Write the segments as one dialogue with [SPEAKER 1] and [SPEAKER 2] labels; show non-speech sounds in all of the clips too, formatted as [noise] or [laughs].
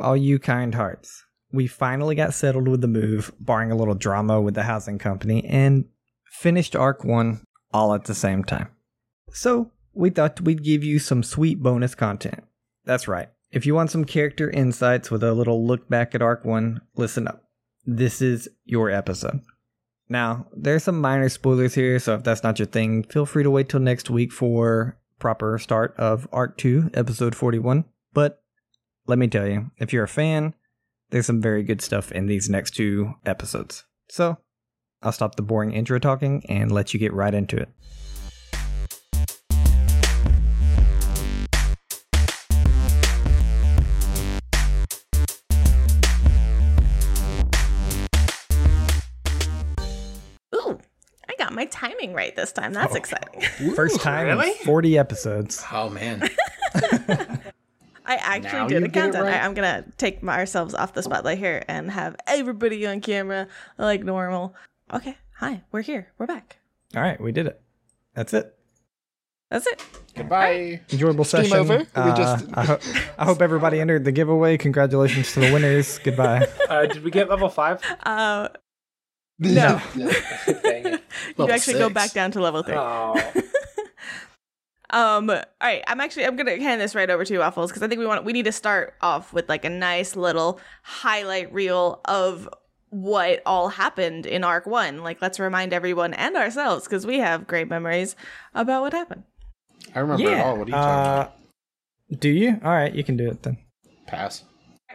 [SPEAKER 1] all you kind hearts. We finally got settled with the move, barring a little drama with the housing company, and finished Arc 1 all at the same time. So, we thought we'd give you some sweet bonus content. That's right. If you want some character insights with a little look back at Arc 1, listen up. This is your episode. Now, there's some minor spoilers here, so if that's not your thing, feel free to wait till next week for proper start of Arc 2, Episode 41. But let me tell you, if you're a fan, there's some very good stuff in these next two episodes. So, I'll stop the boring intro talking and let you get right into it.
[SPEAKER 2] Ooh, I got my timing right this time. That's exciting. [laughs]
[SPEAKER 1] First time in 40 episodes.
[SPEAKER 3] Oh man.
[SPEAKER 2] I actually
[SPEAKER 3] Now
[SPEAKER 2] did
[SPEAKER 3] you
[SPEAKER 2] a
[SPEAKER 3] did it
[SPEAKER 2] countdown.
[SPEAKER 3] right.
[SPEAKER 2] I, am gonna take my, ourselves off the spotlight here and have everybody on camera like normal. Okay, hi, we're here. We're back.
[SPEAKER 1] All right, we did it. That's it.
[SPEAKER 2] That's it.
[SPEAKER 3] Goodbye.
[SPEAKER 1] Enjoyable session.
[SPEAKER 3] over. We
[SPEAKER 1] Uh,
[SPEAKER 3] just-
[SPEAKER 1] I, ho- I hope everybody entered the giveaway. Congratulations to
[SPEAKER 3] [laughs]
[SPEAKER 1] the winners. Goodbye.
[SPEAKER 4] Uh, did we get
[SPEAKER 1] [laughs]
[SPEAKER 4] level five?
[SPEAKER 2] Uh,
[SPEAKER 4] [laughs]
[SPEAKER 3] [laughs] No.
[SPEAKER 2] you
[SPEAKER 3] Level
[SPEAKER 2] actually go
[SPEAKER 3] six.
[SPEAKER 2] back down to level three.
[SPEAKER 4] Oh,
[SPEAKER 2] Um. All right. I'm actually. I'm gonna hand this right over to you, Waffles, because I think we want. We need to start off with like a nice little highlight reel of what all happened in Arc One. Like, let's remind everyone and ourselves because we have great memories about what happened.
[SPEAKER 3] I remember it all. What are you talking about?
[SPEAKER 1] Uh, do you? All right, you can do it then.
[SPEAKER 3] Pass.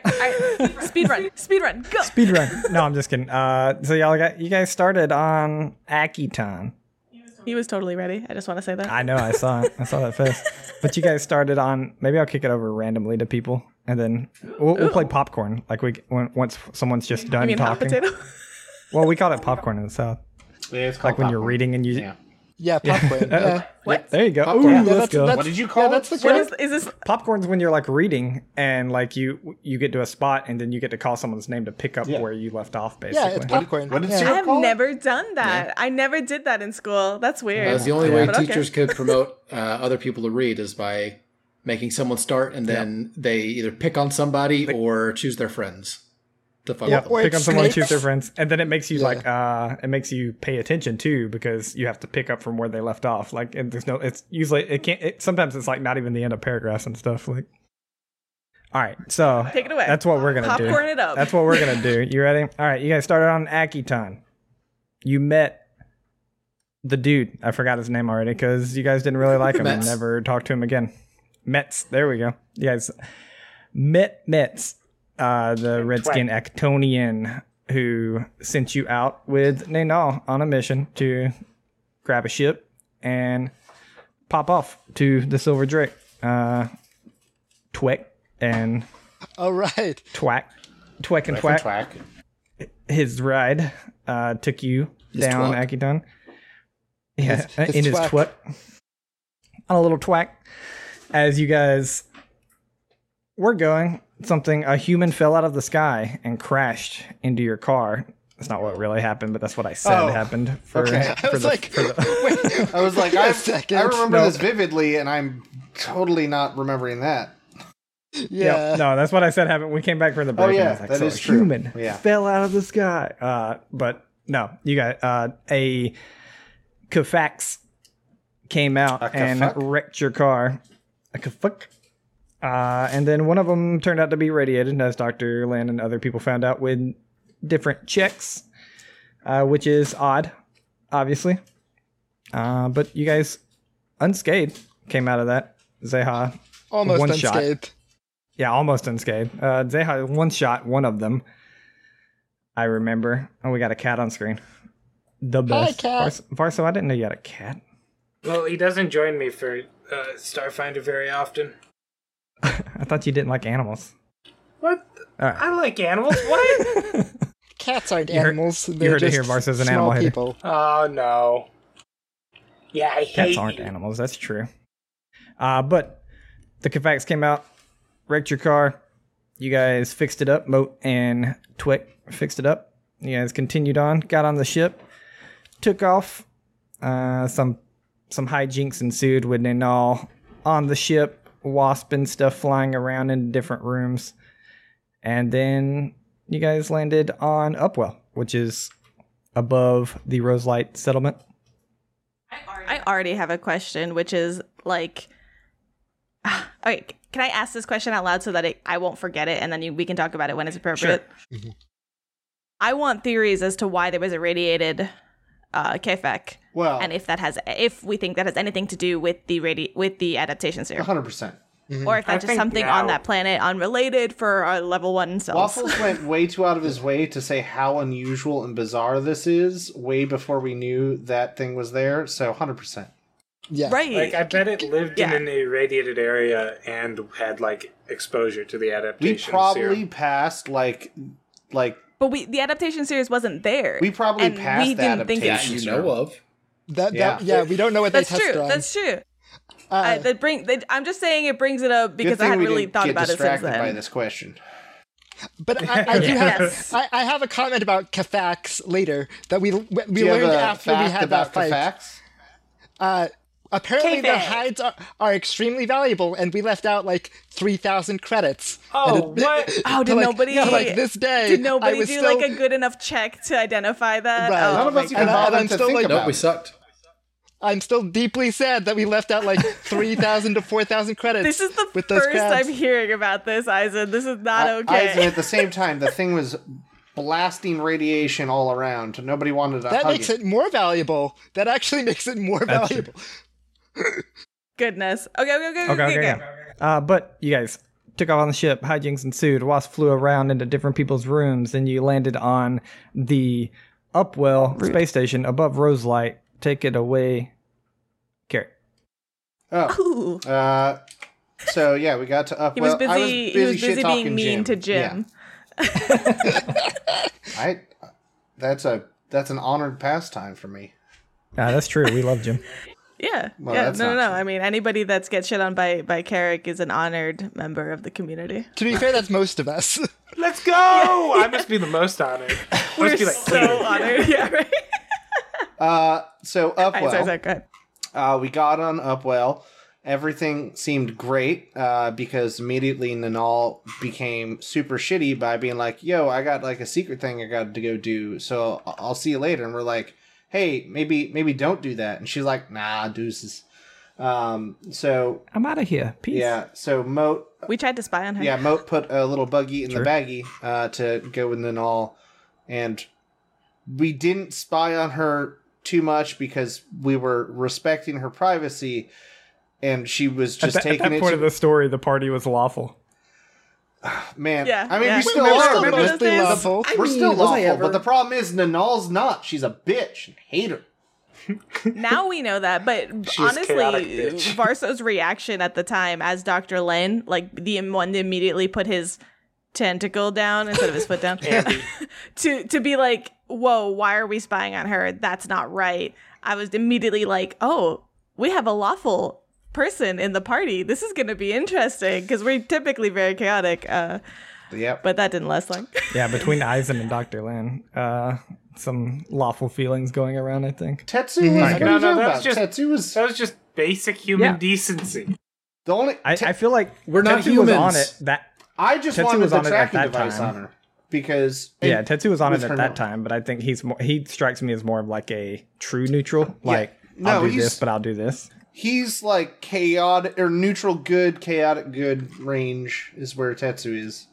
[SPEAKER 2] All right, speed run. Speed run. Go.
[SPEAKER 1] Speed
[SPEAKER 3] [laughs]
[SPEAKER 1] run. no, I'm just kidding. Uh, so y'all got you guys started on Akiton.
[SPEAKER 2] He was totally ready. I just want to say that.
[SPEAKER 1] I know, I saw it. I saw that fist. But you guys started on. Maybe I'll kick it over randomly to people, and then we'll, we'll play popcorn. Like we when, once someone's just done
[SPEAKER 2] I mean, hot
[SPEAKER 1] talking.
[SPEAKER 2] potato.
[SPEAKER 1] [laughs] Well, we call it popcorn in the south.
[SPEAKER 4] it's
[SPEAKER 1] Like when you're reading and you.
[SPEAKER 3] Yeah.
[SPEAKER 1] [laughs]
[SPEAKER 5] Yeah, popcorn.
[SPEAKER 1] Yeah.
[SPEAKER 5] yeah.
[SPEAKER 2] What?
[SPEAKER 1] There you go.
[SPEAKER 3] Popcorn.
[SPEAKER 1] Ooh,
[SPEAKER 3] Yeah,
[SPEAKER 1] let's
[SPEAKER 5] that's-
[SPEAKER 1] go.
[SPEAKER 5] that's-
[SPEAKER 3] What did you call
[SPEAKER 5] yeah,
[SPEAKER 3] it?
[SPEAKER 5] that's the
[SPEAKER 2] What is? Is this?
[SPEAKER 1] popcorn's when you're like reading and like you you get to a spot and then you get to call someone's name to pick up
[SPEAKER 3] Yeah.
[SPEAKER 1] where you left off basically
[SPEAKER 5] Yeah, it's popcorn.
[SPEAKER 3] what did
[SPEAKER 5] yeah.
[SPEAKER 3] you-
[SPEAKER 2] I have
[SPEAKER 3] Call it-
[SPEAKER 2] never done that. I never did that in school. That's weird.
[SPEAKER 3] That's the only way
[SPEAKER 2] But okay.
[SPEAKER 3] teachers could promote uh, other people to read is by making someone start, and then they either pick on somebody or choose their friends to fuck
[SPEAKER 1] Yeah,
[SPEAKER 3] with them.
[SPEAKER 5] Or
[SPEAKER 1] pick
[SPEAKER 5] it's
[SPEAKER 1] up someone and
[SPEAKER 5] snakes.
[SPEAKER 1] choose their friends and then it makes you
[SPEAKER 5] Yeah.
[SPEAKER 1] like uh it makes you pay attention too because you have to pick up from where they left off like and there's no it's usually it can't it, sometimes it's like not even the end of paragraphs and stuff like all right so
[SPEAKER 2] Take it away.
[SPEAKER 1] that's what we're gonna do
[SPEAKER 2] Popcorn it up.
[SPEAKER 1] That's what we're gonna do. You ready? All right, you guys started on Akiton. You met the dude. I forgot his name already because you guys didn't really like him and
[SPEAKER 3] Metz.
[SPEAKER 1] never talked to him again. Mets. There we go. You guys met Mets, uh, the Redskin Actonian who sent you out with Nanal on a mission to grab a ship and pop off to the Silver Drake. Uh, Twek and
[SPEAKER 5] All right.
[SPEAKER 1] Twack. Twek and
[SPEAKER 3] From
[SPEAKER 1] Twack
[SPEAKER 3] Twack.
[SPEAKER 1] his ride uh, took you
[SPEAKER 3] His
[SPEAKER 1] down
[SPEAKER 3] twack.
[SPEAKER 1] Akiton. Yeah,
[SPEAKER 5] His- his
[SPEAKER 1] in his
[SPEAKER 5] twack.
[SPEAKER 1] twack. On a little twack. As you guys were going, something, a human fell out of the sky and crashed into your car. That's not what really happened, but that's what I said
[SPEAKER 4] Oh,
[SPEAKER 1] happened for,
[SPEAKER 4] okay.
[SPEAKER 1] for
[SPEAKER 5] [laughs] I was
[SPEAKER 1] the
[SPEAKER 5] like,
[SPEAKER 4] I was
[SPEAKER 5] Wait [laughs]
[SPEAKER 4] like,
[SPEAKER 5] a
[SPEAKER 4] I,
[SPEAKER 5] second.
[SPEAKER 4] I remember
[SPEAKER 1] No.
[SPEAKER 4] this vividly, and I'm totally not remembering that.
[SPEAKER 5] yeah.
[SPEAKER 1] Yep. No, that's what I said happened. We came back from the break. and I
[SPEAKER 4] Oh, yeah,
[SPEAKER 1] was like,
[SPEAKER 4] that
[SPEAKER 1] so
[SPEAKER 4] is
[SPEAKER 1] a
[SPEAKER 4] true.
[SPEAKER 1] human
[SPEAKER 4] Yeah.
[SPEAKER 1] fell out of the sky. Uh, but no, you got uh, a Kafax came out
[SPEAKER 4] A
[SPEAKER 1] and
[SPEAKER 4] Kafak?
[SPEAKER 1] wrecked your car. A Kafak. Uh, and then one of them turned out to be radiated, as Dr. Lynn and other people found out with different checks, uh, which is odd, obviously. Uh, but you guys, unscathed, came out of that. Zeha
[SPEAKER 5] [laughs] Almost
[SPEAKER 1] One shot.
[SPEAKER 5] unscathed.
[SPEAKER 1] yeah, almost unscathed. Uh, Zeha one shot one of them. I remember. Oh, we got a cat on screen. The best.
[SPEAKER 5] cat.
[SPEAKER 1] Varso, Varso, I didn't know you had a cat.
[SPEAKER 6] Well, he doesn't join me for uh, Starfinder very often.
[SPEAKER 1] I thought you didn't like animals.
[SPEAKER 6] What?
[SPEAKER 1] All right.
[SPEAKER 6] I like animals. What? [laughs]
[SPEAKER 5] Cats aren't
[SPEAKER 1] heard-
[SPEAKER 5] animals.
[SPEAKER 1] you
[SPEAKER 5] They're
[SPEAKER 1] heard it
[SPEAKER 5] just
[SPEAKER 1] here, Mars is an
[SPEAKER 5] small
[SPEAKER 1] animal hater.
[SPEAKER 5] people.
[SPEAKER 6] oh no. Yeah, I hate
[SPEAKER 1] Cats aren't
[SPEAKER 6] you.
[SPEAKER 1] animals. That's true. Uh, but the Kavax came out, wrecked your car. You guys fixed it up. Moat and Twick fixed it up. You guys continued on, got on the ship, took off. Uh, some some hijinks ensued with Nanal on the ship, wasp and stuff flying around in different rooms. And then you guys landed on Upwell, which is above the Roselight settlement.
[SPEAKER 2] I already have a question, which is like, [sighs] okay, can I ask this question out loud so that it, I won't forget it, and then you, we can talk about it when it's appropriate.
[SPEAKER 1] Mm-hmm.
[SPEAKER 5] Mhm.
[SPEAKER 2] I want theories as to why there was irradiated uh, Kefek,
[SPEAKER 4] Well,
[SPEAKER 2] and if that has, if we think that has anything to do with the radi- with the adaptation serum,
[SPEAKER 4] 100%.
[SPEAKER 2] or if
[SPEAKER 6] I
[SPEAKER 2] that's just
[SPEAKER 6] think
[SPEAKER 2] something
[SPEAKER 6] now-
[SPEAKER 2] on that planet unrelated for our level one selves.
[SPEAKER 4] Waffles went way too out of his way to say how unusual and bizarre this is way before we knew that thing was there, so 100%.
[SPEAKER 5] Yeah.
[SPEAKER 2] [laughs] right?
[SPEAKER 6] Like I bet it lived
[SPEAKER 2] Yeah.
[SPEAKER 6] in an irradiated area and had like exposure to the
[SPEAKER 4] We
[SPEAKER 6] adaptation.
[SPEAKER 4] probably
[SPEAKER 6] serum.
[SPEAKER 4] passed, like, like
[SPEAKER 2] but we the adaptation series wasn't there.
[SPEAKER 4] We probably
[SPEAKER 2] and
[SPEAKER 4] passed
[SPEAKER 2] we
[SPEAKER 4] the
[SPEAKER 2] didn't think
[SPEAKER 3] that you know of.
[SPEAKER 5] That,
[SPEAKER 4] Yeah.
[SPEAKER 5] yeah. That, yeah. We don't know
[SPEAKER 2] [laughs]
[SPEAKER 5] what
[SPEAKER 2] That's
[SPEAKER 5] they
[SPEAKER 2] true.
[SPEAKER 5] tested on.
[SPEAKER 2] That's true.
[SPEAKER 5] Uh,
[SPEAKER 2] I, that bring. That, I'm just saying it brings it up because
[SPEAKER 4] good thing
[SPEAKER 2] I hadn't
[SPEAKER 4] we
[SPEAKER 2] really
[SPEAKER 4] didn't
[SPEAKER 2] thought
[SPEAKER 4] get
[SPEAKER 2] about it since
[SPEAKER 4] distracted
[SPEAKER 2] then.
[SPEAKER 4] by this question.
[SPEAKER 5] but I, I do have
[SPEAKER 2] Yes.
[SPEAKER 5] I, I have a comment about Kafax later that we we
[SPEAKER 4] Do you have
[SPEAKER 5] learned
[SPEAKER 4] a
[SPEAKER 5] after we
[SPEAKER 4] fact
[SPEAKER 5] had that
[SPEAKER 4] about
[SPEAKER 5] fight.
[SPEAKER 4] K'Fax?
[SPEAKER 5] Uh, apparently the
[SPEAKER 2] Kayfabe.
[SPEAKER 5] hides are, are extremely valuable, and we left out like three thousand credits.
[SPEAKER 6] Oh,
[SPEAKER 5] And
[SPEAKER 6] what?
[SPEAKER 2] Oh, did
[SPEAKER 5] to, like,
[SPEAKER 2] nobody?
[SPEAKER 5] to, like this
[SPEAKER 2] [laughs]
[SPEAKER 5] day?
[SPEAKER 2] did
[SPEAKER 5] I
[SPEAKER 2] nobody do
[SPEAKER 5] was still,
[SPEAKER 2] like a good enough check to identify that?
[SPEAKER 5] Right.
[SPEAKER 2] Oh
[SPEAKER 5] None
[SPEAKER 4] None of
[SPEAKER 2] my
[SPEAKER 4] us
[SPEAKER 2] God.
[SPEAKER 4] even
[SPEAKER 5] God. And
[SPEAKER 4] bothered
[SPEAKER 5] I'm
[SPEAKER 4] to
[SPEAKER 5] still
[SPEAKER 4] think
[SPEAKER 5] like-
[SPEAKER 4] about
[SPEAKER 5] Nope,
[SPEAKER 4] it.
[SPEAKER 3] Nope, we sucked.
[SPEAKER 5] I'm still deeply sad that we left out
[SPEAKER 2] [laughs]
[SPEAKER 5] like three thousand to four thousand credits.
[SPEAKER 2] This is the
[SPEAKER 5] with those
[SPEAKER 2] first
[SPEAKER 5] crabs.
[SPEAKER 2] I'm hearing about this, Aizen. This is not
[SPEAKER 4] I- I-
[SPEAKER 2] okay.
[SPEAKER 4] at the same time, the thing was blasting radiation all around. Nobody wanted to
[SPEAKER 5] That
[SPEAKER 4] hug
[SPEAKER 5] makes it more valuable. That actually makes it more
[SPEAKER 1] That's true.
[SPEAKER 5] valuable.
[SPEAKER 2] [laughs] Goodness. Okay, okay, okay,
[SPEAKER 1] Okay, okay, yeah. Uh, but you guys took off on the ship. Hijinks ensued. Wasp flew around into different people's rooms, and you landed on the Upwell space station above Roselight. Take it away, Carrot.
[SPEAKER 4] Oh,
[SPEAKER 2] Ooh,
[SPEAKER 4] uh, so yeah, we got to up.
[SPEAKER 2] [laughs] he was
[SPEAKER 4] well,
[SPEAKER 2] busy.
[SPEAKER 4] I
[SPEAKER 2] he was busy
[SPEAKER 4] shit-talking
[SPEAKER 2] being mean to Jim.
[SPEAKER 4] Yeah. I. That's a that's an honored pastime for me.
[SPEAKER 1] Ah, that's true. We love Jim.
[SPEAKER 2] Yeah,
[SPEAKER 4] Well,
[SPEAKER 2] yeah.
[SPEAKER 4] that's
[SPEAKER 2] No, no,
[SPEAKER 4] not
[SPEAKER 2] no.
[SPEAKER 4] true.
[SPEAKER 2] I mean, anybody that's gets shit on by by Carrick is an honored member of the community.
[SPEAKER 5] To be fair, that's most
[SPEAKER 2] [laughs]
[SPEAKER 5] of us.
[SPEAKER 6] Let's go! I must be the most honored. We're be
[SPEAKER 2] [laughs]
[SPEAKER 6] like,
[SPEAKER 2] So honored. Yeah, right.
[SPEAKER 4] Uh,
[SPEAKER 2] [laughs]
[SPEAKER 4] so up
[SPEAKER 2] All right, sorry, sorry,
[SPEAKER 4] well,
[SPEAKER 2] go ahead.
[SPEAKER 4] uh, we got on up well. Everything seemed great uh, because immediately Nanal became super shitty by being like, "Yo, I got like a secret thing I got to go do, so I- I'll see you later." And we're like, "Hey, maybe maybe don't do that." And she's like, "Nah, deuces." Um, so
[SPEAKER 1] [laughs] I'm out of here. Peace.
[SPEAKER 4] yeah, so Moat
[SPEAKER 2] We tried to spy on her.
[SPEAKER 4] Yeah, Moat put a little buggy in
[SPEAKER 1] Sure.
[SPEAKER 4] the baggie uh, to go with Nanal, and we didn't spy on her too much because we were respecting her privacy, and she was just
[SPEAKER 1] at that,
[SPEAKER 4] taking
[SPEAKER 1] at that
[SPEAKER 4] it.
[SPEAKER 1] point
[SPEAKER 4] to-
[SPEAKER 1] of the story, the party was lawful.
[SPEAKER 4] man,
[SPEAKER 2] Yeah,
[SPEAKER 4] I mean,
[SPEAKER 2] yeah.
[SPEAKER 4] we still
[SPEAKER 5] We're
[SPEAKER 4] are.
[SPEAKER 5] still
[SPEAKER 4] but
[SPEAKER 5] mostly
[SPEAKER 4] the-
[SPEAKER 2] those things- [laughs]
[SPEAKER 5] lawful.
[SPEAKER 4] we're still
[SPEAKER 3] mean, was I
[SPEAKER 4] lawful,
[SPEAKER 3] ever-
[SPEAKER 4] but the problem is Nanal's not. She's a bitch and hate her.
[SPEAKER 2] now we know that but
[SPEAKER 4] [laughs]
[SPEAKER 6] chaotic
[SPEAKER 2] honestly
[SPEAKER 6] bitch.
[SPEAKER 2] varso's reaction at the time as dr lin like the one immediately put his tentacle down instead of his foot down [laughs] to to be like whoa why are we spying on her that's not right i was immediately like oh we have a lawful person in the party this is going to be interesting because we're typically very chaotic uh
[SPEAKER 4] Yep.
[SPEAKER 2] but that didn't last long
[SPEAKER 1] Yeah, between Eisen and Doctor Lin, uh, some lawful feelings going around. I think.
[SPEAKER 4] Tetsu was what
[SPEAKER 6] No,
[SPEAKER 4] are you
[SPEAKER 6] no,
[SPEAKER 4] talking
[SPEAKER 6] that's
[SPEAKER 4] about?
[SPEAKER 6] just-
[SPEAKER 4] Tetsu was
[SPEAKER 6] That was just basic human
[SPEAKER 1] Yeah.
[SPEAKER 6] decency.
[SPEAKER 4] the only.
[SPEAKER 1] I, I feel like
[SPEAKER 3] We're not
[SPEAKER 1] Tetsu was on
[SPEAKER 3] humans.
[SPEAKER 1] it that
[SPEAKER 4] I just
[SPEAKER 1] Tetsu
[SPEAKER 4] wanted
[SPEAKER 1] was
[SPEAKER 4] the
[SPEAKER 1] on it at
[SPEAKER 4] tracking
[SPEAKER 1] that
[SPEAKER 4] device
[SPEAKER 1] time.
[SPEAKER 4] on her because
[SPEAKER 1] yeah, Tetsu was on it
[SPEAKER 4] with
[SPEAKER 1] at
[SPEAKER 4] her
[SPEAKER 1] that
[SPEAKER 4] mouth.
[SPEAKER 1] time, but I think he's more, he strikes me as more of like a true neutral. Like
[SPEAKER 4] No,
[SPEAKER 1] I'll do
[SPEAKER 4] he's-
[SPEAKER 1] this, but I'll do this.
[SPEAKER 4] he's like chaotic or neutral good, chaotic good range is where Tetsu is.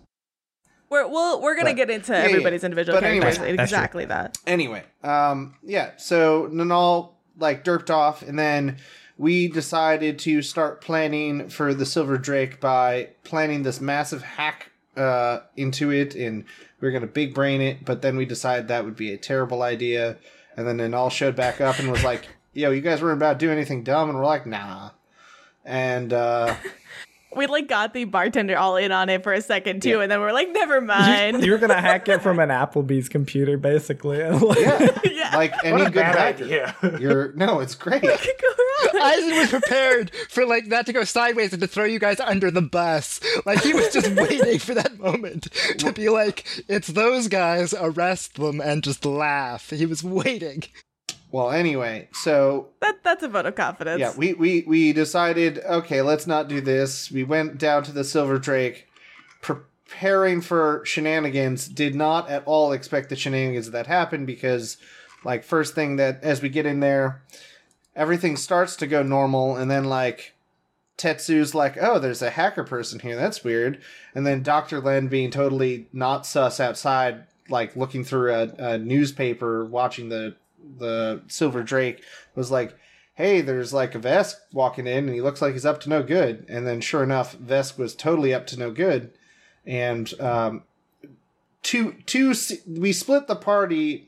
[SPEAKER 2] we're we'll, we're gonna
[SPEAKER 4] But-
[SPEAKER 2] get into
[SPEAKER 4] yeah, yeah.
[SPEAKER 2] everybody's individual
[SPEAKER 4] But anyway,
[SPEAKER 2] characters
[SPEAKER 1] that's true.
[SPEAKER 2] exactly that
[SPEAKER 4] Anyway, um, yeah. So Nanal like derped off, and then we decided to start planning for the Silver Drake by planning this massive hack uh into it, and we were are gonna big brain it. But then we decided that would be a terrible idea, and then Nanal showed back up and was like, [laughs] "Yo, you guys weren't about to do anything dumb," and we're like, "Nah." And uh
[SPEAKER 2] We like got the bartender all in on it for a second too, and then we're like, never mind. [laughs]
[SPEAKER 1] You're gonna hack it from an Applebee's computer, basically. [laughs] And, like,
[SPEAKER 2] yeah,
[SPEAKER 4] like any
[SPEAKER 6] What a
[SPEAKER 4] good
[SPEAKER 6] bad
[SPEAKER 4] hacker,
[SPEAKER 6] idea.
[SPEAKER 4] you're no, it's great. [laughs]
[SPEAKER 2] could go wrong.
[SPEAKER 5] Eisen was prepared for like that to go sideways and to throw you guys under the bus. Like he was
[SPEAKER 2] [laughs]
[SPEAKER 5] just waiting for that moment to be like, "It's those guys, arrest them and just laugh." He was waiting.
[SPEAKER 4] Well, anyway, so
[SPEAKER 2] that that's a vote of confidence.
[SPEAKER 4] yeah, we, we we decided okay, let's not do this. We went down to the Silver Drake, pre- preparing for shenanigans did not at all expect the shenanigans that happened because like first thing that as we get in there everything starts to go normal and then like tetsu's like oh there's a hacker person here that's weird and then dr len being totally not sus outside like looking through a, a newspaper watching the the silver drake was like hey there's like a vesk walking in and he looks like he's up to no good and then sure enough vesk was totally up to no good and um two two s- we split the party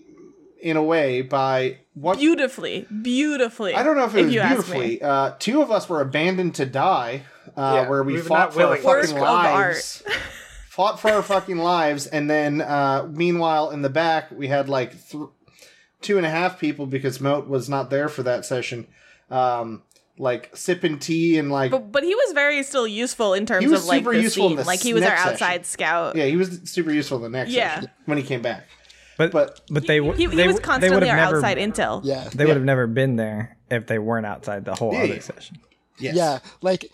[SPEAKER 4] in a way by what
[SPEAKER 2] Beautifully, beautifully.
[SPEAKER 4] I don't know if it was
[SPEAKER 2] you ask me.
[SPEAKER 4] beautifully. Uh, two of us were abandoned to die, uh,
[SPEAKER 6] Yeah,
[SPEAKER 4] where we
[SPEAKER 6] we were
[SPEAKER 4] fought
[SPEAKER 6] not
[SPEAKER 4] for our
[SPEAKER 6] willing.
[SPEAKER 4] fucking
[SPEAKER 2] Work of art.
[SPEAKER 4] lives. [laughs] fought for our fucking lives, and then uh, meanwhile in the back we had like th- two and a half people because Moat was not there for that session, um, like sipping tea and like
[SPEAKER 2] But but he was very still useful in terms
[SPEAKER 4] was
[SPEAKER 2] of like
[SPEAKER 4] super
[SPEAKER 2] the
[SPEAKER 4] useful in
[SPEAKER 2] scene.
[SPEAKER 4] the
[SPEAKER 2] like he was our
[SPEAKER 4] next
[SPEAKER 2] outside scout.
[SPEAKER 4] yeah, he was super useful the next
[SPEAKER 2] Yeah.
[SPEAKER 4] session when he came back.
[SPEAKER 1] But
[SPEAKER 4] But-
[SPEAKER 1] but, they w-
[SPEAKER 2] He, he
[SPEAKER 1] they
[SPEAKER 2] was
[SPEAKER 1] w- they would
[SPEAKER 2] constantly
[SPEAKER 1] have
[SPEAKER 2] our
[SPEAKER 1] never,
[SPEAKER 2] outside intel.
[SPEAKER 5] Yeah.
[SPEAKER 1] They would have never been there if they weren't outside the whole
[SPEAKER 4] Yeah,
[SPEAKER 1] other
[SPEAKER 4] yeah.
[SPEAKER 1] session.
[SPEAKER 4] Yes.
[SPEAKER 5] Yeah, like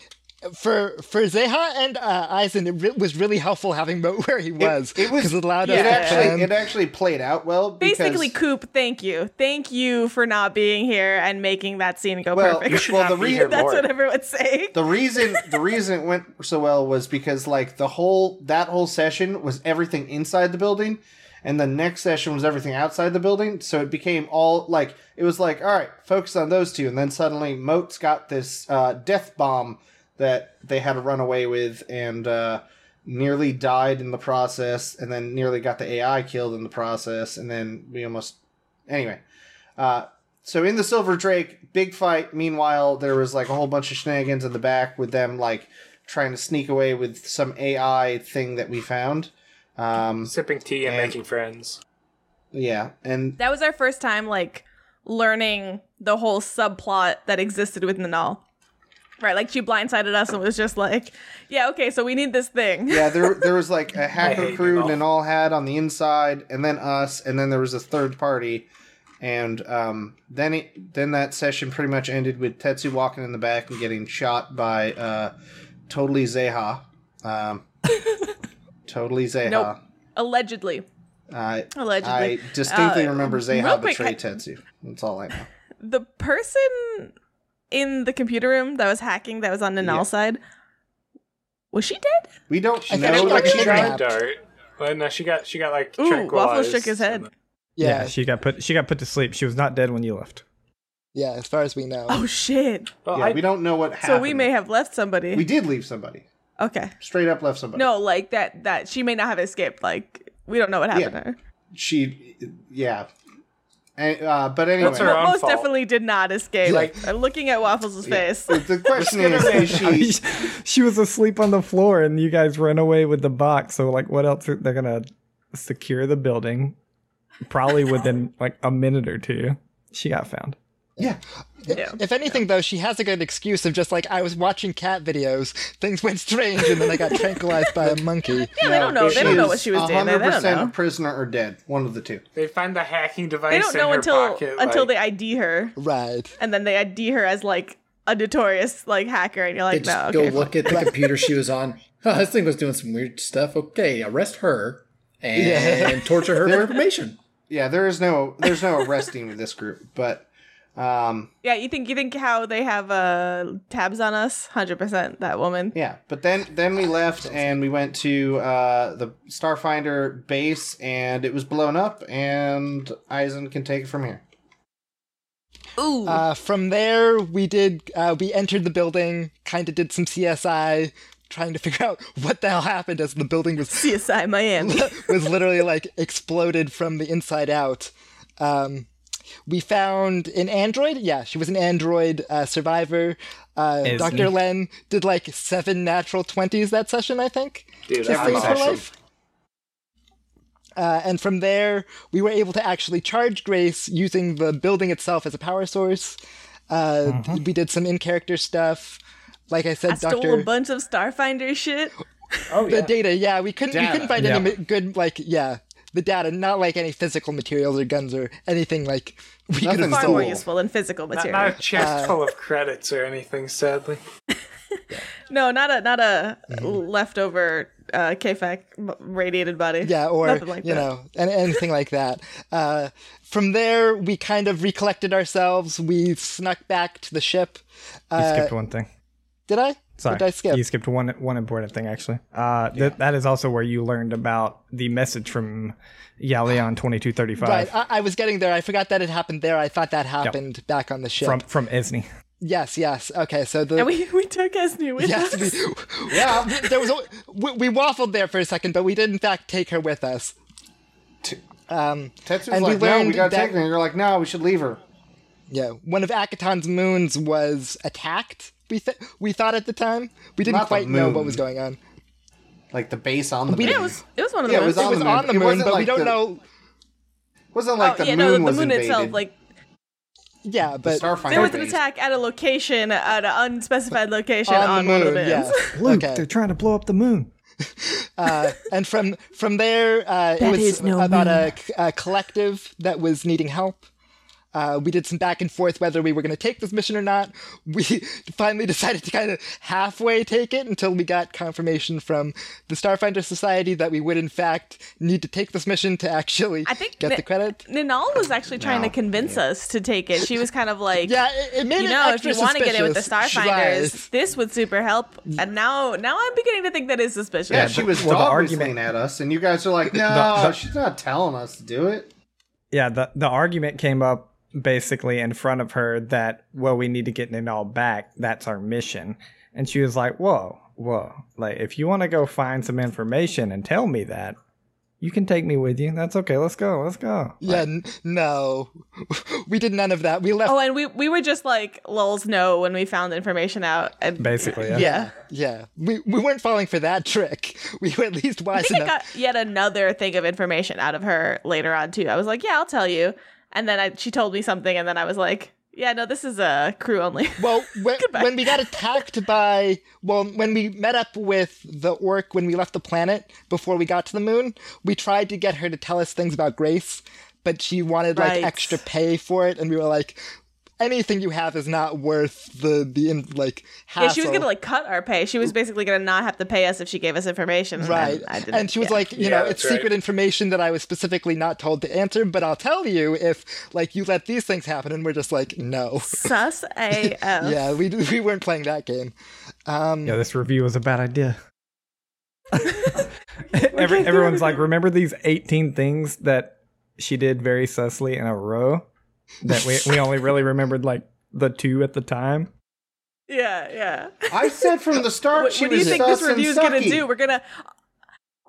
[SPEAKER 5] for for Zeha and uh, Aizen, it re- was really helpful having Mo [laughs] where he was.
[SPEAKER 4] it was-
[SPEAKER 5] 'cause it allowed
[SPEAKER 4] It
[SPEAKER 5] us to plan.
[SPEAKER 4] actually it actually played out well. Because,
[SPEAKER 2] Basically, Coop, thank you, thank you for not being here and making that scene go [laughs]
[SPEAKER 4] Well,
[SPEAKER 2] perfect.
[SPEAKER 4] you should Well, not the be re- here
[SPEAKER 2] that's
[SPEAKER 6] more.
[SPEAKER 2] what everyone's saying.
[SPEAKER 4] the reason the reason it went so well was because like the whole that whole session was everything inside the building and the next session was everything outside the building so it became all like it was like all right focus on those two and then suddenly moat's got this uh, death bomb that they had to run away with and uh, nearly died in the process and then nearly got the ai killed in the process and then we almost anyway uh, so in the Silver Drake, big fight. Meanwhile, there was like a whole bunch of shenanigans in the back with them like trying to sneak away with some AI thing that we found.
[SPEAKER 6] [laughs]
[SPEAKER 4] Um,
[SPEAKER 6] Sipping tea and
[SPEAKER 4] And-
[SPEAKER 6] making friends.
[SPEAKER 4] yeah, and
[SPEAKER 2] That was our first time like learning the whole subplot that existed with Nanal. Right, like she blindsided us and was just like, "Yeah, okay, so we need this thing."
[SPEAKER 4] yeah, there there was like
[SPEAKER 6] [laughs]
[SPEAKER 4] a hacker
[SPEAKER 6] hate
[SPEAKER 4] crew
[SPEAKER 6] it all.
[SPEAKER 4] and all had on the inside, and then us, and then there was a third party, and um, then it, then that session pretty much ended with Tetsu walking in the back and getting shot by uh, totally Zeha, um, totally
[SPEAKER 2] [laughs]
[SPEAKER 4] Zeha.
[SPEAKER 2] Nope. Allegedly,
[SPEAKER 4] Uh,
[SPEAKER 2] allegedly.
[SPEAKER 4] I distinctly
[SPEAKER 2] Uh,
[SPEAKER 4] remember
[SPEAKER 2] real
[SPEAKER 4] Zeha
[SPEAKER 2] quick,
[SPEAKER 4] betrayed Tetsu. That's all I know.
[SPEAKER 2] the person in the computer room that was hacking that was on Nanal's
[SPEAKER 4] Yeah.
[SPEAKER 2] side was she dead?
[SPEAKER 4] We don't
[SPEAKER 5] I
[SPEAKER 4] know
[SPEAKER 5] think
[SPEAKER 4] that
[SPEAKER 5] like
[SPEAKER 4] she
[SPEAKER 5] she
[SPEAKER 4] died.
[SPEAKER 5] tried-
[SPEAKER 6] tried dart. Well, no, she got she got like
[SPEAKER 2] Ooh, Waffle
[SPEAKER 6] tranquilized
[SPEAKER 2] shook his head.
[SPEAKER 6] and-
[SPEAKER 5] yeah, yeah,
[SPEAKER 1] she got put she got put to sleep. She was not dead when you left.
[SPEAKER 5] as far as we know.
[SPEAKER 2] Oh shit.
[SPEAKER 6] Well,
[SPEAKER 4] Yeah,
[SPEAKER 6] I,
[SPEAKER 4] we don't know what
[SPEAKER 2] So
[SPEAKER 4] happened.
[SPEAKER 2] we may have left somebody.
[SPEAKER 4] We did leave somebody.
[SPEAKER 2] okay.
[SPEAKER 4] Straight up left somebody.
[SPEAKER 2] No, like that that she may not have escaped. Like we don't know what happened
[SPEAKER 4] Yeah.
[SPEAKER 2] to her.
[SPEAKER 4] She, yeah. And, uh, but anyway,
[SPEAKER 6] That's her
[SPEAKER 2] Mo-
[SPEAKER 6] own
[SPEAKER 2] most
[SPEAKER 6] fault.
[SPEAKER 2] definitely did not escape. Like
[SPEAKER 5] Like-
[SPEAKER 2] I'm looking at Waffles' face.
[SPEAKER 4] the question is,
[SPEAKER 6] Skinner
[SPEAKER 4] is she?
[SPEAKER 1] [laughs] she was asleep on the floor, and you guys ran away with the box. So like, what else? Are, they're gonna secure the building, probably within like a minute or two. She got found.
[SPEAKER 4] Yeah,
[SPEAKER 2] Yeah.
[SPEAKER 5] If anything, though, she has a good excuse of just like I was watching cat videos, things went strange, and then I got tranquilized by a monkey.
[SPEAKER 2] Yeah, they don't know. They don't know what she was doing. They, they don't
[SPEAKER 4] a
[SPEAKER 2] know.
[SPEAKER 4] prisoner or dead. One of the two.
[SPEAKER 6] they find the hacking device.
[SPEAKER 2] They don't
[SPEAKER 6] in
[SPEAKER 2] know
[SPEAKER 6] her
[SPEAKER 2] until
[SPEAKER 6] pocket,
[SPEAKER 2] until
[SPEAKER 6] like,
[SPEAKER 2] they ID her,
[SPEAKER 5] Right.
[SPEAKER 2] and then they ID her as like a notorious like hacker, and you're
[SPEAKER 3] They
[SPEAKER 2] like,
[SPEAKER 3] just
[SPEAKER 2] no,
[SPEAKER 3] go
[SPEAKER 2] okay.
[SPEAKER 3] look at the computer she
[SPEAKER 2] [laughs]
[SPEAKER 3] was on. [laughs] Huh, this thing was doing some weird stuff. Okay, arrest her and, torture
[SPEAKER 2] [laughs]
[SPEAKER 3] her for information.
[SPEAKER 4] Yeah, there is no, there's no arresting with this group. But, um,
[SPEAKER 2] Yeah, you think you think how they have uh tabs on us? Hundred percent. That woman. [laughs]
[SPEAKER 4] yeah. But then, then we left and we went to uh, the Starfinder base, and it was blown up. And Eisen can take it from here.
[SPEAKER 2] Ooh.
[SPEAKER 5] Uh, from there, we did. Uh, we entered the building, kind of did some CSI, trying to figure [laughs] out what the hell happened as the building was
[SPEAKER 2] CSI Miami.
[SPEAKER 5] [laughs] was literally like exploded from the inside out. Um, we found an android. Yeah, she was an android uh, survivor. Uh,
[SPEAKER 1] Isn't-
[SPEAKER 5] Dr. Len did like seven natural 20s that session, I think.
[SPEAKER 6] Dude,
[SPEAKER 5] to
[SPEAKER 6] that
[SPEAKER 5] save
[SPEAKER 6] was
[SPEAKER 5] her
[SPEAKER 6] awesome.
[SPEAKER 5] life. Uh, and from there, we were able to actually charge Grace using the building itself as a power source. Uh, We did some in character stuff. Like I said,
[SPEAKER 2] I stole
[SPEAKER 5] Doctor,
[SPEAKER 2] a bunch of Starfinder shit.
[SPEAKER 6] Oh
[SPEAKER 5] the
[SPEAKER 6] yeah.
[SPEAKER 5] data. Yeah, we couldn't we
[SPEAKER 3] Data,
[SPEAKER 5] couldn't find
[SPEAKER 1] yeah.
[SPEAKER 5] any ma- good like yeah the data, not like any physical materials or guns or anything like we could
[SPEAKER 4] Nothing
[SPEAKER 5] have
[SPEAKER 2] Far
[SPEAKER 4] Stole.
[SPEAKER 2] more
[SPEAKER 5] stolen.
[SPEAKER 2] useful than physical
[SPEAKER 6] Not,
[SPEAKER 2] material.
[SPEAKER 6] not a chest full of credits or anything, sadly.
[SPEAKER 2] No, not a not a leftover uh, KFAC m- radiated body.
[SPEAKER 5] Yeah, or
[SPEAKER 2] Nothing like
[SPEAKER 5] you
[SPEAKER 2] that.
[SPEAKER 5] know, an- anything like that. Uh, from there, we kind of recollected ourselves. We snuck back to the ship.
[SPEAKER 1] You
[SPEAKER 5] Uh,
[SPEAKER 1] skipped one thing.
[SPEAKER 5] did I?
[SPEAKER 1] Sorry,
[SPEAKER 5] What did I skip?
[SPEAKER 1] you skipped one one important thing actually. Uh, th- that is also where you learned about the message from Yalion twenty two thirty
[SPEAKER 5] Right,
[SPEAKER 1] five
[SPEAKER 5] I, I was getting there. I forgot that it happened there. I thought that happened back on the ship.
[SPEAKER 1] from from Esni.
[SPEAKER 5] yes, yes. Okay, so the
[SPEAKER 2] And we [laughs] we took Esnu with
[SPEAKER 5] yes,
[SPEAKER 2] us.
[SPEAKER 5] we, yeah, we- there was a, we, we waffled there for a second, but we did in fact take her with us. Um,
[SPEAKER 4] Tetsu's
[SPEAKER 5] And we
[SPEAKER 4] like, no, we
[SPEAKER 5] learned
[SPEAKER 4] gotta
[SPEAKER 5] that-
[SPEAKER 4] take her. And you're like, no, we should leave her.
[SPEAKER 5] Yeah, one of Akatan's moons was attacked. We th- we thought at the time we didn't
[SPEAKER 4] Not the
[SPEAKER 5] quite know what
[SPEAKER 4] moon.
[SPEAKER 5] was going on.
[SPEAKER 4] Like the base on the
[SPEAKER 5] We
[SPEAKER 4] moon.
[SPEAKER 2] [laughs]
[SPEAKER 5] didn't-
[SPEAKER 2] It was it was one of the
[SPEAKER 4] Yeah, it
[SPEAKER 2] ones.
[SPEAKER 4] was
[SPEAKER 5] It was
[SPEAKER 4] the
[SPEAKER 5] on
[SPEAKER 4] moon.
[SPEAKER 5] the
[SPEAKER 4] It
[SPEAKER 5] moon,
[SPEAKER 4] wasn't
[SPEAKER 5] but we
[SPEAKER 4] like
[SPEAKER 5] don't
[SPEAKER 4] the-
[SPEAKER 5] know.
[SPEAKER 4] wasn't like the
[SPEAKER 2] oh, yeah,
[SPEAKER 4] moon
[SPEAKER 2] no, the
[SPEAKER 4] was
[SPEAKER 2] moon
[SPEAKER 4] invaded.
[SPEAKER 2] itself. Like
[SPEAKER 5] Yeah,
[SPEAKER 4] the
[SPEAKER 5] but
[SPEAKER 4] Starfinder
[SPEAKER 2] there was an
[SPEAKER 4] base.
[SPEAKER 2] attack at a location, at an unspecified location on,
[SPEAKER 5] on the
[SPEAKER 2] one of
[SPEAKER 5] moon.
[SPEAKER 2] the moons.
[SPEAKER 5] Yeah.
[SPEAKER 1] Luke,
[SPEAKER 5] okay.
[SPEAKER 1] they're trying to blow up the moon.
[SPEAKER 5] Uh, and from from there, uh, it
[SPEAKER 2] That
[SPEAKER 5] was
[SPEAKER 2] is no
[SPEAKER 5] about a, a collective that was needing help. Uh, we did some back and forth whether we were going to take this mission or not. We [laughs] finally decided to kind of halfway take it until we got confirmation from the Starfinder Society that we would, in fact, need to take this mission to actually
[SPEAKER 2] I think
[SPEAKER 5] get
[SPEAKER 2] that-
[SPEAKER 5] the credit.
[SPEAKER 2] [laughs] Ninal was actually trying to convince us to take it. She was kind of like,
[SPEAKER 5] Yeah, Uh, it, it made
[SPEAKER 2] you
[SPEAKER 5] it
[SPEAKER 2] know, if
[SPEAKER 5] extra
[SPEAKER 2] you want to get in with the
[SPEAKER 5] suspicious.
[SPEAKER 2] Starfinders,
[SPEAKER 5] Right.
[SPEAKER 2] this would super help. And now, now I'm beginning to think that is suspicious.
[SPEAKER 4] yeah, she was
[SPEAKER 1] well, the
[SPEAKER 4] dog
[SPEAKER 1] argument-
[SPEAKER 4] whistling at us, and you guys are like, no,
[SPEAKER 1] the-
[SPEAKER 4] she's not telling us to do it.
[SPEAKER 1] Yeah, the the argument came up basically in front of her that well we need to get Ninal back. That's our mission, and she was like, whoa, whoa, like if you want to go find some information and tell me that. You can take me with you. That's okay. Let's go. Let's go.
[SPEAKER 5] Yeah, n- no, [laughs] we did none of that. We left.
[SPEAKER 2] oh, and we we were just like lulls no when we found the information out. And
[SPEAKER 1] Basically, yeah.
[SPEAKER 2] yeah.
[SPEAKER 5] Yeah, we, we weren't falling for that trick. We were at least
[SPEAKER 2] I
[SPEAKER 5] wise
[SPEAKER 2] think I
[SPEAKER 5] enough.
[SPEAKER 2] got yet another thing of information out of her later on too. I was like, yeah, I'll tell you. And then I, she told me something, and then I was like, yeah, no, this is a uh, crew only. [laughs]
[SPEAKER 5] Well, when,
[SPEAKER 2] Goodbye.
[SPEAKER 5] when we got attacked by, well, when we met up with the orc when we left the planet before we got to the moon, we tried to get her to tell us things about Grace, but she wanted
[SPEAKER 2] Right.
[SPEAKER 5] like extra pay for it, and we were like, anything you have is not worth the the in- like hassle.
[SPEAKER 2] Yeah, she was gonna like cut our pay. She was basically gonna not have to pay us if she gave us information. and
[SPEAKER 5] Right.
[SPEAKER 2] then I didn't,
[SPEAKER 5] and she was
[SPEAKER 2] yeah.
[SPEAKER 5] like, you
[SPEAKER 6] Yeah,
[SPEAKER 5] know, it's
[SPEAKER 6] that's right.
[SPEAKER 5] secret information that I was specifically not told to answer, but I'll tell you if, like, you let these things happen. And we're just like, no.
[SPEAKER 2] "Sus AF."
[SPEAKER 5] Yeah, we, [laughs] we weren't playing that game. Um,
[SPEAKER 1] Yeah, this review was a bad idea. [laughs] Every, everyone's like, remember these 18 things that she did very susly in a row? That we, we only really remembered like the two at the time.
[SPEAKER 2] yeah, yeah.
[SPEAKER 4] I said from the start
[SPEAKER 2] What,
[SPEAKER 4] she
[SPEAKER 2] what do
[SPEAKER 4] was
[SPEAKER 2] you think
[SPEAKER 4] sus
[SPEAKER 2] this review is
[SPEAKER 4] and
[SPEAKER 2] gonna
[SPEAKER 4] sucky.
[SPEAKER 2] do? We're gonna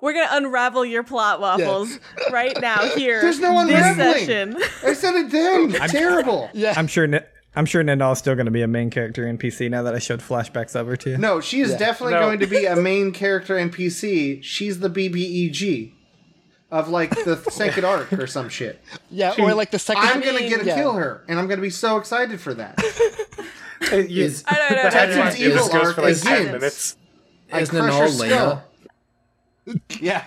[SPEAKER 2] we're gonna unravel your plot waffles right
[SPEAKER 5] [laughs]
[SPEAKER 2] now here.
[SPEAKER 4] There's no
[SPEAKER 2] this
[SPEAKER 4] unraveling.
[SPEAKER 2] session. [laughs]
[SPEAKER 4] I said it then. Terrible.
[SPEAKER 5] yeah.
[SPEAKER 1] [laughs] I'm sure Ni- I'm sure Nindal's still going to be a main character NPC now that I showed flashbacks of her to you.
[SPEAKER 4] No, she is definitely
[SPEAKER 6] No.
[SPEAKER 4] going to be a main character NPC. She's the BBEG of like the second arc or some shit.
[SPEAKER 5] Yeah, or like the 2nd
[SPEAKER 4] I'm gonna get to
[SPEAKER 5] yeah.
[SPEAKER 4] kill her, and I'm gonna be so excited for that.
[SPEAKER 6] Is,
[SPEAKER 2] I don't know. I don't know.
[SPEAKER 4] Tetsu's evil arc is in.
[SPEAKER 6] minutes.
[SPEAKER 4] I
[SPEAKER 3] Isn't it
[SPEAKER 4] crush
[SPEAKER 3] all
[SPEAKER 4] her
[SPEAKER 3] Lena?
[SPEAKER 4] skull.
[SPEAKER 3] [laughs]
[SPEAKER 4] Yeah.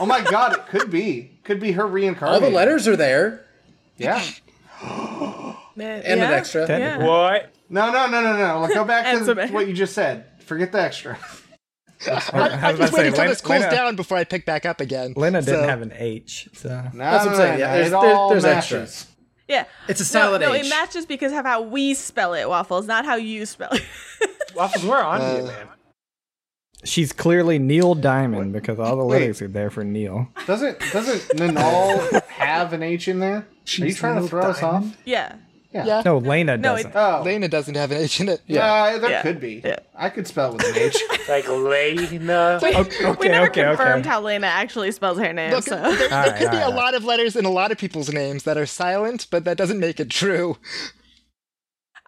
[SPEAKER 4] oh my god, it could be. Could be her
[SPEAKER 3] All
[SPEAKER 4] reincarnated.
[SPEAKER 3] the letters are there
[SPEAKER 4] Yeah.
[SPEAKER 3] and
[SPEAKER 2] yeah.
[SPEAKER 3] an extra.
[SPEAKER 1] That-
[SPEAKER 2] Yeah.
[SPEAKER 6] What?
[SPEAKER 4] No, no, no, no, no. Like,
[SPEAKER 3] [laughs]
[SPEAKER 4] go back
[SPEAKER 2] And
[SPEAKER 4] to
[SPEAKER 2] some-
[SPEAKER 4] what you just said. Forget the extra.
[SPEAKER 1] Or- how
[SPEAKER 5] I'm
[SPEAKER 1] was I
[SPEAKER 5] just waiting
[SPEAKER 1] saying?
[SPEAKER 5] until this cools
[SPEAKER 1] Lena,
[SPEAKER 5] down before I pick back up again.
[SPEAKER 1] Lena didn't
[SPEAKER 5] So-
[SPEAKER 1] have an H, so
[SPEAKER 4] No,
[SPEAKER 3] That's
[SPEAKER 4] no,
[SPEAKER 3] what I'm
[SPEAKER 4] no,
[SPEAKER 3] saying. Yeah,
[SPEAKER 4] no,
[SPEAKER 3] there's-
[SPEAKER 4] it all
[SPEAKER 3] there's
[SPEAKER 4] matches.
[SPEAKER 3] extras.
[SPEAKER 2] Yeah.
[SPEAKER 3] It's a
[SPEAKER 2] No,
[SPEAKER 3] solid
[SPEAKER 2] no, it
[SPEAKER 3] H.
[SPEAKER 2] matches because of how we spell it, waffles, not how you spell it. [laughs]
[SPEAKER 6] Waffles, we're on to you, man.
[SPEAKER 1] she's clearly Neil Diamond because all the
[SPEAKER 4] Wait.
[SPEAKER 1] letters are there for Neil.
[SPEAKER 4] Doesn't doesn't Nanal have an H in there? Are you
[SPEAKER 6] She's
[SPEAKER 4] trying to
[SPEAKER 6] no
[SPEAKER 4] throw us off?
[SPEAKER 6] diamond.
[SPEAKER 2] yeah.
[SPEAKER 5] Yeah.
[SPEAKER 1] No, Lena
[SPEAKER 2] No,
[SPEAKER 1] doesn't.
[SPEAKER 2] it-
[SPEAKER 4] Oh,
[SPEAKER 5] Lena doesn't have an H in it.
[SPEAKER 4] yeah, uh, there
[SPEAKER 2] Yeah.
[SPEAKER 4] could be.
[SPEAKER 2] Yeah.
[SPEAKER 4] I could spell it with
[SPEAKER 2] [laughs]
[SPEAKER 4] an H.
[SPEAKER 6] Like Lena.
[SPEAKER 2] [laughs] we
[SPEAKER 1] okay,
[SPEAKER 2] never
[SPEAKER 1] okay, okay.
[SPEAKER 2] confirmed how Lena actually spells her name.
[SPEAKER 5] Look,
[SPEAKER 2] so.
[SPEAKER 5] there,
[SPEAKER 2] [laughs]
[SPEAKER 5] there
[SPEAKER 1] Alright,
[SPEAKER 5] [laughs] could be a
[SPEAKER 1] alright.
[SPEAKER 5] lot of letters in a lot of people's names that are silent, but that doesn't make it true.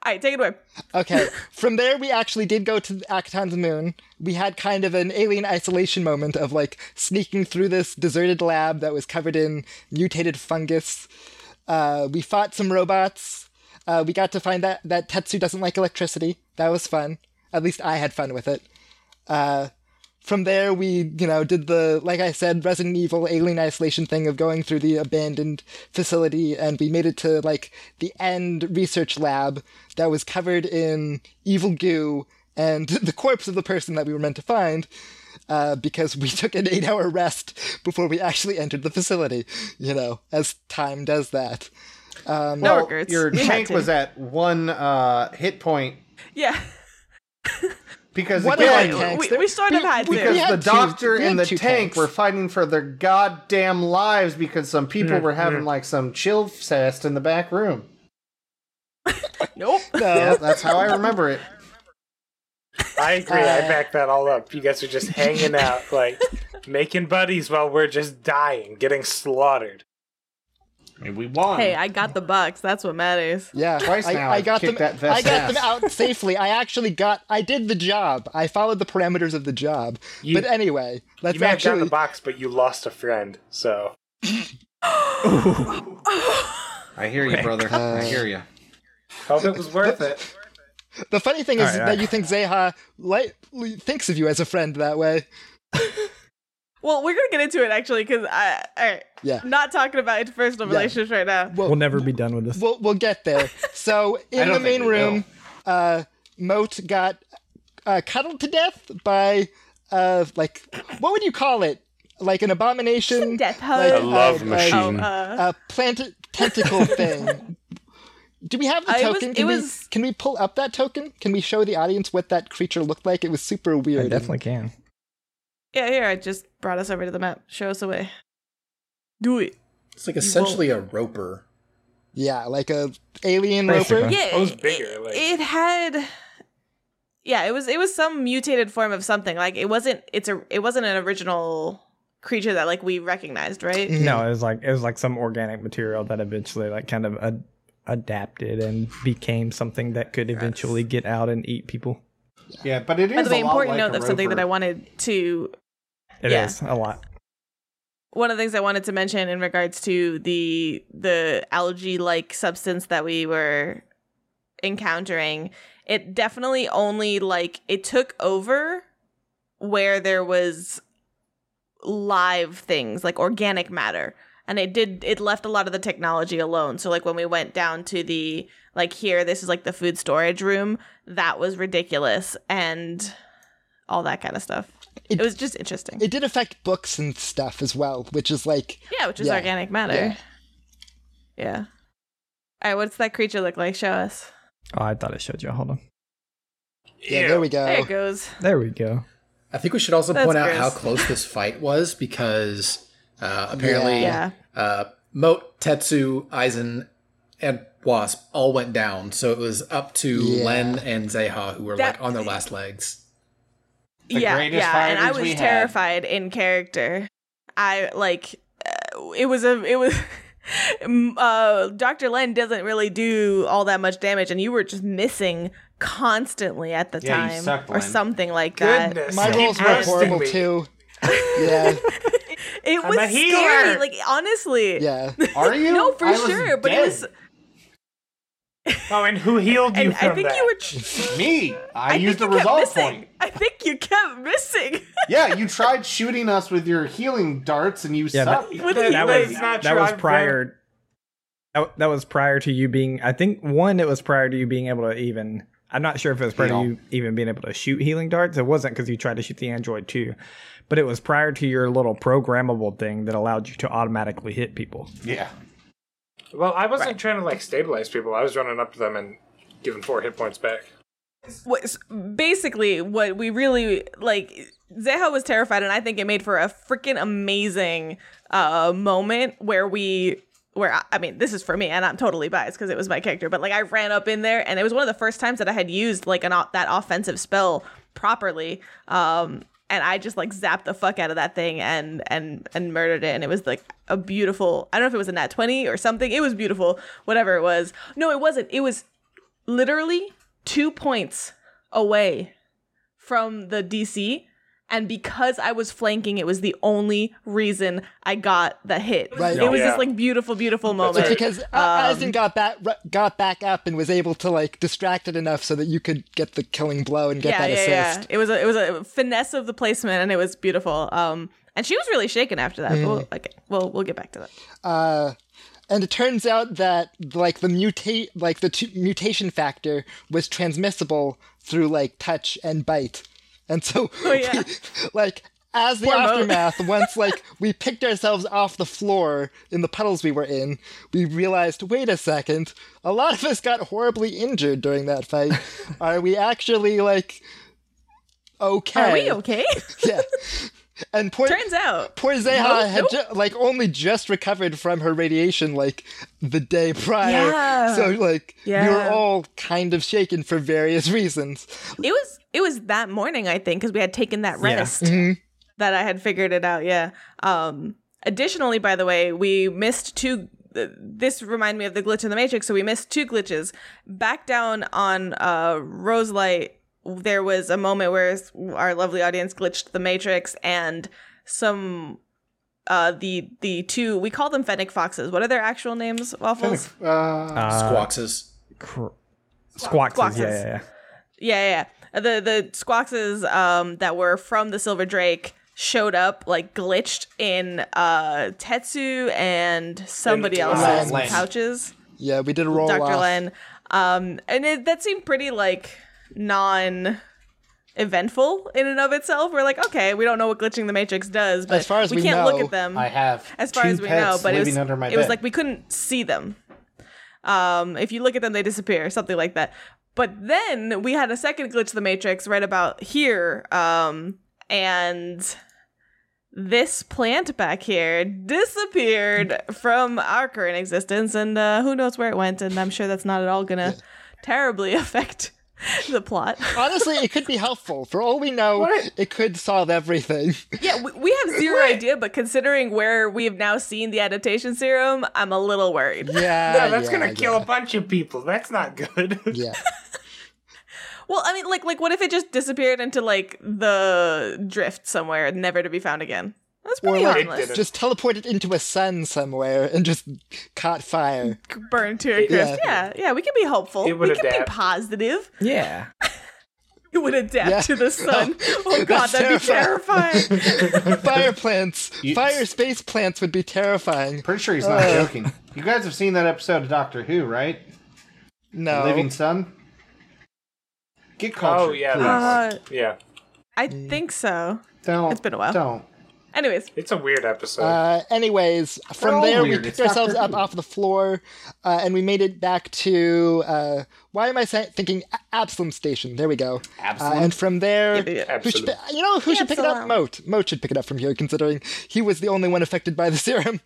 [SPEAKER 2] All right, take it away.
[SPEAKER 5] Okay, from there we actually did go to Akatan's moon. We had kind of an alien isolation moment of like sneaking through this deserted lab that was covered in mutated fungus. Uh, we fought some robots. Uh, we got to find that that Tetsu doesn't like electricity. That was fun. At least I had fun with it. Uh, from there we you know did the like i said resident evil alien isolation thing of going through the abandoned facility and we made it to like the end research lab that was covered in evil goo and [laughs] the corpse of the person that we were meant to find uh, because we took an eight hour rest before we actually entered the facility you know as time does that um,
[SPEAKER 2] No
[SPEAKER 4] Well,
[SPEAKER 2] regrets.
[SPEAKER 4] your
[SPEAKER 2] We had
[SPEAKER 4] tank
[SPEAKER 2] to.
[SPEAKER 4] was at one uh, hit point
[SPEAKER 2] Yeah.
[SPEAKER 4] because
[SPEAKER 5] What
[SPEAKER 4] again,
[SPEAKER 5] am I, tanks?
[SPEAKER 2] we-
[SPEAKER 5] There-
[SPEAKER 2] we sort of had
[SPEAKER 5] we
[SPEAKER 2] to.
[SPEAKER 4] because
[SPEAKER 5] had
[SPEAKER 4] the
[SPEAKER 5] two-
[SPEAKER 4] doctor
[SPEAKER 5] we had
[SPEAKER 4] and the
[SPEAKER 5] two
[SPEAKER 4] tank
[SPEAKER 5] tanks.
[SPEAKER 4] were fighting for their goddamn lives because some
[SPEAKER 1] Mm,
[SPEAKER 4] people were having like some chill fest in the back room.
[SPEAKER 2] Nope.
[SPEAKER 5] no,
[SPEAKER 4] Yeah, that's how I remember it.
[SPEAKER 6] I agree. I back that all up. You guys are just hanging out, like making buddies while we're just dying, getting slaughtered.
[SPEAKER 7] And we won.
[SPEAKER 2] Hey, I got the bucks. That's what matters.
[SPEAKER 5] Yeah,
[SPEAKER 4] Twice
[SPEAKER 5] I,
[SPEAKER 4] now
[SPEAKER 5] I
[SPEAKER 4] I've
[SPEAKER 5] got them.
[SPEAKER 4] kicked that
[SPEAKER 5] I
[SPEAKER 4] vest's
[SPEAKER 5] got them
[SPEAKER 4] ass. [laughs]
[SPEAKER 5] out safely. I actually got. I did the job. I followed the parameters of the job.
[SPEAKER 6] You-
[SPEAKER 5] but anyway, let's
[SPEAKER 6] you may have gotten
[SPEAKER 5] actually.
[SPEAKER 6] the box, but you lost a friend. So
[SPEAKER 7] I hear you, brother.
[SPEAKER 2] Uh,
[SPEAKER 7] I hear you.
[SPEAKER 6] hope it was worth it.
[SPEAKER 5] The funny thing is
[SPEAKER 1] Alright,
[SPEAKER 5] that
[SPEAKER 1] alright.
[SPEAKER 5] you think Zeha lightly thinks of you as a friend that way.
[SPEAKER 2] Well, we're gonna get into it actually, because I, all right,
[SPEAKER 5] Yeah.
[SPEAKER 2] I'm not talking about interpersonal
[SPEAKER 5] Yeah.
[SPEAKER 2] relationships right now.
[SPEAKER 5] Well,
[SPEAKER 1] We'll never be done with this.
[SPEAKER 5] We'll we'll
[SPEAKER 6] [laughs]
[SPEAKER 5] get there. So in the
[SPEAKER 7] don't think
[SPEAKER 5] main
[SPEAKER 7] we
[SPEAKER 5] room, uh, Moat got uh, cuddled to death by uh, like what would you call it? Like an abomination?
[SPEAKER 2] Death
[SPEAKER 5] Like,
[SPEAKER 2] hug.
[SPEAKER 7] A love machine.
[SPEAKER 2] Oh, uh,
[SPEAKER 5] a plant tentacle
[SPEAKER 1] [laughs]
[SPEAKER 5] thing. Do we have the
[SPEAKER 2] Uh, it was-
[SPEAKER 5] token?
[SPEAKER 2] it
[SPEAKER 5] Can,
[SPEAKER 2] was-
[SPEAKER 5] we, can we pull up that token? Can we show the audience what that creature looked like? It was super
[SPEAKER 1] I
[SPEAKER 5] weird.
[SPEAKER 1] definitely can.
[SPEAKER 2] yeah, here I just brought us over to the map. Show us the way. Do it.
[SPEAKER 3] It's like essentially a roper.
[SPEAKER 5] Yeah, like a alien
[SPEAKER 1] Basically.
[SPEAKER 5] roper.
[SPEAKER 2] Yeah,
[SPEAKER 6] It was bigger, like-
[SPEAKER 2] It had. Yeah, it was it was some mutated form of something. Like it wasn't it's a it wasn't an original creature that like we recognized, right?
[SPEAKER 5] Mhm.
[SPEAKER 1] No, it was like it was like some organic material that eventually like kind of ad- adapted and became something that could eventually get out and eat people.
[SPEAKER 4] Yeah, but it is
[SPEAKER 2] By the way,
[SPEAKER 4] a lot
[SPEAKER 2] important
[SPEAKER 4] like
[SPEAKER 2] note
[SPEAKER 4] a
[SPEAKER 2] of something that I
[SPEAKER 4] roper.
[SPEAKER 2] wanted to
[SPEAKER 1] It is
[SPEAKER 2] Yeah.
[SPEAKER 1] a lot.
[SPEAKER 2] one of the things I wanted to mention in regards to the the algae like substance that we were encountering, it definitely only like it took over where there was live things like organic matter and it did it left a lot of the technology alone so like when we went down to the like here this is like the food storage room that was ridiculous and all that kind of stuff it,
[SPEAKER 5] It-
[SPEAKER 2] was just interesting
[SPEAKER 5] It did affect books and stuff as well, which is like
[SPEAKER 2] yeah, which is
[SPEAKER 5] Yeah.
[SPEAKER 2] organic matter. Yeah. All right, what's that creature look like? Show us.
[SPEAKER 1] Oh, I thought it showed you. Hold on.
[SPEAKER 5] yeah, there we
[SPEAKER 2] There
[SPEAKER 5] go.
[SPEAKER 2] it goes.
[SPEAKER 1] There we go.
[SPEAKER 3] I think we should also
[SPEAKER 2] That's
[SPEAKER 3] point out
[SPEAKER 2] gross.
[SPEAKER 3] how close this fight was because uh, apparently
[SPEAKER 2] Yeah.
[SPEAKER 3] uh, Moat, Tetsu, Aizen, and Wasp all went down. So it was up to
[SPEAKER 5] Yeah.
[SPEAKER 3] Len and Zeha who were
[SPEAKER 2] That-
[SPEAKER 3] like on their last legs.
[SPEAKER 7] The
[SPEAKER 2] yeah,
[SPEAKER 7] greatest
[SPEAKER 2] yeah, and I
[SPEAKER 7] fighters
[SPEAKER 2] was
[SPEAKER 7] we had.
[SPEAKER 2] terrified in character. I like uh, it was a it was [laughs] m- uh Dr. Len doesn't really do all that much damage and you were just missing constantly at the
[SPEAKER 7] Yeah, you
[SPEAKER 2] time
[SPEAKER 7] sucked,
[SPEAKER 2] or
[SPEAKER 7] Len.
[SPEAKER 2] something like that.
[SPEAKER 6] Goodness,
[SPEAKER 5] My
[SPEAKER 6] keep
[SPEAKER 5] rolls were
[SPEAKER 6] roasting
[SPEAKER 5] horrible
[SPEAKER 6] me.
[SPEAKER 5] too.
[SPEAKER 2] [laughs]
[SPEAKER 5] Yeah,
[SPEAKER 2] It
[SPEAKER 6] I'm
[SPEAKER 2] was
[SPEAKER 6] a healer.
[SPEAKER 2] scary, like honestly.
[SPEAKER 5] yeah.
[SPEAKER 7] Are you?
[SPEAKER 2] [laughs] No, for
[SPEAKER 7] I was
[SPEAKER 2] sure, but it
[SPEAKER 7] dead.
[SPEAKER 2] was
[SPEAKER 6] Oh, and who healed you
[SPEAKER 2] and
[SPEAKER 6] from
[SPEAKER 2] I think
[SPEAKER 6] that?
[SPEAKER 2] you were tr-
[SPEAKER 7] me. I,
[SPEAKER 2] think
[SPEAKER 7] used the
[SPEAKER 2] you kept
[SPEAKER 7] resolve
[SPEAKER 2] missing.
[SPEAKER 7] point.
[SPEAKER 2] I think you kept missing.
[SPEAKER 4] Yeah, you tried shooting us with your healing darts and you
[SPEAKER 1] Yeah,
[SPEAKER 6] [laughs]
[SPEAKER 4] suck.
[SPEAKER 1] but-
[SPEAKER 2] With
[SPEAKER 6] That-
[SPEAKER 2] the-
[SPEAKER 6] that
[SPEAKER 2] like-
[SPEAKER 6] was not
[SPEAKER 1] that
[SPEAKER 6] true.
[SPEAKER 1] was
[SPEAKER 6] I'm very-
[SPEAKER 1] prior. That, that was prior to you being. I think one. It was prior to you being able to even. I'm not sure if it was prior
[SPEAKER 7] Heal.
[SPEAKER 1] to you even being able to shoot healing darts. It wasn't because you tried to shoot the android too, but it was prior to your little programmable thing that allowed you to automatically hit people.
[SPEAKER 7] Yeah.
[SPEAKER 6] Well, I wasn't trying to like stabilize people. I was running up to them and giving four hit points back.
[SPEAKER 2] was basically what we really like Zeha was terrified and I think it made for a freaking amazing uh moment where we where I, I mean this is for me and I'm totally biased because it was my character but like I ran up in there and it was one of the first times that I had used like an o- that offensive spell properly um and I just like zapped the fuck out of that thing and and and murdered it and it was like a beautiful I don't know if it was a nat 20 or something it was beautiful whatever it was no it wasn't it was literally two points away from the DC, And because I was flanking, it was the only reason I got the hit.
[SPEAKER 5] Right.
[SPEAKER 2] It was
[SPEAKER 6] Yeah.
[SPEAKER 2] this like beautiful, beautiful moment.
[SPEAKER 5] It's because uh,
[SPEAKER 2] Um,
[SPEAKER 5] Aizen got back ru- got back up and was able to like distract it enough so that you could get the killing blow and get that assist.
[SPEAKER 2] It was a, it was a finesse of the placement, and it was beautiful. Um, and she was really shaken after that. But we'll, okay, we'll we'll get back to that.
[SPEAKER 5] Uh, and it turns out that like the mutate like the t- mutation factor was transmissible through like touch and bite, and so
[SPEAKER 2] Oh, yeah.
[SPEAKER 5] we- like as the
[SPEAKER 2] Poor Mo. [laughs]
[SPEAKER 5] aftermath, once like we picked ourselves off the floor in the puddles we were in, we realized wait a second, a lot of us got horribly injured during that
[SPEAKER 2] [laughs]
[SPEAKER 5] fight. Are we actually like okay?
[SPEAKER 2] Are we okay?
[SPEAKER 5] [laughs] Yeah. And point
[SPEAKER 2] Turns out,
[SPEAKER 5] Poor Zeha
[SPEAKER 2] Nope,
[SPEAKER 5] had
[SPEAKER 2] nope.
[SPEAKER 5] ju- like only just recovered from her radiation like the day prior.
[SPEAKER 2] Yeah.
[SPEAKER 5] So like we
[SPEAKER 2] Yeah.
[SPEAKER 5] were all kind of shaken for various [laughs] reasons.
[SPEAKER 2] it was it was that morning I think because we had taken that rest that I had figured it out. Yeah. Um. Additionally, by the way, we missed two. th- This reminded me of the glitch in the Matrix, so we missed two glitches. Back down on uh, Roselight, there was a moment where s- our lovely audience glitched the Matrix, and some uh, the the two we call them fennec foxes. What are their actual names? Waffles.
[SPEAKER 4] Uh,
[SPEAKER 3] Squawkses.
[SPEAKER 1] Cr- Squawks.
[SPEAKER 2] Squawks.
[SPEAKER 1] Yeah, yeah, yeah.
[SPEAKER 2] Yeah, yeah, yeah. The the squawkses um, that were from the Silver Drake showed up like glitched in uh, Tetsu and somebody
[SPEAKER 6] And, uh,
[SPEAKER 2] else's
[SPEAKER 4] Len.
[SPEAKER 2] pouches.
[SPEAKER 5] Yeah, we did a roll
[SPEAKER 2] Dr.
[SPEAKER 5] off.
[SPEAKER 2] Len. Um, and it, that seemed pretty like non eventful in and of itself. We're like, okay, we don't know what glitching the matrix does, but
[SPEAKER 5] far as we
[SPEAKER 2] can't look
[SPEAKER 5] know,
[SPEAKER 2] at them
[SPEAKER 4] I have
[SPEAKER 2] Um, as far
[SPEAKER 4] two
[SPEAKER 2] as we
[SPEAKER 4] pets
[SPEAKER 2] know, but it
[SPEAKER 4] living
[SPEAKER 2] was,
[SPEAKER 4] under my
[SPEAKER 2] it was
[SPEAKER 4] bed.
[SPEAKER 2] like we couldn't see them. Um, if you look at them, they disappear, something like that. But then we had a second glitch of the Matrix right about here, um, and this plant back here disappeared from our current existence, and uh, who knows where it went? And I'm sure that's not at all gonna terribly [laughs] affect the [laughs] plot.
[SPEAKER 5] Honestly, it could be helpful. For all we know, it could
[SPEAKER 6] [laughs]
[SPEAKER 5] solve everything.
[SPEAKER 2] Yeah, we, we have zero idea, but considering where we have now seen the adaptation serum, I'm a little worried.
[SPEAKER 5] yeah.
[SPEAKER 6] No, that's
[SPEAKER 5] yeah,
[SPEAKER 6] gonna
[SPEAKER 5] yeah,
[SPEAKER 6] kill a bunch of people. That's not good.
[SPEAKER 5] Yeah.
[SPEAKER 2] Well, I mean, like, like, what if it just disappeared into like the drift somewhere, never to be found again? That's
[SPEAKER 5] Or
[SPEAKER 2] pretty
[SPEAKER 5] like
[SPEAKER 6] harmless.
[SPEAKER 5] just teleport it into a sun somewhere and just
[SPEAKER 6] [laughs]
[SPEAKER 5] caught fire.
[SPEAKER 2] like burn to a crisp. Yeah, yeah, we can be hopeful.
[SPEAKER 6] It would
[SPEAKER 2] We can be
[SPEAKER 6] adapt.
[SPEAKER 2] positive.
[SPEAKER 1] Yeah.
[SPEAKER 2] [laughs] It would adapt
[SPEAKER 5] Yeah.
[SPEAKER 2] to the sun. Oh god,
[SPEAKER 5] That's
[SPEAKER 2] that'd be terrifying.
[SPEAKER 5] [laughs] fire plants,
[SPEAKER 4] You-
[SPEAKER 5] fire space plants would be terrifying.
[SPEAKER 4] Pretty sure he's not joking. You guys have seen that episode of Doctor Who, right?
[SPEAKER 5] No,
[SPEAKER 4] Living Sun. Get
[SPEAKER 6] Oh,
[SPEAKER 4] culture.
[SPEAKER 6] yeah,
[SPEAKER 4] please.
[SPEAKER 2] uh,
[SPEAKER 6] yeah,
[SPEAKER 2] I think so.
[SPEAKER 4] don't.
[SPEAKER 2] it's been a while.
[SPEAKER 4] Don't.
[SPEAKER 2] Anyways,
[SPEAKER 6] it's a weird episode.
[SPEAKER 5] Uh, anyways, from
[SPEAKER 4] all
[SPEAKER 5] there we
[SPEAKER 4] weird.
[SPEAKER 5] picked
[SPEAKER 4] It's Doctor
[SPEAKER 5] ourselves up
[SPEAKER 4] Who.
[SPEAKER 5] off the floor, uh, and we made it back to uh, why am I sa- thinking A- Absalom Station? There we go.
[SPEAKER 4] Absalom?
[SPEAKER 5] Uh, and from there, who should
[SPEAKER 6] Absolutely.
[SPEAKER 5] pi- you know who should pick it up?
[SPEAKER 2] Absalom.
[SPEAKER 5] Moat. Moat should pick it up from here, considering he was the only one affected by the serum.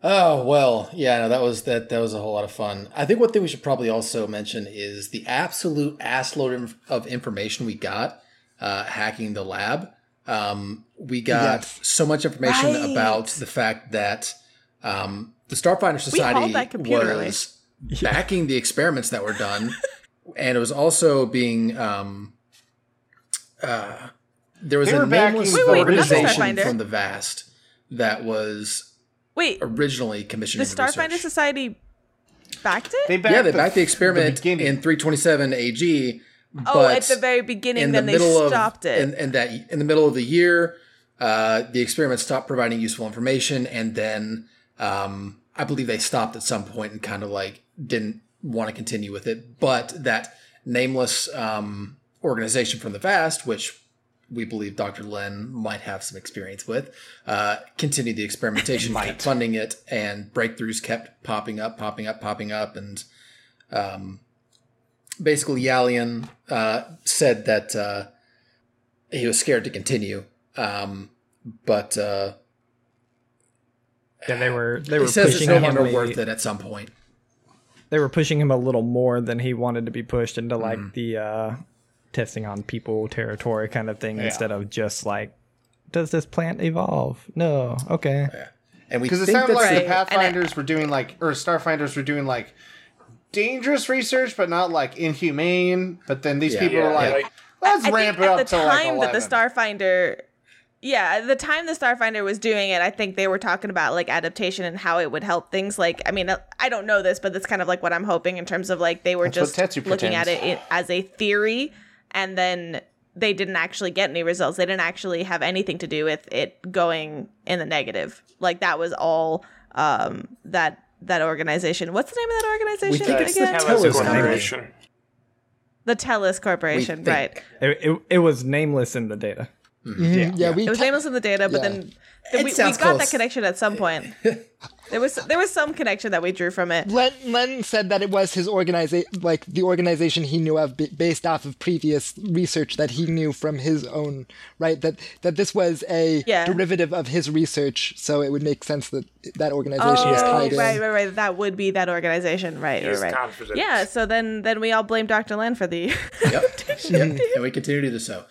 [SPEAKER 3] Oh well, yeah, no, that was that. That was a whole lot of fun. I think one thing we should probably also mention is the absolute assload inf- of information we got uh, hacking the lab. Um, we got
[SPEAKER 5] Yes.
[SPEAKER 3] so much information
[SPEAKER 2] Right.
[SPEAKER 3] about the fact that um, the Starfinder Society
[SPEAKER 2] that computer, right?
[SPEAKER 3] was backing the experiments that were done, [laughs] and it was also being um, uh, there was
[SPEAKER 4] They
[SPEAKER 3] a
[SPEAKER 4] were backing
[SPEAKER 3] nameless
[SPEAKER 4] Wait, wait, another
[SPEAKER 3] organization
[SPEAKER 2] Starfinder.
[SPEAKER 3] from the vast that was
[SPEAKER 2] wait,
[SPEAKER 3] originally commissioned.
[SPEAKER 2] the
[SPEAKER 3] into research.
[SPEAKER 2] Starfinder Society backed it.
[SPEAKER 4] They backed
[SPEAKER 3] yeah, they
[SPEAKER 4] the,
[SPEAKER 3] backed the experiment
[SPEAKER 4] beginning.
[SPEAKER 3] in 327 AG. But
[SPEAKER 2] oh, at the very beginning,
[SPEAKER 3] in
[SPEAKER 2] then
[SPEAKER 3] the
[SPEAKER 2] they
[SPEAKER 3] middle
[SPEAKER 2] stopped
[SPEAKER 3] of
[SPEAKER 2] it.
[SPEAKER 3] In, in that in the middle of the year, uh, the experiment stopped providing useful information, and then um, I believe they stopped at some point and kind of like didn't want to continue with it. But that nameless um, organization from the vast, which we believe Dr. Lin might have some experience with, uh, continued the experimentation, kept funding it, and breakthroughs kept popping up, popping up, popping up, and um, basically Yalian uh, said that uh, he was scared to continue, um, but uh,
[SPEAKER 1] Yeah, they were they were
[SPEAKER 3] he says it's
[SPEAKER 1] pushing
[SPEAKER 3] no
[SPEAKER 1] him.
[SPEAKER 3] longer
[SPEAKER 1] maybe-
[SPEAKER 3] worth it at some point.
[SPEAKER 1] They were pushing him a little more than he wanted to be pushed into like the uh, testing on people territory kind of thing instead of just like, does this plant evolve? No. Okay.
[SPEAKER 3] And we
[SPEAKER 4] Because it
[SPEAKER 3] think
[SPEAKER 4] sounded like
[SPEAKER 3] that's
[SPEAKER 2] Right.
[SPEAKER 4] the
[SPEAKER 2] and it-
[SPEAKER 4] Pathfinders were doing like, or Starfinders were doing like dangerous research, but not like inhumane. But then these
[SPEAKER 3] Yeah.
[SPEAKER 4] people
[SPEAKER 6] yeah,
[SPEAKER 4] were like,
[SPEAKER 6] like
[SPEAKER 4] Let's
[SPEAKER 2] I
[SPEAKER 4] ramp
[SPEAKER 2] think
[SPEAKER 4] it
[SPEAKER 2] at
[SPEAKER 4] up
[SPEAKER 2] the
[SPEAKER 4] to like
[SPEAKER 2] time that the
[SPEAKER 4] 11.
[SPEAKER 2] Starfinder, yeah, at the time the Starfinder was doing it, I think they were talking about like adaptation and how it would help things. Like, I mean, uh, I don't know this, but that's kind of like what I'm hoping in terms of like they were
[SPEAKER 4] That's what
[SPEAKER 2] just
[SPEAKER 4] Tetsu
[SPEAKER 2] looking at it
[SPEAKER 4] pretends.
[SPEAKER 2] in- as a theory, and then they didn't actually get any results. They didn't actually have anything to do with it going in the negative. Like that was all um, that that organization. What's the name of that organization
[SPEAKER 3] think
[SPEAKER 6] Uh,
[SPEAKER 3] it's the
[SPEAKER 2] again?
[SPEAKER 6] Telus
[SPEAKER 3] Telus
[SPEAKER 6] Corporation.
[SPEAKER 2] the Telus Corporation,
[SPEAKER 3] think.
[SPEAKER 2] right?
[SPEAKER 1] It, it, it was nameless in the data.
[SPEAKER 5] Mm, Yeah, we
[SPEAKER 2] It was nameless in the data, but
[SPEAKER 5] Yeah.
[SPEAKER 2] then then
[SPEAKER 3] It
[SPEAKER 2] we, we got
[SPEAKER 3] sounds
[SPEAKER 2] that
[SPEAKER 3] close.
[SPEAKER 2] connection at some
[SPEAKER 3] [laughs]
[SPEAKER 2] point. there was there was some connection that we drew from it.
[SPEAKER 5] Len, Len said that it was his organization, like the organization he knew of, b- based off of previous research that he knew from his own, right? That that this was a
[SPEAKER 2] Yeah.
[SPEAKER 5] derivative of his research, so it would make sense that that organization
[SPEAKER 2] Oh,
[SPEAKER 5] is tied
[SPEAKER 2] right,
[SPEAKER 5] in.
[SPEAKER 2] right, right. That would be that organization, right?
[SPEAKER 6] He is
[SPEAKER 2] right.
[SPEAKER 6] confident.
[SPEAKER 2] Yeah. So then then we all blame Dr. Len for the. [laughs]
[SPEAKER 3] yep. Mm. yep. And we continue to do so.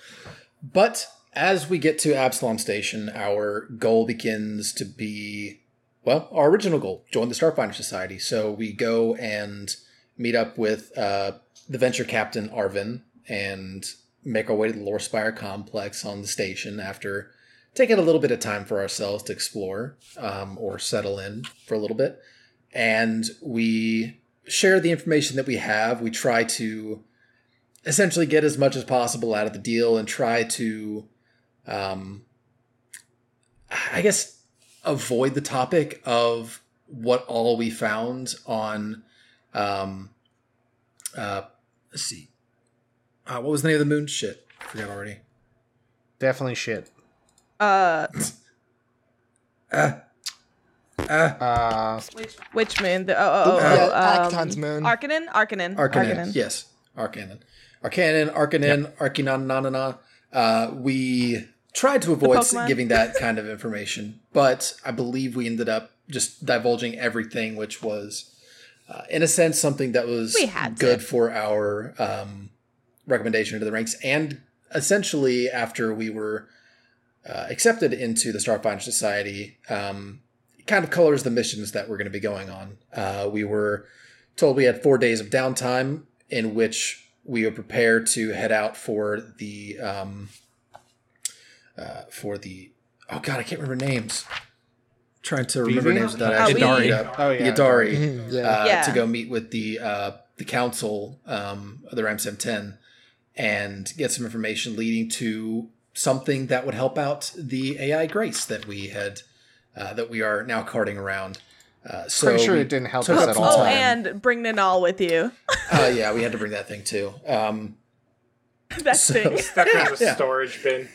[SPEAKER 3] But as we get to Absalom Station, our goal begins to be well, our original goal join the Starfinder Society. So we go and meet up with uh, the venture captain, Arvin, and make our way to the Lore Spire complex on the station after taking a little bit of time for ourselves to explore um, or settle in for a little bit. And we share the information that we have. We try to essentially get as much as possible out of the deal and try to um i guess avoid the topic of what all we found on um uh let's see uh, what was the name of the moon shit i forgot already
[SPEAKER 4] Definitely shit.
[SPEAKER 2] Uh,
[SPEAKER 4] Uh,
[SPEAKER 2] which, which moon? The, oh, oh, oh,
[SPEAKER 5] Yeah,
[SPEAKER 2] oh, um,
[SPEAKER 5] Acton's moon.
[SPEAKER 2] Arcanin? Arcanin.
[SPEAKER 3] Arcanon. Yes, Arcanon. Arcanon, Arcanon, Arcanon, na na na. Uh, we tried to avoid s-
[SPEAKER 2] Pokemon.
[SPEAKER 3] giving that kind of information, but I believe we ended up just divulging everything, which was, uh, in a sense, something that was
[SPEAKER 2] We had to.
[SPEAKER 3] good for our um, recommendation into the ranks. And essentially, after we were uh, accepted into the Starfinder Society, um, it kind of colors the missions that we're going to be going on. Uh, we were told we had four days of downtime in which we would prepare to head out for the um, uh, for the oh god, I can't remember names. trying to remember
[SPEAKER 7] Vivian?
[SPEAKER 3] names without
[SPEAKER 2] Uh,
[SPEAKER 3] actually
[SPEAKER 2] we-
[SPEAKER 3] looking it up.
[SPEAKER 4] oh yeah.
[SPEAKER 3] Yadari
[SPEAKER 5] Mhm, yeah.
[SPEAKER 3] uh,
[SPEAKER 2] Yeah.
[SPEAKER 3] to go meet with the uh, the council um, of the Ramsem 10 and get some information leading to something that would help out the AI Grace that we had uh, that we are now carting around. Uh, so
[SPEAKER 4] Pretty sure
[SPEAKER 3] we
[SPEAKER 4] it didn't help
[SPEAKER 3] took
[SPEAKER 4] us
[SPEAKER 3] up
[SPEAKER 4] at
[SPEAKER 3] some
[SPEAKER 4] all.
[SPEAKER 2] Oh,
[SPEAKER 3] time.
[SPEAKER 2] and bring Nanal with you. [laughs]
[SPEAKER 3] uh, yeah, we had to bring that thing too. Um, [laughs]
[SPEAKER 2] That's
[SPEAKER 3] So-
[SPEAKER 2] thing.
[SPEAKER 6] Stuck in the
[SPEAKER 3] Yeah.
[SPEAKER 6] storage bin.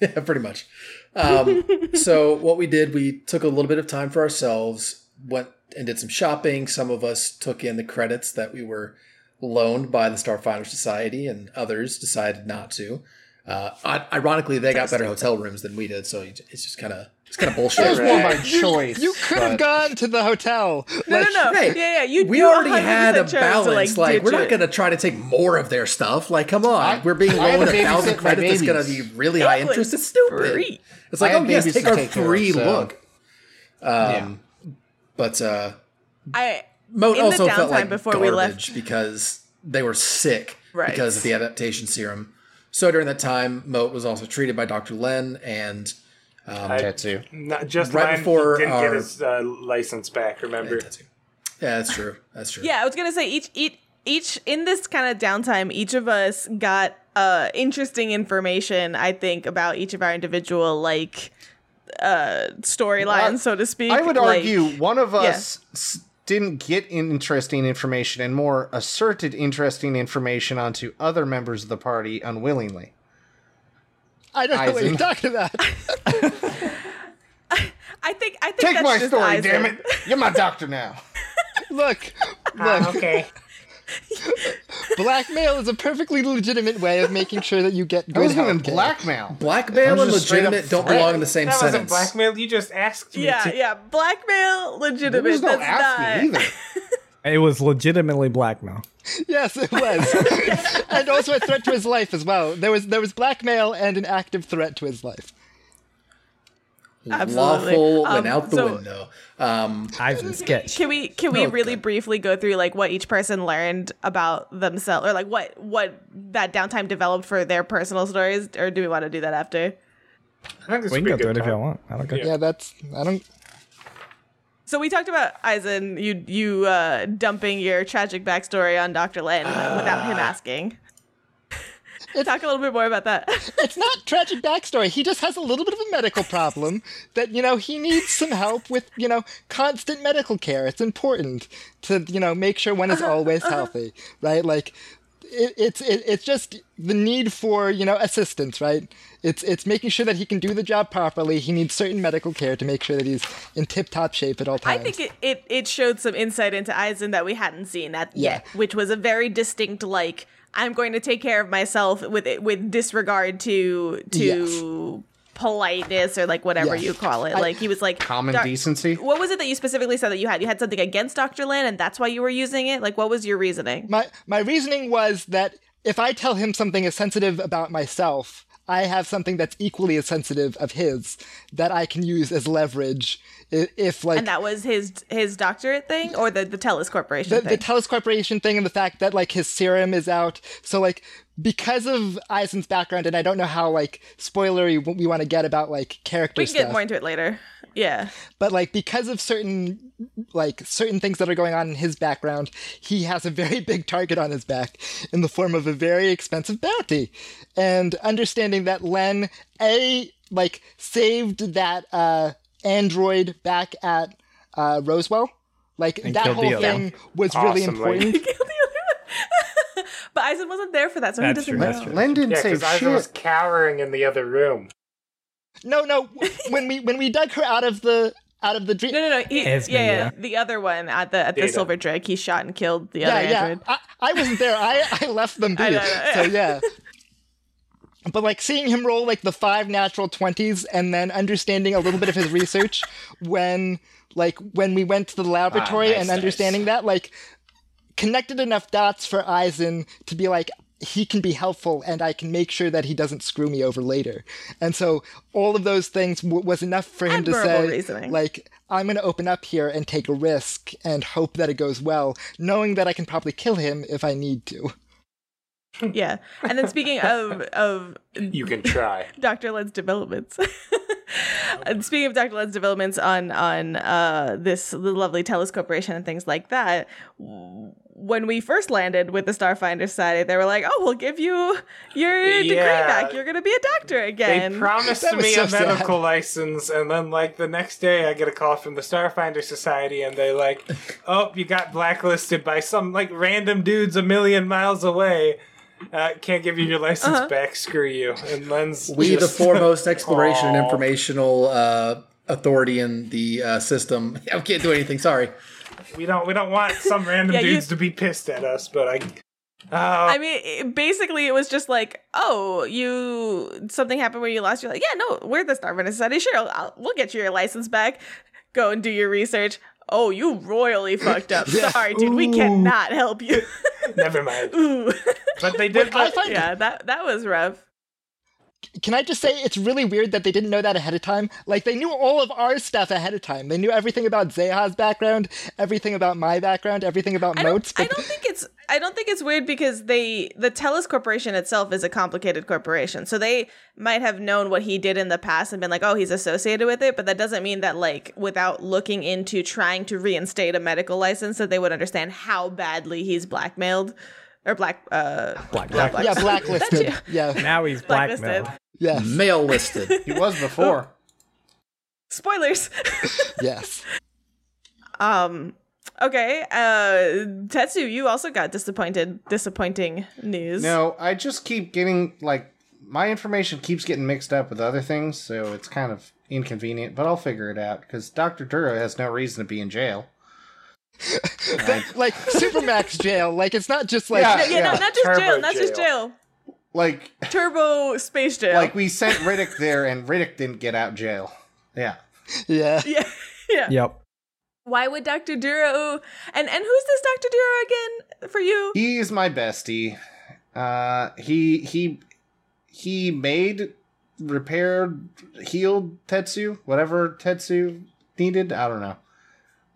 [SPEAKER 3] yeah, pretty much. Um, so what we did, we took a little bit of time for ourselves, went and did some shopping. Some of us took in the credits that we were loaned by the Starfinder Society, and others decided not to. Uh, i- ironically, they got better hotel rooms than we did, so it's just kind of it's kind of bullshit.
[SPEAKER 4] It was more by choice.
[SPEAKER 5] You could have
[SPEAKER 4] but-
[SPEAKER 5] gone to the hotel.
[SPEAKER 2] [laughs] No,
[SPEAKER 5] Like,
[SPEAKER 2] no, no.
[SPEAKER 3] Hey,
[SPEAKER 2] yeah, yeah. You,
[SPEAKER 3] we
[SPEAKER 2] you
[SPEAKER 3] already
[SPEAKER 2] 100%
[SPEAKER 3] had a
[SPEAKER 2] chose To, like,
[SPEAKER 3] balance. Like,
[SPEAKER 2] ditch
[SPEAKER 3] we're not
[SPEAKER 2] it.
[SPEAKER 3] going to try to take more of their stuff. Like, come on,
[SPEAKER 4] I-
[SPEAKER 3] we're being
[SPEAKER 4] I had
[SPEAKER 3] loaned
[SPEAKER 4] to
[SPEAKER 3] a thousand
[SPEAKER 4] babysit my
[SPEAKER 3] credits. It's going to be
[SPEAKER 4] babies.
[SPEAKER 3] really high
[SPEAKER 2] It
[SPEAKER 3] interest.
[SPEAKER 2] was
[SPEAKER 3] It's stupid.
[SPEAKER 2] free.
[SPEAKER 3] It's
[SPEAKER 4] I
[SPEAKER 3] like,
[SPEAKER 4] had
[SPEAKER 3] oh yes,
[SPEAKER 4] babies
[SPEAKER 3] take
[SPEAKER 4] to
[SPEAKER 3] our
[SPEAKER 4] take care of,
[SPEAKER 3] free
[SPEAKER 4] so-
[SPEAKER 3] look. Um,
[SPEAKER 7] Yeah.
[SPEAKER 3] But uh,
[SPEAKER 2] I
[SPEAKER 3] Moat
[SPEAKER 2] In the
[SPEAKER 3] also
[SPEAKER 2] downtime
[SPEAKER 3] felt like
[SPEAKER 2] before we
[SPEAKER 3] garbage
[SPEAKER 2] left.
[SPEAKER 3] because they were sick
[SPEAKER 2] Right.
[SPEAKER 3] because of the adaptation serum. So during that time, Moat was also treated by Doctor Len, and um,
[SPEAKER 6] I-
[SPEAKER 4] Tetsu.
[SPEAKER 6] Not just
[SPEAKER 3] Right
[SPEAKER 6] mine, he
[SPEAKER 3] before
[SPEAKER 6] didn't
[SPEAKER 3] our-
[SPEAKER 6] get his uh, license back. Remember?
[SPEAKER 3] yeah, that's true. That's true.
[SPEAKER 2] Yeah, I was gonna say each each each in this kind of downtime, each of us got uh interesting information, I think, about each of our individual like uh storylines, so to speak.
[SPEAKER 4] I would
[SPEAKER 2] Like,
[SPEAKER 4] argue one of us s didn't get interesting information and more asserted interesting information onto other members of the party unwillingly.
[SPEAKER 5] I don't know what you're talking
[SPEAKER 4] Eisen.
[SPEAKER 5] about.
[SPEAKER 2] I think I think
[SPEAKER 4] Take
[SPEAKER 2] that's
[SPEAKER 4] my
[SPEAKER 2] just
[SPEAKER 4] story,
[SPEAKER 2] Isaac. [laughs]
[SPEAKER 4] damn it! You're my doctor now.
[SPEAKER 5] Look,
[SPEAKER 6] Ah,
[SPEAKER 5] look,
[SPEAKER 6] okay.
[SPEAKER 5] blackmail is a perfectly legitimate way of making sure that you get
[SPEAKER 4] I
[SPEAKER 5] good
[SPEAKER 4] wasn't even
[SPEAKER 2] [laughs]
[SPEAKER 5] healthcare.
[SPEAKER 4] blackmail.
[SPEAKER 3] Blackmail
[SPEAKER 4] That was
[SPEAKER 3] and
[SPEAKER 4] just straight up
[SPEAKER 3] legitimate don't
[SPEAKER 4] threat.
[SPEAKER 3] belong in the same
[SPEAKER 6] That wasn't
[SPEAKER 3] sentence.
[SPEAKER 6] blackmail. You just asked me
[SPEAKER 2] Yeah,
[SPEAKER 6] to.
[SPEAKER 2] yeah. Blackmail
[SPEAKER 4] There
[SPEAKER 2] legitimate.
[SPEAKER 4] was no
[SPEAKER 2] that's
[SPEAKER 4] asking
[SPEAKER 2] not
[SPEAKER 4] either.
[SPEAKER 1] It was legitimately blackmail.
[SPEAKER 5] Yes, it was, [laughs] and also a threat to his life as well. There was there was blackmail and an active threat to his life.
[SPEAKER 2] [laughs] Absolutely.
[SPEAKER 3] Lawful
[SPEAKER 2] Um,
[SPEAKER 3] went out the
[SPEAKER 2] so-
[SPEAKER 3] window. Um,
[SPEAKER 1] I've been sketched.
[SPEAKER 2] Can we can we
[SPEAKER 3] No,
[SPEAKER 2] really briefly go through like what each person learned about themselves or like what what that downtime developed for their personal stories or do we want to do that after?
[SPEAKER 6] I think this
[SPEAKER 1] We
[SPEAKER 6] would be a
[SPEAKER 1] can go through
[SPEAKER 6] good
[SPEAKER 1] it if y'all
[SPEAKER 6] time.
[SPEAKER 1] want. I don't care.
[SPEAKER 5] Yeah, that's. I don't.
[SPEAKER 2] So we talked about Eisen you you uh dumping your tragic backstory on Dr. Len without
[SPEAKER 4] [sighs]
[SPEAKER 2] him asking. Talk a little bit more about that. [laughs]
[SPEAKER 5] It's not tragic backstory. He just has a little bit of a medical problem that you know he needs some help with. You know, constant medical care. It's important to you know make sure one is
[SPEAKER 2] Uh-huh,
[SPEAKER 5] always healthy, right? Like. It, it's it, it's just the need for you know assistance, right? It's it's making sure that he can do the job properly. He needs certain medical care to make sure that he's in tip-top shape at all
[SPEAKER 2] I
[SPEAKER 5] times.
[SPEAKER 2] think it, it, it showed some insight into Eisen that we hadn't seen that
[SPEAKER 5] Yeah.
[SPEAKER 2] yet, which was a very distinct like I'm going to take care of myself with it, with disregard to to politeness or like whatever
[SPEAKER 5] Yes.
[SPEAKER 2] you call it. like he was like
[SPEAKER 4] Common
[SPEAKER 2] "Doc-
[SPEAKER 4] decency.
[SPEAKER 2] What was it that you specifically said that you had? You had something against Dr. Lin and that's why you were using it? Like what was your reasoning?
[SPEAKER 5] my my reasoning was that if I tell him something as sensitive about myself, I have something that's equally as sensitive of his that I can use as leverage. i- If like
[SPEAKER 2] And that was his his doctorate thing or the the Telus Corporation
[SPEAKER 5] the,
[SPEAKER 2] thing?
[SPEAKER 5] the Telus Corporation thing and the fact that like his serum is out, so like because of Eisen's background, and I don't know how like spoilery we want to get about like character
[SPEAKER 2] we can
[SPEAKER 5] stuff.
[SPEAKER 2] get more into it later. Yeah.
[SPEAKER 5] but like because of certain like certain things that are going on in his background he has a very big target on his back in the form of a very expensive bounty and understanding that len a like saved that uh android back at uh roswell like that
[SPEAKER 1] killed the
[SPEAKER 5] whole
[SPEAKER 1] other
[SPEAKER 5] thing was really
[SPEAKER 6] Awesomely.
[SPEAKER 5] important
[SPEAKER 2] But Eisen wasn't there for that, so
[SPEAKER 1] That's
[SPEAKER 2] he doesn't
[SPEAKER 1] true.
[SPEAKER 2] know.
[SPEAKER 1] That's true.
[SPEAKER 4] Len didn't
[SPEAKER 6] Yeah,
[SPEAKER 4] save
[SPEAKER 6] because Ivan was
[SPEAKER 4] shit.
[SPEAKER 6] cowering in the other room.
[SPEAKER 5] no no w- when we when we dug her out of the out of the dream
[SPEAKER 2] No, no, no. He,
[SPEAKER 1] Esme,
[SPEAKER 2] yeah, yeah,
[SPEAKER 1] yeah.
[SPEAKER 2] the other one at the at the
[SPEAKER 6] Data.
[SPEAKER 2] silver drake. He shot and killed the other
[SPEAKER 5] yeah,
[SPEAKER 2] android.
[SPEAKER 5] yeah. I, I wasn't there. I, I left them
[SPEAKER 2] [laughs]
[SPEAKER 5] be.
[SPEAKER 2] I know, I
[SPEAKER 5] so
[SPEAKER 2] know.
[SPEAKER 5] yeah. But like seeing him roll like the five natural twenties, and then understanding a little bit of his
[SPEAKER 2] [laughs]
[SPEAKER 5] research when like when we went to the laboratory
[SPEAKER 2] Ah,
[SPEAKER 7] nice,
[SPEAKER 5] and
[SPEAKER 7] nice.
[SPEAKER 5] understanding that like connected enough dots for Eisen to be like he can be helpful and I can make sure that he doesn't screw me over later. And so all of those things w- was enough for him to
[SPEAKER 2] Admirable
[SPEAKER 5] say
[SPEAKER 2] reasoning.
[SPEAKER 5] like I'm going to open up here and take a risk and hope that it goes well, knowing that I can probably kill him if I need to.
[SPEAKER 2] Yeah. And then speaking of
[SPEAKER 1] [laughs]
[SPEAKER 2] of
[SPEAKER 6] You can try.
[SPEAKER 2] Dr. Len's developments. [laughs] and speaking of Dr. Len's developments on on uh, this lovely Telus Corporation and things like that, w- when we first landed with the Starfinder Society, they were like, "Oh, we'll give you your degree
[SPEAKER 6] Yeah.
[SPEAKER 2] back. You're going to be a doctor again."
[SPEAKER 6] [laughs] They promised
[SPEAKER 5] That was
[SPEAKER 6] me
[SPEAKER 5] so
[SPEAKER 6] a
[SPEAKER 5] sad.
[SPEAKER 6] medical license, and then like the next day, I get a call from the Starfinder Society, and they
[SPEAKER 1] [laughs]
[SPEAKER 6] like, "Oh, you got blacklisted by some like random dudes a million miles away. Uh, can't give you your license
[SPEAKER 2] Uh-huh.
[SPEAKER 6] back. Screw you." And Len's
[SPEAKER 3] we
[SPEAKER 6] just-
[SPEAKER 3] the foremost exploration
[SPEAKER 4] [laughs]
[SPEAKER 3] and
[SPEAKER 6] Aw.
[SPEAKER 3] informational uh, authority in the uh, system. [laughs] I can't do anything.
[SPEAKER 4] [laughs]
[SPEAKER 3] Sorry.
[SPEAKER 6] We don't we don't want some
[SPEAKER 2] [laughs]
[SPEAKER 6] random
[SPEAKER 2] Yeah, you-
[SPEAKER 6] dudes to be pissed at us. But I,
[SPEAKER 2] I mean, it- basically, it was just like, "Oh, you something happened where you lost your li Yeah, no, we're the Starfinder Society. Sure, I'll, I'll- we'll get you your license back. Go and do your research." Oh, you royally fucked
[SPEAKER 6] [laughs]
[SPEAKER 2] up. Sorry, dude, we cannot help you. [laughs]
[SPEAKER 6] never mind.
[SPEAKER 2] Ooh.
[SPEAKER 6] But they did.
[SPEAKER 5] I find
[SPEAKER 2] yeah, that that was rough.
[SPEAKER 5] Can I just say it's really weird that they didn't know that ahead of time? Like they knew all of our stuff ahead of time. They knew everything about Zeha's background, everything about my background, everything about
[SPEAKER 2] I
[SPEAKER 5] Moat's.
[SPEAKER 2] don't, I don't think it's I don't think it's weird because they the Telus Corporation itself is a complicated corporation. So they might have known what he did in the past and been like, "Oh, he's associated with it," but that doesn't mean that like without looking into trying to reinstate a medical license that they would understand how badly he's blackmailed or black uh
[SPEAKER 1] Black.
[SPEAKER 5] yeah, blacklisted.
[SPEAKER 2] That
[SPEAKER 5] yeah,
[SPEAKER 1] Now
[SPEAKER 2] [laughs]
[SPEAKER 1] he's
[SPEAKER 2] blacklisted.
[SPEAKER 1] blackmailed.
[SPEAKER 3] [laughs]
[SPEAKER 5] yes,
[SPEAKER 3] Mail listed.
[SPEAKER 4] He was before.
[SPEAKER 2] [laughs] Spoilers. [laughs]
[SPEAKER 5] yes.
[SPEAKER 2] um okay, uh Tetsu, you also got disappointed disappointing news.
[SPEAKER 4] No, I just keep getting like my information keeps getting mixed up with other things, so it's kind of inconvenient. But I'll figure it out because Doctor Duro has no reason to be in jail.
[SPEAKER 5] But, like Supermax jail. Like it's not just like
[SPEAKER 4] Yeah.
[SPEAKER 2] yeah, no, not just
[SPEAKER 6] Turbo
[SPEAKER 2] jail, not just
[SPEAKER 6] jail.
[SPEAKER 2] jail.
[SPEAKER 4] Like,
[SPEAKER 2] Turbo space jail.
[SPEAKER 4] like we sent Riddick there, and Riddick didn't get out jail. Yeah,
[SPEAKER 5] yeah.
[SPEAKER 2] yeah, yeah.
[SPEAKER 1] Yep.
[SPEAKER 2] Why would Doctor Duro and and who's this Doctor Duro again for you?
[SPEAKER 4] he's my bestie. Uh, he he he made repaired, healed Tetsu, whatever Tetsu needed. I don't know.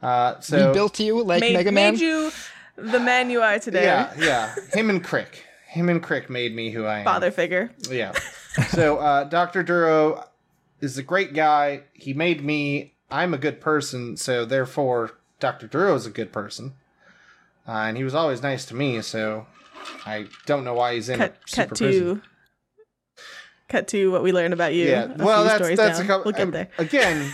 [SPEAKER 4] Uh, so
[SPEAKER 5] Rebuilt you like
[SPEAKER 2] made,
[SPEAKER 5] Mega Man.
[SPEAKER 2] made you the man you are today.
[SPEAKER 4] yeah, yeah. Him and Crick, him and Crick made me who I am.
[SPEAKER 2] Father figure.
[SPEAKER 4] Yeah. So uh, Doctor Duro is a great guy. He made me. I'm a good person, so therefore Doctor Duro is a good person. Uh, and he was always nice to me, so I don't know why he's in
[SPEAKER 2] Cut
[SPEAKER 4] a super
[SPEAKER 2] cut
[SPEAKER 4] prison.
[SPEAKER 2] to cut to what we learned about you.
[SPEAKER 4] Yeah.
[SPEAKER 2] a
[SPEAKER 4] well,
[SPEAKER 2] few
[SPEAKER 4] that's
[SPEAKER 2] stories
[SPEAKER 4] that's
[SPEAKER 2] down.
[SPEAKER 4] a couple.
[SPEAKER 2] We'll get
[SPEAKER 4] um,
[SPEAKER 2] there.
[SPEAKER 4] Again,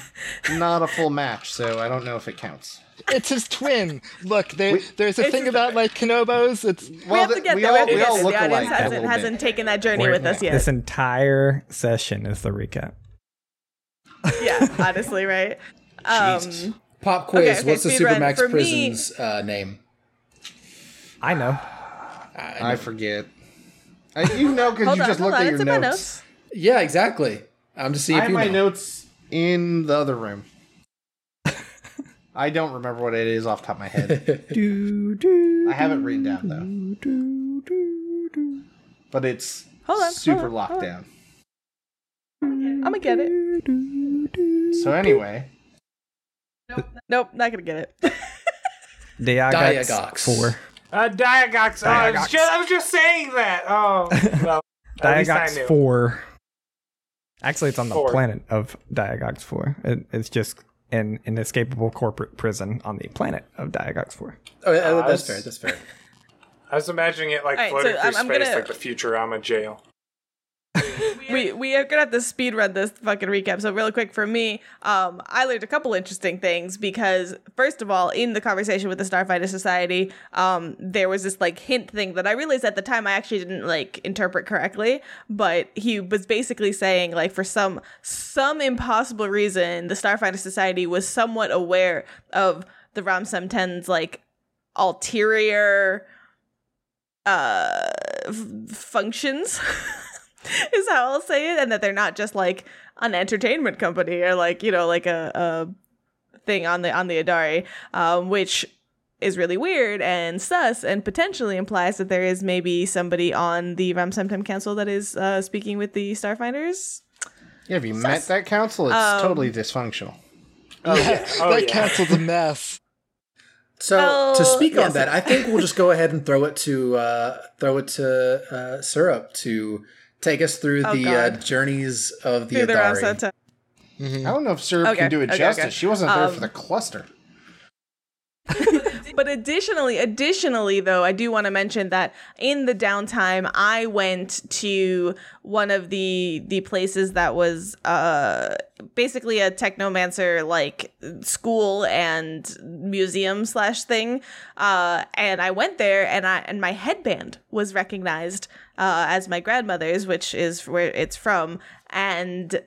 [SPEAKER 2] [laughs]
[SPEAKER 4] not a full match, so I don't know if it counts.
[SPEAKER 5] It's his twin. Look, there, there's a
[SPEAKER 2] It's
[SPEAKER 5] thing
[SPEAKER 2] his-
[SPEAKER 5] about like Kenobos. It's
[SPEAKER 2] we have to get there. we have to get there.
[SPEAKER 4] look
[SPEAKER 2] The audience
[SPEAKER 4] alike a
[SPEAKER 2] hasn't
[SPEAKER 4] little
[SPEAKER 2] hasn't
[SPEAKER 4] bit.
[SPEAKER 2] taken that journey
[SPEAKER 1] We're-
[SPEAKER 2] with us yet.
[SPEAKER 1] This entire session is the recap.
[SPEAKER 2] yeah, honestly, right? Um,
[SPEAKER 3] Jesus. Pop quiz.
[SPEAKER 2] okay, okay,
[SPEAKER 3] What's the
[SPEAKER 2] speed run.
[SPEAKER 3] Supermax
[SPEAKER 2] For me-
[SPEAKER 3] Prison's uh, name?
[SPEAKER 1] I know.
[SPEAKER 4] I forget. I, you know, because
[SPEAKER 2] Hold
[SPEAKER 4] you
[SPEAKER 2] on,
[SPEAKER 4] just
[SPEAKER 2] hold
[SPEAKER 4] looked
[SPEAKER 2] on,
[SPEAKER 4] at
[SPEAKER 2] it's
[SPEAKER 4] your
[SPEAKER 2] in my
[SPEAKER 4] notes.
[SPEAKER 2] notes.
[SPEAKER 3] Yeah, exactly. I'm just seeing if
[SPEAKER 4] I have
[SPEAKER 3] you
[SPEAKER 4] my
[SPEAKER 3] know.
[SPEAKER 4] notes in the other room. I don't remember what it is off the top of my head.
[SPEAKER 2] [laughs]
[SPEAKER 1] do, do,
[SPEAKER 4] I have it written down though,
[SPEAKER 1] do, do, do, do,
[SPEAKER 4] but it's
[SPEAKER 2] Hold on, hold
[SPEAKER 4] super
[SPEAKER 2] on,
[SPEAKER 4] locked
[SPEAKER 2] hold on.
[SPEAKER 4] down.
[SPEAKER 2] I'm gonna get it.
[SPEAKER 1] do, do.
[SPEAKER 4] So anyway,
[SPEAKER 2] Nope, not gonna get it.
[SPEAKER 1] Diagox
[SPEAKER 3] Diagox.
[SPEAKER 1] four.
[SPEAKER 6] Uh, Diagox. Oh, I, was
[SPEAKER 1] Diagox.
[SPEAKER 6] just, I was just saying that.
[SPEAKER 1] [laughs]
[SPEAKER 6] Oh, well. at least I
[SPEAKER 1] Diagox
[SPEAKER 6] knew.
[SPEAKER 1] four. Actually, it's on the
[SPEAKER 6] Four.
[SPEAKER 1] planet of Diagox four. It, it's just an inescapable corporate prison on the planet of Diagox four.
[SPEAKER 3] Oh, yeah, that's
[SPEAKER 6] Oz.
[SPEAKER 3] fair. That's fair.
[SPEAKER 6] I was imagining it like
[SPEAKER 2] All right,
[SPEAKER 6] floating
[SPEAKER 2] so
[SPEAKER 6] through
[SPEAKER 2] I'm- I'm
[SPEAKER 6] space,
[SPEAKER 2] gonna-
[SPEAKER 6] like the Futurama jail.
[SPEAKER 2] we we are gonna have to speed run this fucking recap. So really quick for me, um, I learned a couple interesting things because first of all, in the conversation with the Starfighter Society, um, there was this like hint thing that I realized at the time I actually didn't like interpret correctly, but he was basically saying like for some some impossible reason, the Starfighter Society was somewhat aware of the Ramsem 10's like ulterior uh f- functions [laughs] is how I'll say it, and that they're not just like an entertainment company or like you know like a, a thing on the on the Adari, um, which is really weird and sus, and potentially implies that there is maybe somebody on the Ramsamtem Council that is uh, speaking with the Starfinders.
[SPEAKER 4] yeah, have you met that council? It's
[SPEAKER 2] Um,
[SPEAKER 4] totally dysfunctional.
[SPEAKER 6] Oh,
[SPEAKER 5] that
[SPEAKER 6] yeah.
[SPEAKER 5] council's a mess.
[SPEAKER 3] So to
[SPEAKER 2] Well,
[SPEAKER 3] speak on
[SPEAKER 2] yes.
[SPEAKER 3] that, I think we'll just go ahead and throw it to uh, throw it to uh, syrup to take us through the uh,
[SPEAKER 2] Oh, God.
[SPEAKER 3] journeys of the
[SPEAKER 2] Through the
[SPEAKER 3] Adari.
[SPEAKER 2] Ramsamtem.
[SPEAKER 4] I don't know if Syrup
[SPEAKER 2] Okay,
[SPEAKER 4] can do it
[SPEAKER 2] okay,
[SPEAKER 4] justice.
[SPEAKER 2] okay.
[SPEAKER 4] She wasn't there
[SPEAKER 2] Um,
[SPEAKER 4] for the cluster.
[SPEAKER 2] but additionally, additionally though, I do want to mention that in the downtime, I went to one of the the places that was uh basically a technomancer like school and museum slash thing, uh, and I went there and I and my headband was recognized uh, as my grandmother's, which is where it's from, and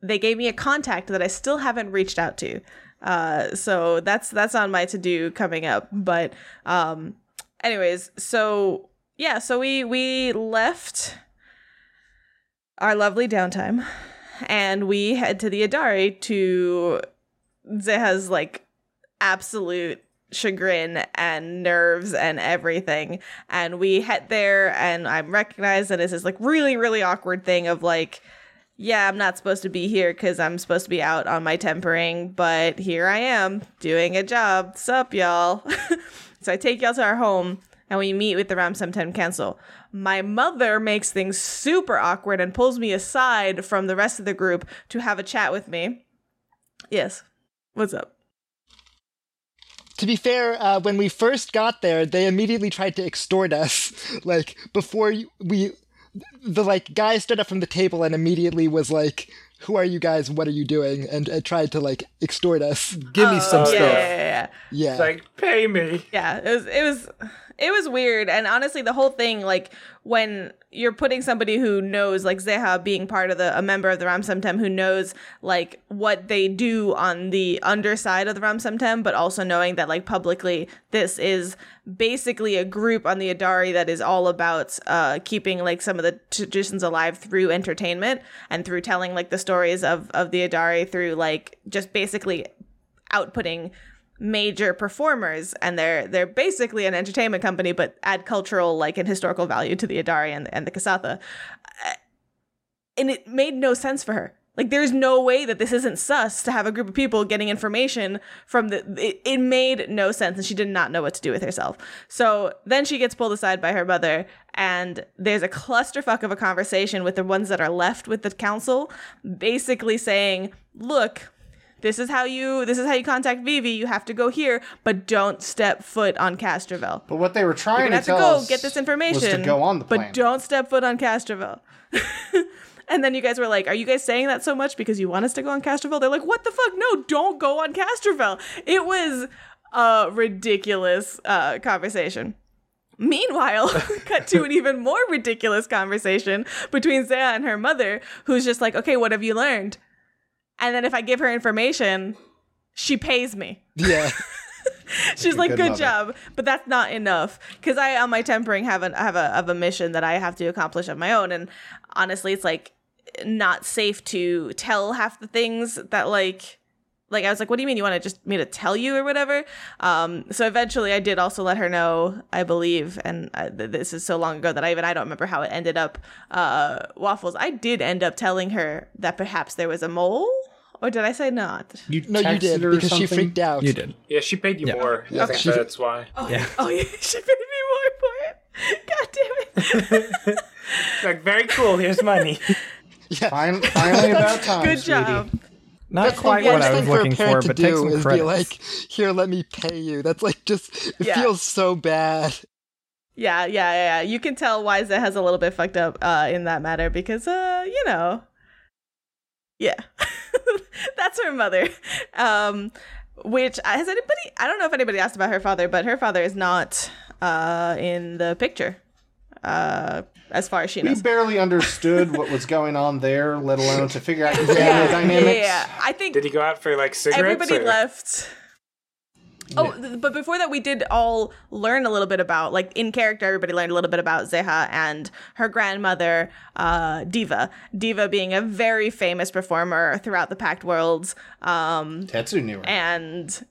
[SPEAKER 2] they gave me a contact that I still haven't reached out to. Uh, so that's that's on my to do coming up. But um, anyways, so yeah, so we we left our lovely downtime, and we head to the Adari to Zeha's like absolute chagrin and nerves and everything. And we head there, and I'm recognized, and it's this like really really awkward thing of like yeah, I'm not supposed to be here because I'm supposed to be out on my tempering, but here I am doing a job. Sup, y'all? [laughs] so I take y'all to our home and we meet with the Ramsam 10 Council. My mother makes things super awkward and pulls me aside from the rest of the group to have a chat with me. Yes. What's up?
[SPEAKER 5] to be fair, uh, when we first got there, they immediately tried to extort us. [laughs] Like before you- we, the like guy stood up from the table and immediately was like, "Who are you guys? What are you doing?" and, and tried to like extort us.
[SPEAKER 3] Give me some
[SPEAKER 2] Yeah,
[SPEAKER 6] Oh,
[SPEAKER 3] stuff.
[SPEAKER 2] yeah, yeah, yeah.
[SPEAKER 5] Yeah,
[SPEAKER 6] It's like, pay me.
[SPEAKER 2] yeah it was it was it was weird and honestly the whole thing like when you're putting somebody who knows like zeha being part of the a member of the ramsamtem who knows like what they do on the underside of the ramsamtem but also knowing that like publicly this is basically a group on the adari that is all about uh keeping like some of the traditions alive through entertainment and through telling like the stories of of the adari through like just basically outputting major performers and they're they're basically an entertainment company but add cultural like and historical value to the Adari and, and the Kasatha. Uh, and it made no sense for her. Like there's no way that this isn't sus to have a group of people getting information from the it, it made no sense and she did not know what to do with herself. So then she gets pulled aside by her mother and there's a clusterfuck of a conversation with the ones that are left with the council basically saying, "Look, this is how you this is how you contact Vivi. You have to go here, but don't step foot on Castroville.
[SPEAKER 4] But what they were
[SPEAKER 2] You're gonna
[SPEAKER 4] trying to
[SPEAKER 2] have to
[SPEAKER 4] tell
[SPEAKER 2] go
[SPEAKER 4] us
[SPEAKER 2] get this information.
[SPEAKER 4] was to go on the
[SPEAKER 2] but
[SPEAKER 4] planet.
[SPEAKER 2] don't step foot on Castroville. [laughs] and then you guys were like, "Are you guys saying that so much because you want us to go on Castroville?" They're like, "What the fuck? No, don't go on Castroville." It was a ridiculous uh, conversation. Meanwhile, [laughs] cut to an even more ridiculous conversation between Zaya and her mother, who's just like, "Okay, what have you learned?" And then if I give her information, she pays me.
[SPEAKER 5] Yeah.
[SPEAKER 2] She's like,
[SPEAKER 4] good
[SPEAKER 2] "Good
[SPEAKER 4] mother."
[SPEAKER 2] job," but that's not enough because I, on my tempering, have an have a have a mission that I have to accomplish on my own, and honestly, it's like not safe to tell half the things that like like I was like, "What do you mean you want to just me to tell you or whatever?" Um, so eventually, I did also let her know, I believe, and uh, th- this is so long ago that I even I don't remember how it ended up. Uh, waffles, I did end up telling her that perhaps there was a mole, or did I say not?
[SPEAKER 4] you
[SPEAKER 5] No, you
[SPEAKER 4] texted
[SPEAKER 5] did
[SPEAKER 4] her or
[SPEAKER 5] because she
[SPEAKER 4] something?
[SPEAKER 5] freaked out.
[SPEAKER 1] You did.
[SPEAKER 6] Yeah, she paid you more. I think
[SPEAKER 5] She-
[SPEAKER 6] that's why.
[SPEAKER 1] Yeah.
[SPEAKER 2] Oh [laughs] yeah, she paid me more for it. [laughs] God damn
[SPEAKER 4] [laughs]
[SPEAKER 2] it!
[SPEAKER 6] Like, very cool. Here's [laughs] money.
[SPEAKER 4] Fin-
[SPEAKER 2] [laughs]
[SPEAKER 4] finally about time.
[SPEAKER 2] Good
[SPEAKER 4] sweetie.
[SPEAKER 2] job.
[SPEAKER 1] Not
[SPEAKER 5] That's
[SPEAKER 1] quite
[SPEAKER 5] the worst
[SPEAKER 1] what I was
[SPEAKER 5] thing for
[SPEAKER 1] looking
[SPEAKER 5] a parent
[SPEAKER 1] for, but
[SPEAKER 5] to
[SPEAKER 1] take
[SPEAKER 5] do
[SPEAKER 1] some
[SPEAKER 5] is
[SPEAKER 1] credit.
[SPEAKER 5] be like, "Here, let me pay you." That's like just it
[SPEAKER 2] Yeah.
[SPEAKER 5] feels so bad.
[SPEAKER 2] Yeah, yeah, yeah. yeah. You can tell Wiza has a little bit fucked up uh, in that matter because, uh, you know, yeah, [laughs] that's her mother. Um, which has anybody? I don't know if anybody asked about her father, but her father is not uh, in the picture, uh, as far as she
[SPEAKER 4] We
[SPEAKER 2] knows.
[SPEAKER 4] barely understood what was going on there, let alone
[SPEAKER 2] [laughs]
[SPEAKER 4] to figure out the family
[SPEAKER 2] yeah,
[SPEAKER 4] dynamics.
[SPEAKER 2] yeah. I think
[SPEAKER 6] Did he go out for like cigarettes?
[SPEAKER 2] everybody
[SPEAKER 6] or-
[SPEAKER 2] left oh th- but before that we did all learn a little bit about like in character everybody learned a little bit about zeha and her grandmother uh, diva diva being a very famous performer throughout the packed worlds um,
[SPEAKER 4] Tetsu knew her.
[SPEAKER 2] and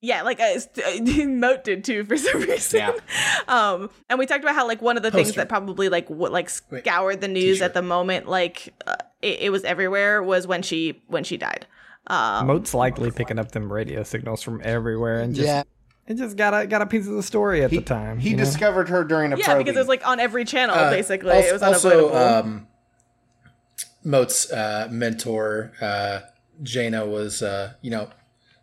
[SPEAKER 2] yeah, like uh, [laughs] st- Moat did too for some [laughs] reason.
[SPEAKER 3] Yeah.
[SPEAKER 2] Um, and we talked about how like one of the things
[SPEAKER 3] Poster.
[SPEAKER 2] that probably like what like
[SPEAKER 3] Wait,
[SPEAKER 2] scoured the news
[SPEAKER 3] t-shirt.
[SPEAKER 2] at the moment, like uh, it, it was everywhere, was when she when she died. Um,
[SPEAKER 1] Moat's likely picking up them radio signals from everywhere and just
[SPEAKER 5] yeah,
[SPEAKER 1] and just got a got a piece of the story at
[SPEAKER 4] He,
[SPEAKER 1] the time.
[SPEAKER 4] he
[SPEAKER 1] you know?
[SPEAKER 4] discovered her during a
[SPEAKER 2] yeah,
[SPEAKER 4] probing.
[SPEAKER 2] because it was like on every channel
[SPEAKER 3] Uh,
[SPEAKER 2] basically.
[SPEAKER 3] also-
[SPEAKER 2] it was
[SPEAKER 3] also
[SPEAKER 2] unavoidable.
[SPEAKER 3] um, Moat's uh, mentor uh, Jaina was, uh, you know,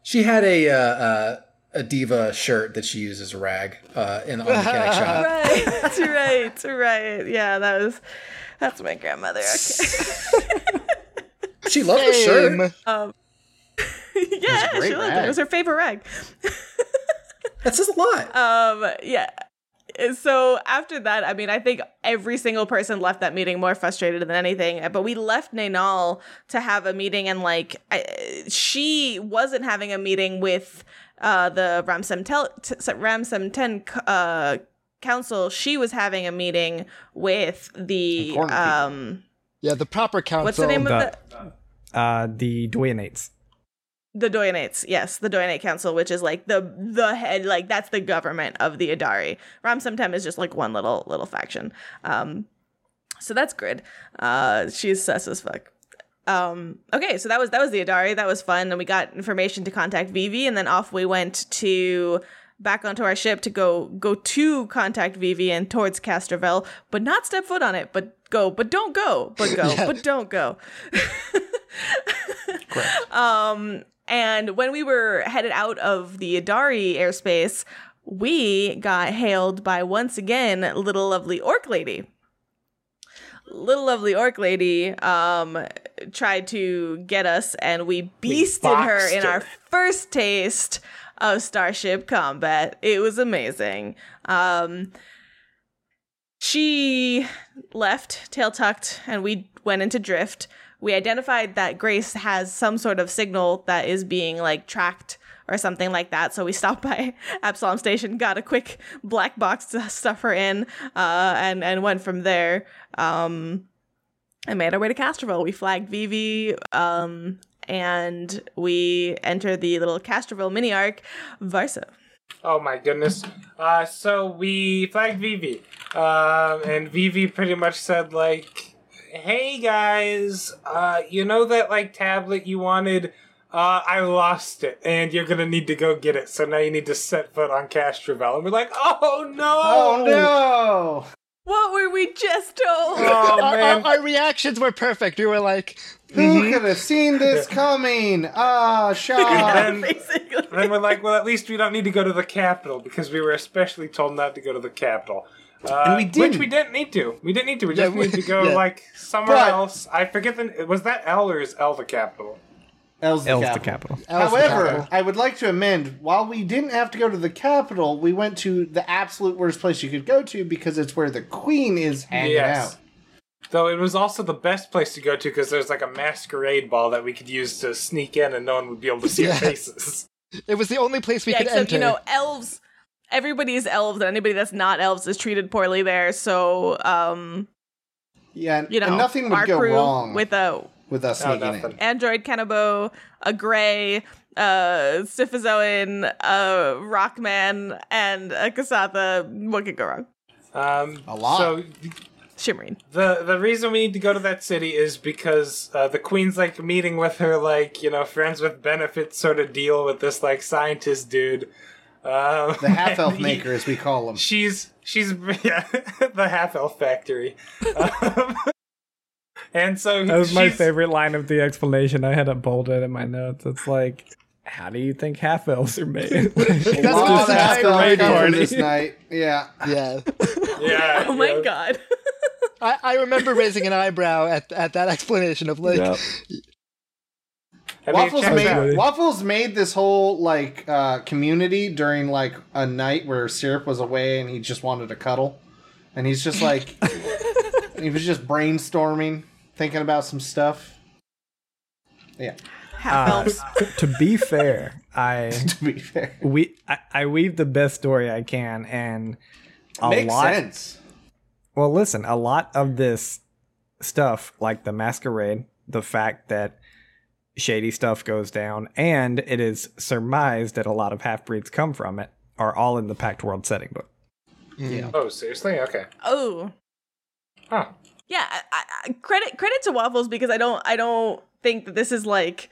[SPEAKER 3] she had a uh, uh, a diva shirt that she used as a rag uh, in on the
[SPEAKER 2] [laughs]
[SPEAKER 3] mechanic shop.
[SPEAKER 2] right, right, right. Yeah, that was that's my grandmother. Okay. [laughs]
[SPEAKER 3] She loved the shirt.
[SPEAKER 5] Same.
[SPEAKER 2] yeah,
[SPEAKER 4] great
[SPEAKER 2] she loved it.
[SPEAKER 4] rag.
[SPEAKER 2] It was her favorite rag.
[SPEAKER 3] That says a lot.
[SPEAKER 2] Um, yeah. So after that, I mean, I think every single person left that meeting more frustrated than anything. But we left Nainal to have a meeting, and like I, she wasn't having a meeting with uh, the Ramsem Tel- t- Ramsem Ten uh, Council. She was having a meeting with the
[SPEAKER 4] Important people.
[SPEAKER 2] um,
[SPEAKER 5] yeah. The proper council.
[SPEAKER 2] what's the name of
[SPEAKER 1] the-
[SPEAKER 2] the
[SPEAKER 1] uh the Doyanates.
[SPEAKER 2] the Doyanates, yes, the Doyanate Council, which is like the the head, like that's the government of the Adari. Ramsamtem is just like one little little faction. Um, so that's good. Uh, she's sus as fuck. Um, okay, so that was that was the Adari. That was fun, and we got information to contact Vivi, and then off we went to back onto our ship to go go to contact Vivi and towards Castroville, but not step foot on it. But go, but don't go, but go, but don't go. Um, and when we were headed out of the Adari airspace, we got hailed by once again little lovely orc lady. Little lovely orc lady um, tried to get us, and we beasted her
[SPEAKER 6] boxed
[SPEAKER 2] in our
[SPEAKER 6] her.
[SPEAKER 2] first taste of starship combat. It was amazing. Um, she left, tail tucked, and we went into drift. We identified that Grace has some sort of signal that is being like tracked or something like that. So we stopped by [laughs] Absalom Station, got a quick black box to stuff her in, uh, and and went from there. Um, and made our way to Castroville. We flagged Vivi, um, and we entered the little Castroville mini arc, Varso.
[SPEAKER 6] Oh my goodness. Uh, so we flagged Vivi. Um, and Vivi pretty much said, like, "Hey guys, uh, you know that like tablet you wanted? Uh, I lost it, and you're gonna need to go get it. So now you need to set foot on Castrovel." And we're like, "Oh no!
[SPEAKER 4] Oh no!
[SPEAKER 2] What were we just told?
[SPEAKER 6] Oh,
[SPEAKER 5] our,
[SPEAKER 6] man. [laughs]
[SPEAKER 5] our, Uh, our reactions were perfect. We were like,
[SPEAKER 4] Who could have seen this coming? Ah, Shaw.
[SPEAKER 6] And
[SPEAKER 2] [laughs]
[SPEAKER 6] then,
[SPEAKER 2] Basically.
[SPEAKER 6] then we're like, "Well, at least we don't need to go to the capital because we were especially told not to go to the capital." Uh,
[SPEAKER 1] And we
[SPEAKER 6] Which
[SPEAKER 1] didn't.
[SPEAKER 6] we didn't need to. We didn't need to. We
[SPEAKER 5] Yeah,
[SPEAKER 6] just
[SPEAKER 5] we-
[SPEAKER 6] needed to go
[SPEAKER 5] yeah.
[SPEAKER 6] like somewhere
[SPEAKER 4] But-
[SPEAKER 6] else. I forget the was that L or is L the capital?
[SPEAKER 4] L's the
[SPEAKER 1] L's the
[SPEAKER 4] capital.
[SPEAKER 1] capital.
[SPEAKER 5] "How's the
[SPEAKER 4] However,
[SPEAKER 5] capital?"
[SPEAKER 4] I would like to amend. While we didn't have to go to the capital, we went to the absolute worst place you could go to because it's where the queen is hanging
[SPEAKER 6] Yes.
[SPEAKER 4] out.
[SPEAKER 6] Though it was also the best place to go to because there's like a masquerade ball that we could use to sneak in and no one would be able to see
[SPEAKER 5] Yeah.
[SPEAKER 6] our faces.
[SPEAKER 5] it was the only place we
[SPEAKER 2] yeah,
[SPEAKER 5] could
[SPEAKER 2] except
[SPEAKER 5] enter.
[SPEAKER 2] you know, elves. Everybody is elves, and anybody that's not elves is treated poorly there. So, um,
[SPEAKER 4] Yeah, and,
[SPEAKER 2] you know,
[SPEAKER 4] and nothing would
[SPEAKER 2] our
[SPEAKER 4] go
[SPEAKER 2] crew
[SPEAKER 4] wrong with,
[SPEAKER 2] with a
[SPEAKER 4] us
[SPEAKER 6] No,
[SPEAKER 4] sneaking
[SPEAKER 6] nothing.
[SPEAKER 4] in.
[SPEAKER 2] android Kenabo, a gray, uh, Siphozoan, a Rockman, and a Kasatha. What could go wrong?
[SPEAKER 6] Um,
[SPEAKER 4] A lot.
[SPEAKER 6] So
[SPEAKER 2] Shimmerine.
[SPEAKER 6] the the reason we need to go to that city is because uh, the queen's like meeting with her like you know friends with benefits sort of deal with this like scientist dude. Um,
[SPEAKER 4] The half elf
[SPEAKER 6] [laughs] and he-
[SPEAKER 4] maker, as we call him.
[SPEAKER 6] She's she's [laughs] yeah, the half elf factory. um, [laughs] and so
[SPEAKER 1] That was my
[SPEAKER 6] she's-
[SPEAKER 1] favorite line of the explanation. I had it bolded in my notes. It's like, how do you think half elves are [laughs] made?
[SPEAKER 4] A
[SPEAKER 5] That's
[SPEAKER 4] lot
[SPEAKER 5] just
[SPEAKER 4] of
[SPEAKER 5] an
[SPEAKER 4] half
[SPEAKER 5] entire
[SPEAKER 4] elf
[SPEAKER 5] raid
[SPEAKER 4] come from
[SPEAKER 5] party.
[SPEAKER 4] this night. Yeah.
[SPEAKER 5] yeah,
[SPEAKER 6] Yeah.
[SPEAKER 2] [laughs] Oh my
[SPEAKER 6] yeah.
[SPEAKER 2] god.
[SPEAKER 5] I, I remember raising an eyebrow at at that explanation of like,
[SPEAKER 6] I mean,
[SPEAKER 4] Waffles
[SPEAKER 6] check it
[SPEAKER 4] made
[SPEAKER 6] out.
[SPEAKER 4] Waffles made this whole like uh, community during like a night where Syrup was away and he just wanted to cuddle, and he's
[SPEAKER 5] [laughs]
[SPEAKER 4] just like he was just brainstorming, thinking about some stuff. [laughs] Yeah,
[SPEAKER 2] Half elves.
[SPEAKER 1] Uh, to be fair, I
[SPEAKER 4] to be fair,
[SPEAKER 1] we I, I weave the best story I can, and a
[SPEAKER 4] makes
[SPEAKER 1] lot.
[SPEAKER 4] sense.
[SPEAKER 1] Well, listen, a lot of this stuff, like the masquerade, the fact that shady stuff goes down, and it is surmised that a lot of half breeds come from it, are all in the Pact World setting book.
[SPEAKER 4] Yeah,
[SPEAKER 6] Oh, seriously? Okay.
[SPEAKER 2] Oh.
[SPEAKER 6] Huh.
[SPEAKER 2] Yeah, I, I, I- credit credit to Waffles because I don't I don't think that this is like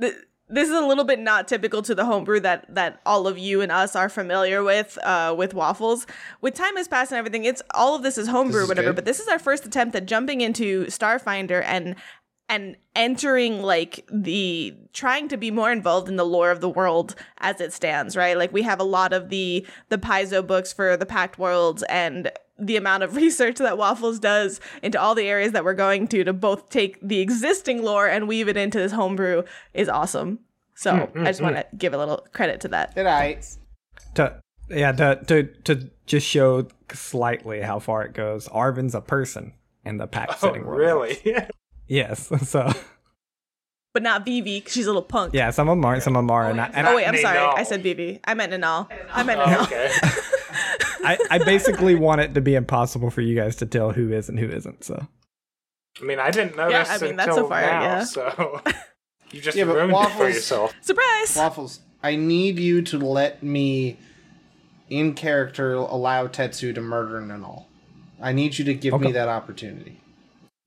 [SPEAKER 2] th- this is a little bit not typical to the homebrew that that all of you and us are familiar with uh, with Waffles. With time has passed and everything, it's all of this is homebrew
[SPEAKER 4] is
[SPEAKER 2] whatever,
[SPEAKER 4] good.
[SPEAKER 2] but this is our first attempt at jumping into Starfinder and and entering like the trying to be more involved in the lore of the world as it stands right like we have a lot of the the paizo books for the packed worlds and the amount of [laughs] research that waffles does into all the areas that we're going to to both take the existing lore and weave it into this homebrew is awesome so
[SPEAKER 1] Mm,
[SPEAKER 2] i just want to give a little credit to that
[SPEAKER 4] good night.
[SPEAKER 1] to yeah to to to just show slightly how far it goes. Arvin's a person in the pack
[SPEAKER 6] Oh,
[SPEAKER 1] setting world.
[SPEAKER 6] really? [laughs]
[SPEAKER 1] Yes. [laughs] So
[SPEAKER 2] but not vivi 'cause she's a little punk
[SPEAKER 1] yeah, some of them aren't, some of them are, and, I, and
[SPEAKER 2] oh wait i'm
[SPEAKER 6] Not
[SPEAKER 2] sorry
[SPEAKER 6] Ninal.
[SPEAKER 2] i said vivi i meant nanal i meant
[SPEAKER 6] Oh,
[SPEAKER 2] nanal
[SPEAKER 6] okay.
[SPEAKER 1] I, I
[SPEAKER 6] [laughs]
[SPEAKER 1] basically want it to be impossible for you guys to tell who is and who isn't. So
[SPEAKER 6] I mean, I didn't know
[SPEAKER 2] Yeah,
[SPEAKER 6] this
[SPEAKER 2] I mean, that's
[SPEAKER 6] until
[SPEAKER 2] so far,
[SPEAKER 6] now,
[SPEAKER 2] yeah.
[SPEAKER 6] so
[SPEAKER 2] [laughs]
[SPEAKER 6] you just
[SPEAKER 4] Yeah, but
[SPEAKER 6] ruined it for
[SPEAKER 4] waffles-
[SPEAKER 6] yourself.
[SPEAKER 2] [laughs] surprise [laughs]
[SPEAKER 4] Waffles, I need you to let me, in character, allow Tetsu to murder Nanal. I need you to give me
[SPEAKER 1] Okay.
[SPEAKER 4] that opportunity.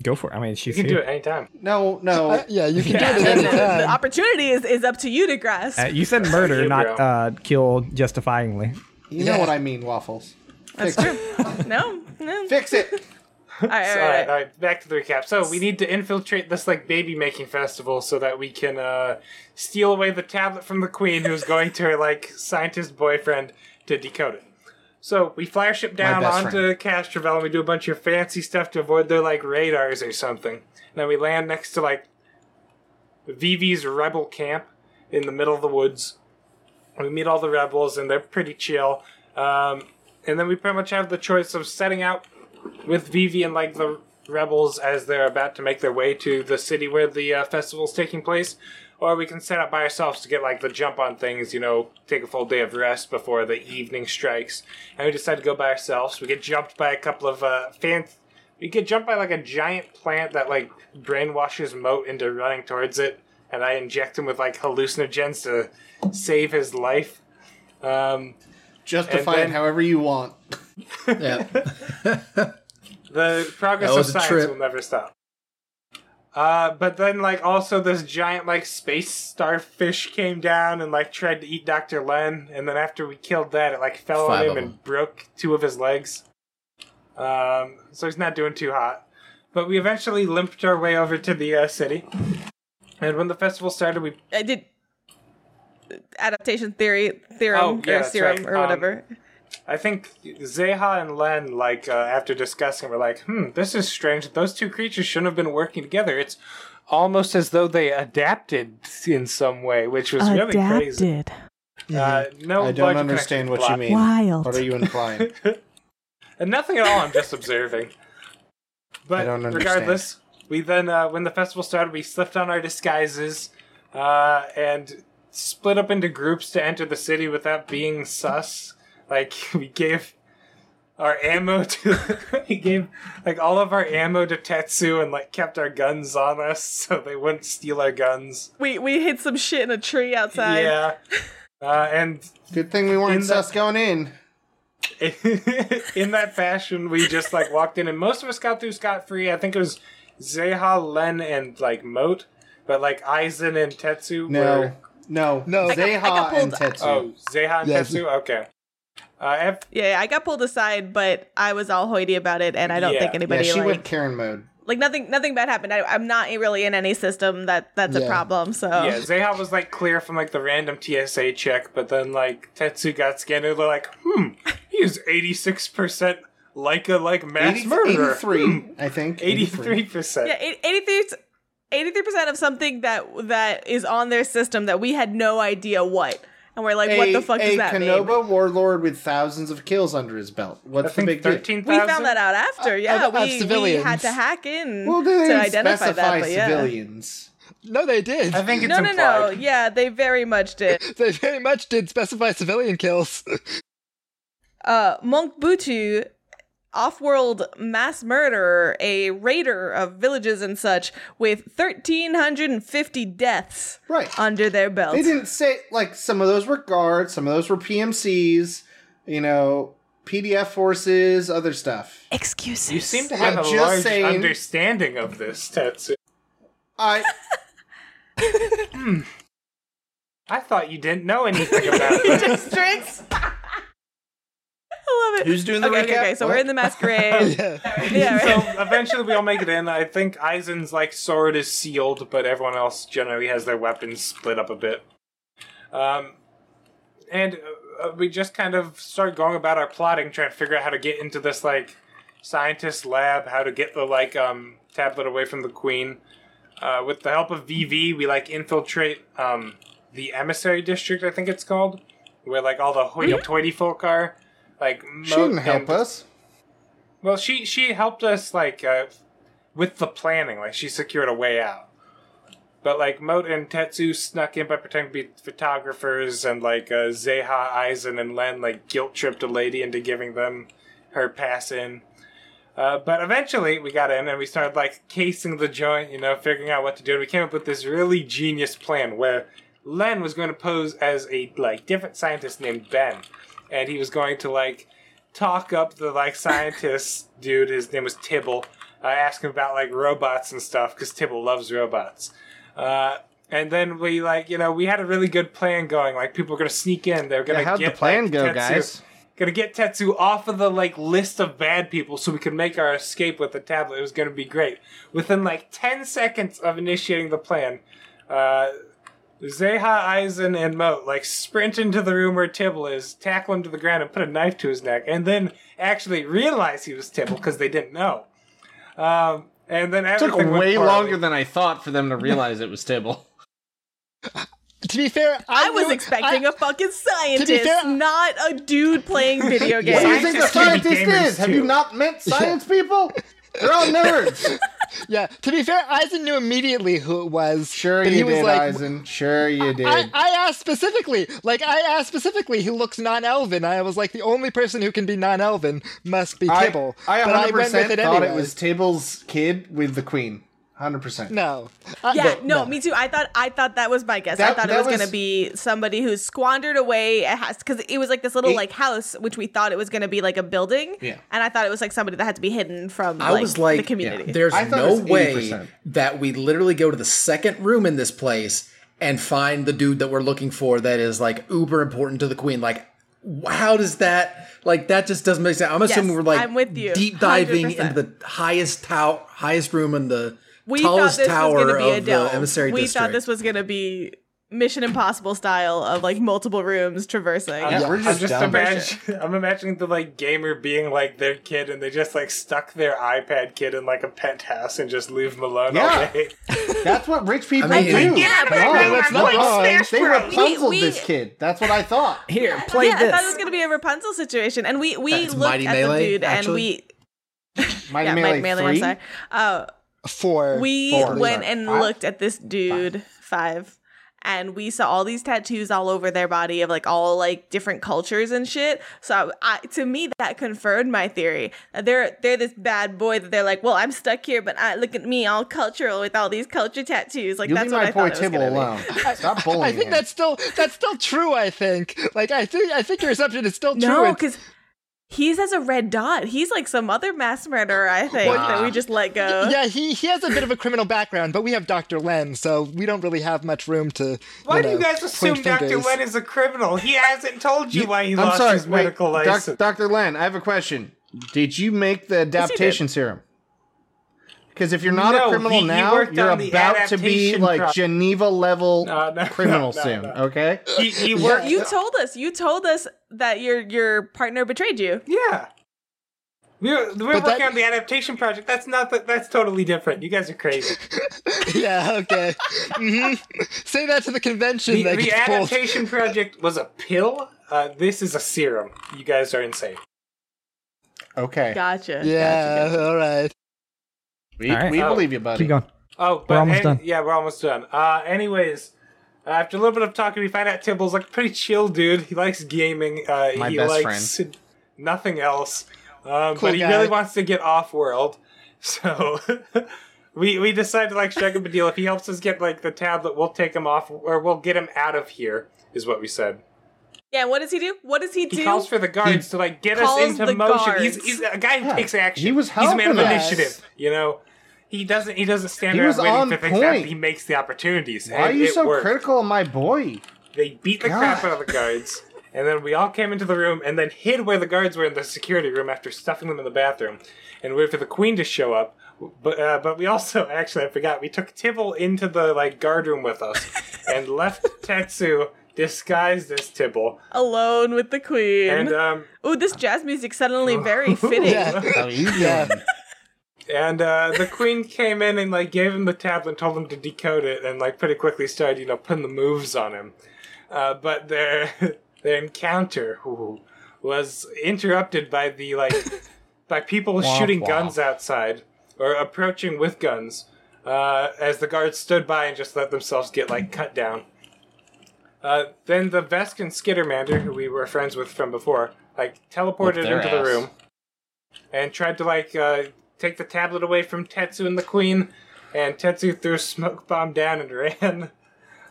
[SPEAKER 1] go for it. I mean, she's
[SPEAKER 6] You can do
[SPEAKER 1] here.
[SPEAKER 6] it anytime.
[SPEAKER 4] No, no.
[SPEAKER 5] [laughs] uh, yeah, you can do
[SPEAKER 2] the,
[SPEAKER 5] this
[SPEAKER 2] the-
[SPEAKER 5] anytime.
[SPEAKER 2] the opportunity is, is up to you to grasp
[SPEAKER 1] Uh, you said murder,
[SPEAKER 6] you,
[SPEAKER 1] not
[SPEAKER 6] bro.
[SPEAKER 1] uh, kill justifyingly.
[SPEAKER 4] You
[SPEAKER 5] Yeah.
[SPEAKER 4] know what I mean, waffles.
[SPEAKER 2] That's
[SPEAKER 4] Fix
[SPEAKER 2] true. No, no.
[SPEAKER 4] Fix
[SPEAKER 6] [laughs]
[SPEAKER 4] it.
[SPEAKER 2] All right, all right,
[SPEAKER 6] So,
[SPEAKER 2] all right.
[SPEAKER 6] all right, back to the recap. So we need to infiltrate this like baby making festival so that we can uh, steal away the tablet from the queen, who's going to her like scientist boyfriend to decode it. So we fly our ship down
[SPEAKER 4] best
[SPEAKER 6] onto Castrovel and we do a bunch of fancy stuff to avoid their like radars or something. And then we land next to like Vivi's rebel camp in the middle of the woods. We meet all the rebels and they're pretty chill. Um, and then we pretty much have the choice of setting out with Vivi and like the rebels as they're about to make their way to the city where the uh, festival's taking place, or we can set up by ourselves to get like the jump on things. You know, take a full day of rest before the evening strikes, and we decide to go by ourselves. We get jumped by a couple of uh, fans. We get jumped by like a giant plant that like brainwashes Moat into running towards it, and I inject him with like hallucinogens to save his life. Um,
[SPEAKER 4] Justify
[SPEAKER 6] And then-
[SPEAKER 4] it however you want.
[SPEAKER 3] Yeah.
[SPEAKER 6] The progress
[SPEAKER 3] That
[SPEAKER 6] of
[SPEAKER 3] was a
[SPEAKER 6] science
[SPEAKER 3] trip.
[SPEAKER 6] will never stop. Uh, but then, like, also this giant, like, space starfish came down and, like, tried to eat Dr. Len. And then after we killed that, it, like, fell
[SPEAKER 3] Five
[SPEAKER 6] on
[SPEAKER 3] of
[SPEAKER 6] him
[SPEAKER 3] them.
[SPEAKER 6] and broke two of his legs. Um, so he's not doing too hot. But we eventually limped our way over to the uh, city. And when the festival started, we
[SPEAKER 2] I did adaptation theory theorem
[SPEAKER 6] Oh, yeah,
[SPEAKER 2] or
[SPEAKER 6] that's
[SPEAKER 2] serum
[SPEAKER 6] right.
[SPEAKER 2] or
[SPEAKER 6] Um,
[SPEAKER 2] whatever.
[SPEAKER 6] I think Zeha and Len, like, uh, after discussing, were like, hmm, this is strange. Those two creatures shouldn't have been working together. It's almost as though they adapted in some way, which was really crazy. Uh, no
[SPEAKER 4] I
[SPEAKER 6] logical
[SPEAKER 4] don't
[SPEAKER 6] connection
[SPEAKER 4] understand
[SPEAKER 6] to
[SPEAKER 4] what
[SPEAKER 6] plot.
[SPEAKER 4] you mean.
[SPEAKER 8] Wild.
[SPEAKER 4] What are you
[SPEAKER 6] [laughs]
[SPEAKER 4] implying?
[SPEAKER 6] And nothing at all, I'm just observing. But
[SPEAKER 4] [laughs] I don't understand.
[SPEAKER 6] regardless, we then, uh, when the festival started, we slipped on our disguises uh, and split up into groups to enter the city without being sus. Like, [laughs] we gave our ammo to [laughs] he gave like all of our ammo to Tetsu and like kept our guns on us so they wouldn't steal our guns.
[SPEAKER 2] We we hid some shit in a tree outside.
[SPEAKER 6] Yeah. Uh, and
[SPEAKER 4] Good thing we weren't
[SPEAKER 6] In the-
[SPEAKER 4] sus going in.
[SPEAKER 6] in that fashion, we just like walked in, and most of us got through scot free. I think it was Zeha, Len, and like Moat, but like Aizen and Tetsu.
[SPEAKER 4] No,
[SPEAKER 6] were...
[SPEAKER 4] no,
[SPEAKER 5] No. I
[SPEAKER 2] got- I
[SPEAKER 4] Zeha
[SPEAKER 2] got pulled-
[SPEAKER 4] and Tetsu.
[SPEAKER 6] Oh, Zeha and
[SPEAKER 5] Yes.
[SPEAKER 6] Tetsu. Okay. Uh, F-
[SPEAKER 2] Yeah, I got pulled aside, but I was all hoity about it, and I don't
[SPEAKER 6] Yeah.
[SPEAKER 2] think
[SPEAKER 6] Yeah,
[SPEAKER 4] yeah,
[SPEAKER 2] anybody
[SPEAKER 4] she
[SPEAKER 2] like
[SPEAKER 4] went Karen mode.
[SPEAKER 2] like nothing nothing bad happened. I, I'm not really in any system that that's a
[SPEAKER 5] Yeah.
[SPEAKER 2] problem. So
[SPEAKER 6] Yeah, Zeha was like clear from like the random TSA check, but then like Tetsu got scanned and they're like, hmm, he's eighty six percent like a like mass
[SPEAKER 4] 80,
[SPEAKER 6] murderer.
[SPEAKER 4] 83,
[SPEAKER 6] [laughs]
[SPEAKER 4] I think.
[SPEAKER 6] Eighty three percent.
[SPEAKER 2] yeah, eight- 83 83 percent of something that that is on their system that we had no idea what, and we're like, what the fuck
[SPEAKER 4] a
[SPEAKER 2] does that mean?
[SPEAKER 4] Kenoba warlord with thousands of kills under his belt.
[SPEAKER 6] I
[SPEAKER 4] What's the
[SPEAKER 6] think
[SPEAKER 4] big deal?
[SPEAKER 6] thirteen
[SPEAKER 2] We
[SPEAKER 6] thousand.
[SPEAKER 2] found that out after. Yeah,
[SPEAKER 5] of- of
[SPEAKER 2] we, we had
[SPEAKER 5] civilians.
[SPEAKER 2] to hack in
[SPEAKER 4] Well, they
[SPEAKER 2] to
[SPEAKER 4] didn't
[SPEAKER 2] identify
[SPEAKER 4] specify
[SPEAKER 2] that. But yeah.
[SPEAKER 4] civilians.
[SPEAKER 5] No, they did.
[SPEAKER 6] I think it's
[SPEAKER 2] No, no,
[SPEAKER 6] implied.
[SPEAKER 2] no. Yeah, they very much did.
[SPEAKER 5] They very much did specify civilian kills. [laughs]
[SPEAKER 2] uh, Monk Butu, off-world mass murderer, a raider of villages and such, with 1,350 deaths
[SPEAKER 4] Right.
[SPEAKER 2] under their belt.
[SPEAKER 4] They didn't say like some of those were guards, some of those were PMCs, you know, PDF forces, other stuff.
[SPEAKER 8] Excuses.
[SPEAKER 6] You seem to
[SPEAKER 4] I'm
[SPEAKER 6] have a
[SPEAKER 4] just
[SPEAKER 6] large
[SPEAKER 4] saying-
[SPEAKER 6] understanding of this, Tetsu.
[SPEAKER 4] I
[SPEAKER 6] I thought you didn't know anything [laughs] about this.
[SPEAKER 2] Districts. [laughs] I love it.
[SPEAKER 4] Who's doing the
[SPEAKER 2] okay, okay,
[SPEAKER 4] recap?
[SPEAKER 2] okay, so
[SPEAKER 4] What?
[SPEAKER 2] we're in the
[SPEAKER 4] [laughs]
[SPEAKER 2] masquerade.
[SPEAKER 5] yeah.
[SPEAKER 2] yeah, right.
[SPEAKER 6] so eventually we all make it in. I think Aizen's like sword is sealed, but everyone else generally has their weapons split up a bit. Um, and uh, uh, we just kind of start going about our plotting, trying to figure out how to get into this like scientist lab, how to get the like um tablet away from the queen. Uh, with the help of VV, we like infiltrate um the emissary district. I think it's called, where like all the
[SPEAKER 2] Mm-hmm.
[SPEAKER 6] hoity-toity folk are. Like
[SPEAKER 4] she didn't
[SPEAKER 6] Moat
[SPEAKER 4] help
[SPEAKER 6] and-
[SPEAKER 4] us.
[SPEAKER 6] well, she she helped us like uh, with the planning. Like she secured a way out. But like Moat and Tetsu snuck in by pretending to be photographers, and like uh, Zeha, Aizen, and Len like guilt tripped a lady into giving them her pass in. Uh, but eventually we got in and we started like casing the joint, you know, figuring out what to do. And we came up with this really genius plan where Len was going to pose as a like different scientist named Ben, and he was going to like talk up the like scientist [laughs] dude. His name was Tibble. I asked him about like robots and stuff because Tibble loves robots. Uh, and then we like you know we had a really good plan going. Like people were gonna sneak in. They were gonna
[SPEAKER 4] Yeah, how'd the
[SPEAKER 6] get
[SPEAKER 4] plan
[SPEAKER 6] like,
[SPEAKER 4] go,
[SPEAKER 6] Tetsu-
[SPEAKER 4] guys?
[SPEAKER 6] Gonna get Tetsu off of the like list of bad people so we could make our escape with the tablet. It was gonna be great. Within like ten seconds of initiating the plan, uh, Zeha, Aizen, and Moat like sprint into the room where Tibble is, tackle him to the ground, and put a knife to his neck, and then actually realize he was Tibble because they didn't know. Um, and then
[SPEAKER 7] It took
[SPEAKER 6] everything went
[SPEAKER 7] way
[SPEAKER 6] poorly.
[SPEAKER 7] longer than I thought for them to realize it was Tibble.
[SPEAKER 5] To be fair, I,
[SPEAKER 2] I was
[SPEAKER 5] knew-
[SPEAKER 2] expecting
[SPEAKER 5] I-
[SPEAKER 2] a fucking scientist,
[SPEAKER 5] fair-
[SPEAKER 2] not a dude
[SPEAKER 4] [laughs]
[SPEAKER 2] playing video
[SPEAKER 4] [laughs] What do you
[SPEAKER 2] games.
[SPEAKER 4] think the
[SPEAKER 6] Scientists can be
[SPEAKER 4] scientist
[SPEAKER 6] gamers,
[SPEAKER 4] is? Have you
[SPEAKER 6] too.
[SPEAKER 7] [laughs]
[SPEAKER 4] not met science people? They're all nerds.
[SPEAKER 5] Yeah. To be fair, Eisen knew immediately who it was.
[SPEAKER 4] Sure
[SPEAKER 5] but
[SPEAKER 4] you
[SPEAKER 5] he was
[SPEAKER 4] did,
[SPEAKER 5] like,
[SPEAKER 4] Eisen. Sure you did.
[SPEAKER 5] I, I asked specifically, like I asked specifically, who looks non-elven. I was like, the only person who can be non-elven must be Tibble.
[SPEAKER 4] I, I
[SPEAKER 5] but I
[SPEAKER 4] 100%
[SPEAKER 5] went with it
[SPEAKER 4] thought
[SPEAKER 5] anyway.
[SPEAKER 4] it was Tibble's kid with the queen. hundred percent.
[SPEAKER 5] Uh, No. I-
[SPEAKER 2] Yeah, no, me too. I thought I thought that was my guess. I
[SPEAKER 4] That-
[SPEAKER 2] thought it
[SPEAKER 4] that
[SPEAKER 2] was,
[SPEAKER 4] was-
[SPEAKER 2] gonna be somebody who squandered away a house because it was like this little
[SPEAKER 4] It-
[SPEAKER 2] like house, which we thought it was gonna be like a building.
[SPEAKER 4] Yeah.
[SPEAKER 2] and I thought it was like somebody that had to be hidden from.
[SPEAKER 3] I
[SPEAKER 2] like,
[SPEAKER 3] was like,
[SPEAKER 2] the community.
[SPEAKER 3] there's
[SPEAKER 4] I thought it
[SPEAKER 3] no
[SPEAKER 4] was
[SPEAKER 3] way
[SPEAKER 4] 80%.
[SPEAKER 3] that we literally go to the second room in this place and find the dude that we're looking for that is like uber important to the queen. Like, wh- how does that, like, that just doesn't make sense. I'm assuming we're like
[SPEAKER 2] I'm with you,
[SPEAKER 3] deep diving
[SPEAKER 2] 100%.
[SPEAKER 3] into the highest tower, highest room in the
[SPEAKER 2] we
[SPEAKER 3] tallest
[SPEAKER 2] thought this
[SPEAKER 3] tower
[SPEAKER 2] was gonna be
[SPEAKER 3] of
[SPEAKER 2] Adele.
[SPEAKER 3] the emissary
[SPEAKER 2] we
[SPEAKER 3] district.
[SPEAKER 2] thought this was gonna be Mission Impossible style of like multiple rooms traversing.
[SPEAKER 4] Yeah, we're
[SPEAKER 6] I'm
[SPEAKER 4] just,
[SPEAKER 6] just
[SPEAKER 4] dumb.
[SPEAKER 6] imagine, [laughs] I'm imagining the like gamer being like their kid, and they just like stuck their iPad kid in like a penthouse and just leave him alone all
[SPEAKER 4] Yeah.
[SPEAKER 6] day.
[SPEAKER 4] That's what rich people
[SPEAKER 3] I mean,
[SPEAKER 4] do.
[SPEAKER 8] yeah, but I
[SPEAKER 4] Come on,
[SPEAKER 8] mean,
[SPEAKER 5] that's
[SPEAKER 4] come
[SPEAKER 5] not
[SPEAKER 4] on.
[SPEAKER 8] Smash
[SPEAKER 4] They
[SPEAKER 8] Bros.
[SPEAKER 4] rapunzeled
[SPEAKER 2] We- we-
[SPEAKER 4] this kid. That's what I thought.
[SPEAKER 1] Here, play
[SPEAKER 2] yeah,
[SPEAKER 1] this.
[SPEAKER 2] I thought it was gonna be a Rapunzel situation, and we we
[SPEAKER 3] That's
[SPEAKER 2] looked
[SPEAKER 3] Mighty
[SPEAKER 2] at
[SPEAKER 3] Melee,
[SPEAKER 2] the dude
[SPEAKER 3] actually.
[SPEAKER 2] and we
[SPEAKER 4] Mighty
[SPEAKER 2] yeah,
[SPEAKER 4] Melee,
[SPEAKER 2] Mighty Melee. I'm
[SPEAKER 4] three?
[SPEAKER 2] sorry. Uh,
[SPEAKER 5] Four.
[SPEAKER 2] we
[SPEAKER 4] Four.
[SPEAKER 2] went
[SPEAKER 4] Sorry.
[SPEAKER 2] and
[SPEAKER 4] Five?
[SPEAKER 2] looked at this dude five. and we saw all these tattoos all over their body of like all like different cultures and shit so I, to me that confirmed my theory That they're they're this bad boy that they're like well i'm stuck here but I, look at me all cultural with all these culture tattoos like
[SPEAKER 4] You
[SPEAKER 2] that's what
[SPEAKER 4] leave my
[SPEAKER 2] i
[SPEAKER 4] boy
[SPEAKER 2] thought it was
[SPEAKER 4] Tibble
[SPEAKER 2] gonna be.
[SPEAKER 4] alone. Stop bullying
[SPEAKER 5] I think
[SPEAKER 4] him.
[SPEAKER 5] that's still that's still true. I think. Like I think I think your assumption is still true.
[SPEAKER 2] no
[SPEAKER 5] It's-
[SPEAKER 2] because he's has a red dot he's like some other mass murderer i think that we just let go
[SPEAKER 5] yeah, he, he has a bit of a criminal background, but we have Dr. Len, so we don't really have much room to.
[SPEAKER 6] Why do
[SPEAKER 5] know,
[SPEAKER 6] you guys assume
[SPEAKER 5] point
[SPEAKER 6] Dr.
[SPEAKER 5] fingers.
[SPEAKER 6] Len is a criminal? He hasn't told you why he
[SPEAKER 4] I'm
[SPEAKER 6] lost
[SPEAKER 4] sorry,
[SPEAKER 6] his
[SPEAKER 4] wait,
[SPEAKER 6] medical
[SPEAKER 4] Doc-
[SPEAKER 6] license.
[SPEAKER 4] Dr. Len, I have a question. Did you make the
[SPEAKER 2] he did.
[SPEAKER 4] adaptation serum? Because if you're not
[SPEAKER 6] No,
[SPEAKER 4] a criminal
[SPEAKER 6] he- he
[SPEAKER 4] now,
[SPEAKER 6] worked
[SPEAKER 4] you're
[SPEAKER 6] on the
[SPEAKER 4] about to be
[SPEAKER 6] adaptation
[SPEAKER 4] like
[SPEAKER 6] pro-
[SPEAKER 4] Geneva level
[SPEAKER 6] No, [laughs] no,
[SPEAKER 4] criminal
[SPEAKER 6] no, no,
[SPEAKER 4] soon,
[SPEAKER 6] no.
[SPEAKER 4] okay?
[SPEAKER 6] he, he worked.
[SPEAKER 2] you told us you told us that your your partner betrayed you
[SPEAKER 6] yeah. We were, we were
[SPEAKER 5] But
[SPEAKER 6] working
[SPEAKER 5] that-
[SPEAKER 6] on the adaptation project. That's not. The, that's totally different. You guys are crazy.
[SPEAKER 5] [laughs] Yeah, okay. hmm Say that to the convention
[SPEAKER 6] The,
[SPEAKER 5] that
[SPEAKER 6] the
[SPEAKER 5] gets pulled.
[SPEAKER 6] adaptation project was a pill. Uh, this is a serum. You guys are insane.
[SPEAKER 4] Okay.
[SPEAKER 2] Gotcha.
[SPEAKER 5] Yeah, all right.
[SPEAKER 1] All right,
[SPEAKER 4] We
[SPEAKER 6] Oh.
[SPEAKER 4] believe you, buddy.
[SPEAKER 1] keep going.
[SPEAKER 6] Oh, but
[SPEAKER 1] almost
[SPEAKER 6] any-
[SPEAKER 1] done.
[SPEAKER 6] yeah, we're almost done. Uh, anyways, after a little bit of talking, we find out Tibble's like a pretty chill dude. He likes gaming. Uh,
[SPEAKER 3] My
[SPEAKER 6] he
[SPEAKER 3] best
[SPEAKER 6] likes [laughs] nothing else. Um,
[SPEAKER 5] Cool
[SPEAKER 6] but he
[SPEAKER 5] guy.
[SPEAKER 6] really wants to get off world, [laughs] so [laughs] we we decide to like strike up a deal. If he helps us get like the tablet, we'll take him off, or we'll get him out of here. Is what we said.
[SPEAKER 2] Yeah, and what does he do? What does he do?
[SPEAKER 6] He calls for the guards to like get us
[SPEAKER 2] calls
[SPEAKER 6] into
[SPEAKER 2] the
[SPEAKER 6] motion. He's,
[SPEAKER 2] guards.
[SPEAKER 6] he's a guy who
[SPEAKER 4] Yeah,
[SPEAKER 6] takes action.
[SPEAKER 4] he was
[SPEAKER 6] he's a man of
[SPEAKER 4] helping us.
[SPEAKER 6] initiative. You know, he doesn't he doesn't stand
[SPEAKER 4] He
[SPEAKER 6] around
[SPEAKER 4] was
[SPEAKER 6] waiting
[SPEAKER 4] on
[SPEAKER 6] for things to happen.
[SPEAKER 4] point.
[SPEAKER 6] He makes the opportunities.
[SPEAKER 4] Why are
[SPEAKER 6] and
[SPEAKER 4] you
[SPEAKER 6] it
[SPEAKER 4] so
[SPEAKER 6] worked.
[SPEAKER 4] critical of my boy?
[SPEAKER 6] They beat the crap out of the guards, and then we all came into the room and then hid where the guards were in the security room after stuffing them in the bathroom, and waited for the queen to show up. But uh, but we also [laughs] actually I forgot we took Tibble into the like guard room with
[SPEAKER 4] [laughs]
[SPEAKER 6] us, and left Tetsu disguised as Tibble.
[SPEAKER 2] Alone with the queen.
[SPEAKER 6] And um,
[SPEAKER 2] Ooh, this jazz music suddenly very fitting.
[SPEAKER 5] Yeah.
[SPEAKER 3] How you
[SPEAKER 5] Yeah.
[SPEAKER 3] doing?
[SPEAKER 6] And uh, the queen came in and like gave him the tablet and told him to decode it, and like pretty quickly started you know putting the moves on him. Uh, but their [laughs] their encounter ooh, was interrupted by
[SPEAKER 7] [laughs]
[SPEAKER 6] the like by people shooting guns outside or approaching with guns uh, as the guards stood by and just let themselves get like cut down. Uh, then the Veskin Skittermander, who we were friends with from before, like
[SPEAKER 7] Whoop
[SPEAKER 6] teleported
[SPEAKER 7] their
[SPEAKER 6] into the
[SPEAKER 7] ass.
[SPEAKER 6] room and tried to like uh, take the tablet away from Tetsu and the Queen, and Tetsu threw a smoke bomb down and ran. [laughs]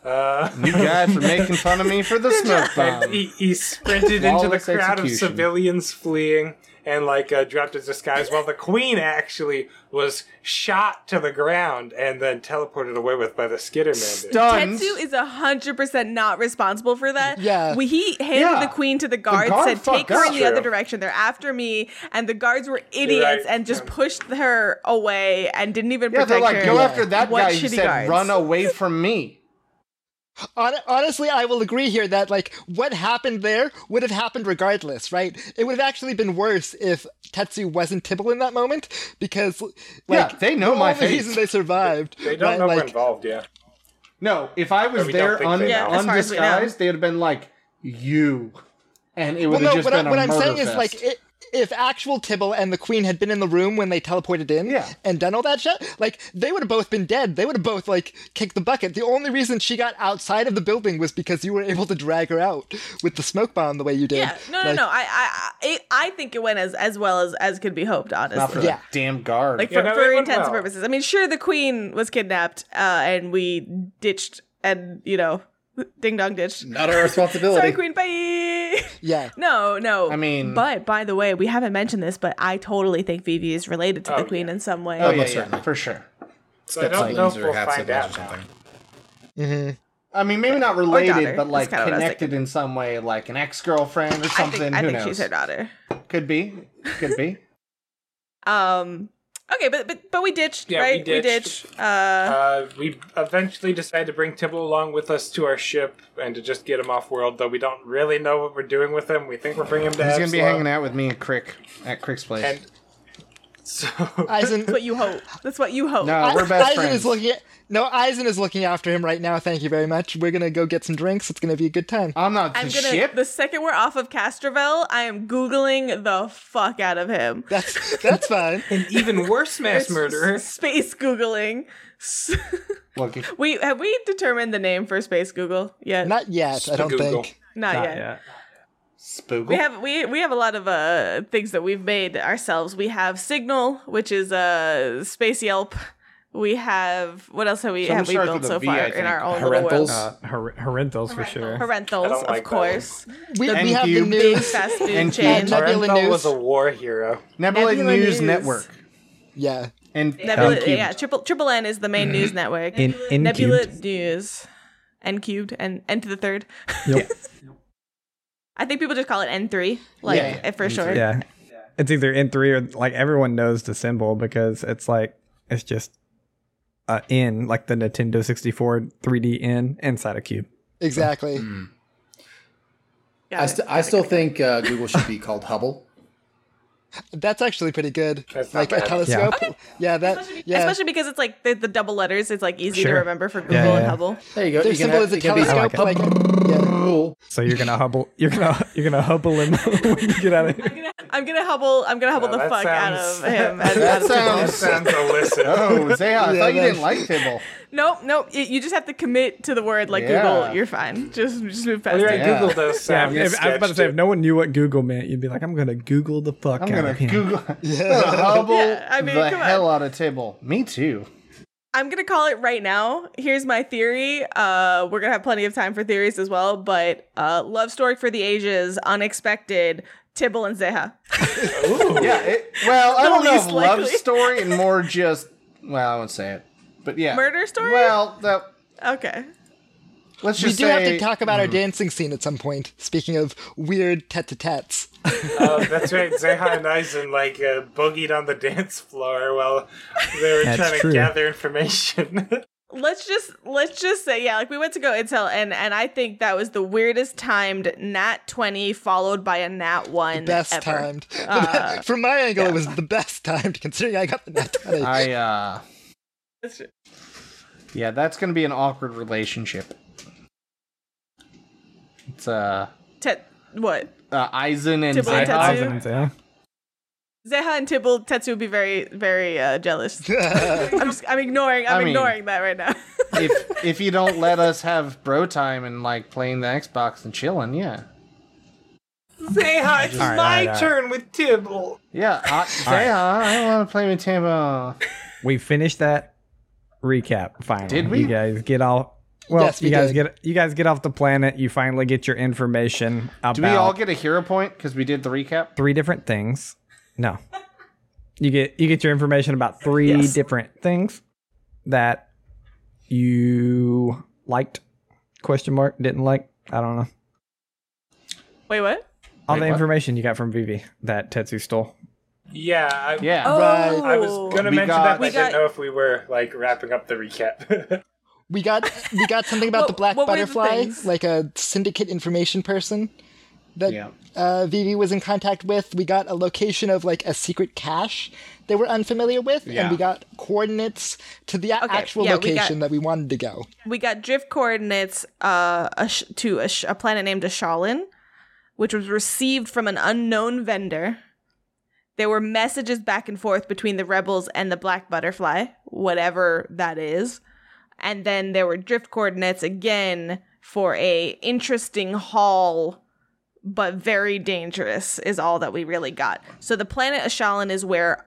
[SPEAKER 6] Uh,
[SPEAKER 4] You guys are making fun of me for [laughs] the smoke
[SPEAKER 6] and
[SPEAKER 4] bomb.
[SPEAKER 6] he, he sprinted into the
[SPEAKER 4] Flawless
[SPEAKER 6] crowd
[SPEAKER 4] execution.
[SPEAKER 6] of civilians fleeing and like uh, dropped his disguise while the queen actually was shot to the ground and then teleported away with by the skitterman
[SPEAKER 4] Stunned.
[SPEAKER 2] Tetsu is hundred percent not responsible for that.
[SPEAKER 5] Yeah.
[SPEAKER 2] we, he handed
[SPEAKER 4] Yeah.
[SPEAKER 2] the queen to the guards,
[SPEAKER 4] guard
[SPEAKER 2] said, "Take
[SPEAKER 4] fucked
[SPEAKER 2] her
[SPEAKER 4] up."
[SPEAKER 2] in the other
[SPEAKER 6] True.
[SPEAKER 2] direction. They're after me." And the guards were
[SPEAKER 6] right.
[SPEAKER 2] idiots and just
[SPEAKER 6] Yeah.
[SPEAKER 2] pushed her away and didn't even
[SPEAKER 4] Yeah,
[SPEAKER 2] protect
[SPEAKER 4] they're like,
[SPEAKER 2] her.
[SPEAKER 4] go after that
[SPEAKER 2] What
[SPEAKER 4] guy. He
[SPEAKER 2] shitty
[SPEAKER 4] said,
[SPEAKER 2] guards.
[SPEAKER 4] run away from me.
[SPEAKER 5] Hon- honestly, I will agree here that like what happened there would have happened regardless, right? It would have actually been worse if Tetsu wasn't Tibble in that moment because like
[SPEAKER 4] yeah, they know
[SPEAKER 5] the
[SPEAKER 4] my
[SPEAKER 5] only
[SPEAKER 4] face.
[SPEAKER 5] reason they survived.
[SPEAKER 6] They don't
[SPEAKER 5] right,
[SPEAKER 6] know we're
[SPEAKER 5] like,
[SPEAKER 6] involved, yeah.
[SPEAKER 4] No, if I
[SPEAKER 6] Or
[SPEAKER 4] was
[SPEAKER 6] we don't
[SPEAKER 4] there
[SPEAKER 6] think
[SPEAKER 4] un-
[SPEAKER 6] they
[SPEAKER 2] Yeah, know. as far as we know.
[SPEAKER 4] undisguised, they'd have been like, you. And it
[SPEAKER 5] Well,
[SPEAKER 4] would have
[SPEAKER 5] no,
[SPEAKER 4] just
[SPEAKER 5] what, I,
[SPEAKER 4] been a
[SPEAKER 5] what I'm
[SPEAKER 4] murder
[SPEAKER 5] saying is
[SPEAKER 4] fest.
[SPEAKER 5] like it, if actual Tibble and the Queen had been in the room when they teleported in
[SPEAKER 6] Yeah.
[SPEAKER 5] and done all that shit, like they would have both been dead. They would have both like kicked the bucket. The only reason she got outside of the building was because you were able to drag her out with the smoke bomb the way you did.
[SPEAKER 2] Yeah, no, no,
[SPEAKER 5] Like,
[SPEAKER 2] no. I, I, I, it- I think it went as as well as as could be hoped. Honestly,
[SPEAKER 5] Yeah.
[SPEAKER 7] Damn guard.
[SPEAKER 2] like
[SPEAKER 6] Yeah,
[SPEAKER 2] for,
[SPEAKER 6] no, it
[SPEAKER 2] for
[SPEAKER 6] went
[SPEAKER 2] intents and
[SPEAKER 6] well.
[SPEAKER 2] purposes. I mean, sure, the queen was kidnapped, uh, and we ditched, and you know, ding dong ditched.
[SPEAKER 3] Not our
[SPEAKER 4] [laughs]
[SPEAKER 3] responsibility.
[SPEAKER 2] Sorry, queen. Bye. [laughs]
[SPEAKER 5] Yeah.
[SPEAKER 2] No, no.
[SPEAKER 4] I mean-
[SPEAKER 2] but by the way, we haven't mentioned this, but I totally think Vivi is related to the queen in some way.
[SPEAKER 4] Oh, yeah,
[SPEAKER 3] most
[SPEAKER 4] yeah,
[SPEAKER 3] certainly.
[SPEAKER 4] for sure.
[SPEAKER 6] So I don't know if
[SPEAKER 3] Siblings
[SPEAKER 6] we'll find
[SPEAKER 3] half-siblings
[SPEAKER 6] out now.
[SPEAKER 4] I mean, maybe not related,
[SPEAKER 2] daughter.
[SPEAKER 4] but like
[SPEAKER 2] That's kinda what I was
[SPEAKER 4] connected in some way, like an ex girlfriend or
[SPEAKER 2] I
[SPEAKER 4] something.
[SPEAKER 2] think,
[SPEAKER 4] Who
[SPEAKER 2] I think
[SPEAKER 4] knows?
[SPEAKER 2] she's her daughter.
[SPEAKER 4] Could be.
[SPEAKER 6] [laughs]
[SPEAKER 4] Could be.
[SPEAKER 2] Um. Okay, but but but we ditched,
[SPEAKER 6] Yeah, we
[SPEAKER 2] right?
[SPEAKER 6] ditched.
[SPEAKER 2] ditched. Uh,
[SPEAKER 6] Uh, we eventually decide to bring Tibble along with us to our ship and to just get him off world, though we don't really know what we're doing with him. We think we're bringing him to
[SPEAKER 4] He's gonna be
[SPEAKER 6] Absalom.
[SPEAKER 4] hanging out with me and Crick at Crick's place.
[SPEAKER 6] And so
[SPEAKER 5] Eisen,
[SPEAKER 2] that's what you hope. That's what you hope.
[SPEAKER 4] no, we're best
[SPEAKER 5] Eisen
[SPEAKER 4] friends.
[SPEAKER 5] is looking at, no, Eisen is looking after him right now. Thank you very much. We're gonna go get some drinks. It's gonna be a good time.
[SPEAKER 4] I'm not
[SPEAKER 2] I'm
[SPEAKER 4] the
[SPEAKER 2] gonna.
[SPEAKER 4] ship.
[SPEAKER 2] The second we're off of Castrovel, I am googling the fuck out of him.
[SPEAKER 5] That's [laughs] that's fine.
[SPEAKER 6] an even worse mass murderer.
[SPEAKER 2] Space googling. S- [laughs]
[SPEAKER 4] Look, if-
[SPEAKER 2] we have we determined the name for space Google yet?
[SPEAKER 5] Not yet. I don't
[SPEAKER 6] Google.
[SPEAKER 5] think.
[SPEAKER 2] Not yet.
[SPEAKER 4] Spoogle.
[SPEAKER 2] We have we we have a lot of uh things that we've made ourselves. We have Signal, which is a uh, space Yelp. We have what else have we
[SPEAKER 4] Something
[SPEAKER 2] have we
[SPEAKER 4] starts
[SPEAKER 2] built
[SPEAKER 4] with a
[SPEAKER 2] so
[SPEAKER 4] V,
[SPEAKER 2] far
[SPEAKER 4] I
[SPEAKER 2] in
[SPEAKER 4] think.
[SPEAKER 2] our own little
[SPEAKER 3] Parentals.
[SPEAKER 2] world?
[SPEAKER 1] Uh, her- Horrendals for sure.
[SPEAKER 6] I
[SPEAKER 2] Parentals,
[SPEAKER 6] don't like
[SPEAKER 2] of
[SPEAKER 6] that
[SPEAKER 2] course.
[SPEAKER 5] We,
[SPEAKER 4] Thank
[SPEAKER 5] we have
[SPEAKER 4] you.
[SPEAKER 5] the
[SPEAKER 2] Big
[SPEAKER 5] news.
[SPEAKER 2] fast food
[SPEAKER 4] And
[SPEAKER 2] chain.
[SPEAKER 5] Nebula
[SPEAKER 6] Arendelle
[SPEAKER 5] News.
[SPEAKER 6] was a war hero.
[SPEAKER 4] Nebula,
[SPEAKER 2] Nebula
[SPEAKER 4] News,
[SPEAKER 2] News.
[SPEAKER 4] Network.
[SPEAKER 5] Yeah.
[SPEAKER 4] And
[SPEAKER 2] Nebula,
[SPEAKER 4] N-cubed.
[SPEAKER 2] yeah, triple triple N is the main news network.
[SPEAKER 1] In- in
[SPEAKER 2] Nebula
[SPEAKER 1] cubed.
[SPEAKER 2] News, N cubed and N to the third.
[SPEAKER 1] Yep.
[SPEAKER 2] [laughs] I think people just call it N three, like eh,
[SPEAKER 4] Yeah, yeah,
[SPEAKER 2] for sure.
[SPEAKER 1] Yeah. It's either N three or like everyone knows the symbol because it's like it's just a N, like the Nintendo sixty four 3D N inside a cube.
[SPEAKER 5] Exactly.
[SPEAKER 4] Hmm.
[SPEAKER 2] Got
[SPEAKER 3] I,
[SPEAKER 2] it.
[SPEAKER 3] st- I still think uh, Google should be called Hubble.
[SPEAKER 5] That's actually pretty good.
[SPEAKER 6] That's not
[SPEAKER 5] like a
[SPEAKER 6] bad.
[SPEAKER 5] telescope. Yeah,
[SPEAKER 4] Uh,
[SPEAKER 5] that. Yeah.
[SPEAKER 2] Especially because it's like the, the double letters, it's like easy
[SPEAKER 1] Sure.
[SPEAKER 2] to remember for Google
[SPEAKER 1] Yeah, yeah,
[SPEAKER 2] and
[SPEAKER 1] yeah.
[SPEAKER 2] Hubble.
[SPEAKER 3] There you go.
[SPEAKER 5] their
[SPEAKER 3] You can
[SPEAKER 5] symbol
[SPEAKER 3] have-
[SPEAKER 5] is a
[SPEAKER 3] it can be
[SPEAKER 5] telescope.
[SPEAKER 1] I like
[SPEAKER 5] like, yeah.
[SPEAKER 3] Hubble.
[SPEAKER 1] So you're gonna hubble [laughs] you're gonna you're gonna hubble him [laughs] when you get out of here.
[SPEAKER 2] I'm gonna Hubble. I'm gonna Hubble
[SPEAKER 6] Yeah,
[SPEAKER 2] the
[SPEAKER 6] that
[SPEAKER 2] fuck out of
[SPEAKER 6] sounds- [laughs]
[SPEAKER 2] him. and out
[SPEAKER 4] That
[SPEAKER 2] of people.
[SPEAKER 6] That
[SPEAKER 4] sounds.
[SPEAKER 6] sounds illicit.
[SPEAKER 4] [laughs] Oh,
[SPEAKER 6] [laughs]
[SPEAKER 4] Zaya, I
[SPEAKER 5] Yeah,
[SPEAKER 4] thought you
[SPEAKER 5] that's-
[SPEAKER 4] didn't like Tibble.
[SPEAKER 2] Nope, nope. y- you just have to commit to the word like
[SPEAKER 4] Yeah.
[SPEAKER 2] Google. You're fine. Just just move past
[SPEAKER 6] You're right,
[SPEAKER 2] it.
[SPEAKER 4] Yeah.
[SPEAKER 6] Google does sound
[SPEAKER 1] If- I was about to say if no one knew what Google meant, you'd be like, I'm gonna Google the fuck
[SPEAKER 4] I'm
[SPEAKER 1] out
[SPEAKER 4] gonna
[SPEAKER 1] of him.
[SPEAKER 4] Google Hubble
[SPEAKER 2] [laughs] Yeah, I mean,
[SPEAKER 4] the
[SPEAKER 2] come on.
[SPEAKER 4] hell out of Tibble. Me too.
[SPEAKER 2] I'm gonna call it right now. Here's my theory. Uh, we're gonna have plenty of time for theories as well. But uh, love story for the ages, unexpected. Tibble and Zeha.
[SPEAKER 4] Yeah. It, [laughs] well, I
[SPEAKER 2] The
[SPEAKER 4] don't know if
[SPEAKER 2] least
[SPEAKER 4] love
[SPEAKER 2] likely. [laughs]
[SPEAKER 4] story and more just. Well, I won't say it, but yeah.
[SPEAKER 2] Murder story?
[SPEAKER 4] Well, that,
[SPEAKER 2] Okay.
[SPEAKER 4] let's
[SPEAKER 5] We
[SPEAKER 4] just
[SPEAKER 5] do
[SPEAKER 4] say,
[SPEAKER 5] have to talk about
[SPEAKER 4] Hmm.
[SPEAKER 5] our dancing scene at some point. Speaking of weird tete-tetes.
[SPEAKER 6] Uh, that's right. Zeha and Eisen like uh, boogied on the dance floor while they were
[SPEAKER 1] That's
[SPEAKER 6] trying
[SPEAKER 1] true.
[SPEAKER 6] to gather information. [laughs]
[SPEAKER 2] let's just let's just say yeah like we went to go intel and and i think that was the weirdest timed nat 20 followed by a nat 1
[SPEAKER 5] Best
[SPEAKER 2] ever.
[SPEAKER 5] [laughs] timed. From my angle, it was the best timed considering I got the net.
[SPEAKER 4] I uh.
[SPEAKER 2] That's true.
[SPEAKER 4] Yeah, that's gonna be an awkward relationship. It's uh,
[SPEAKER 2] Te- what
[SPEAKER 4] uh Eisen and
[SPEAKER 2] Tibble and
[SPEAKER 4] Zeha.
[SPEAKER 2] Tetsu.
[SPEAKER 1] Yeah.
[SPEAKER 2] zeha and tibble tetsu would be very very uh,
[SPEAKER 5] [laughs]
[SPEAKER 2] jealous i'm just i'm ignoring i'm
[SPEAKER 4] I mean-
[SPEAKER 2] ignoring that right now [laughs]
[SPEAKER 4] if if you don't let us have bro time and like playing the Xbox and chilling, yeah,
[SPEAKER 6] Zeha, it's
[SPEAKER 1] right,
[SPEAKER 6] my
[SPEAKER 1] all right, all right.
[SPEAKER 6] turn with Tibble.
[SPEAKER 4] yeah. I, Zeha, I want to play with Tambo.
[SPEAKER 1] We finished that recap finally.
[SPEAKER 4] Did we?
[SPEAKER 1] You guys get off well,
[SPEAKER 5] Yes, we
[SPEAKER 1] you guys
[SPEAKER 5] did.
[SPEAKER 1] get you guys get off the planet. You finally get your information about
[SPEAKER 4] Do we all get a hero point because we did the recap?
[SPEAKER 1] three different things. No. You get you get your information about three different things that you liked question mark didn't like I don't know.
[SPEAKER 2] wait what
[SPEAKER 1] All
[SPEAKER 4] Wait,
[SPEAKER 1] the
[SPEAKER 4] what?
[SPEAKER 1] information you got from Vivi that Tetsu stole.
[SPEAKER 6] Yeah, I,
[SPEAKER 4] Yeah.
[SPEAKER 2] Oh,
[SPEAKER 5] Right.
[SPEAKER 6] I was gonna
[SPEAKER 4] We
[SPEAKER 6] mention
[SPEAKER 4] got-
[SPEAKER 6] that, but
[SPEAKER 2] we
[SPEAKER 6] I
[SPEAKER 2] got-
[SPEAKER 6] didn't know if we were like wrapping up the recap. [laughs]
[SPEAKER 5] we got we got something about the
[SPEAKER 2] What-
[SPEAKER 5] black
[SPEAKER 2] what were the
[SPEAKER 5] butterfly,
[SPEAKER 2] things?
[SPEAKER 5] like a syndicate information person that
[SPEAKER 4] Yeah.
[SPEAKER 5] uh, Vivi was in contact with. We got a location of like a secret cache they were unfamiliar with, and we got coordinates to the a-
[SPEAKER 2] Okay,
[SPEAKER 5] actual
[SPEAKER 2] yeah, we got-
[SPEAKER 5] location that we wanted to go.
[SPEAKER 2] we got drift coordinates uh a sh- to a, sh- a planet named ashalin which was received from an unknown vendor There were messages back and forth between the rebels and the black butterfly, whatever that is. And then there were drift coordinates again for a interesting haul but very dangerous is all that we really got. So the planet Ashalan is where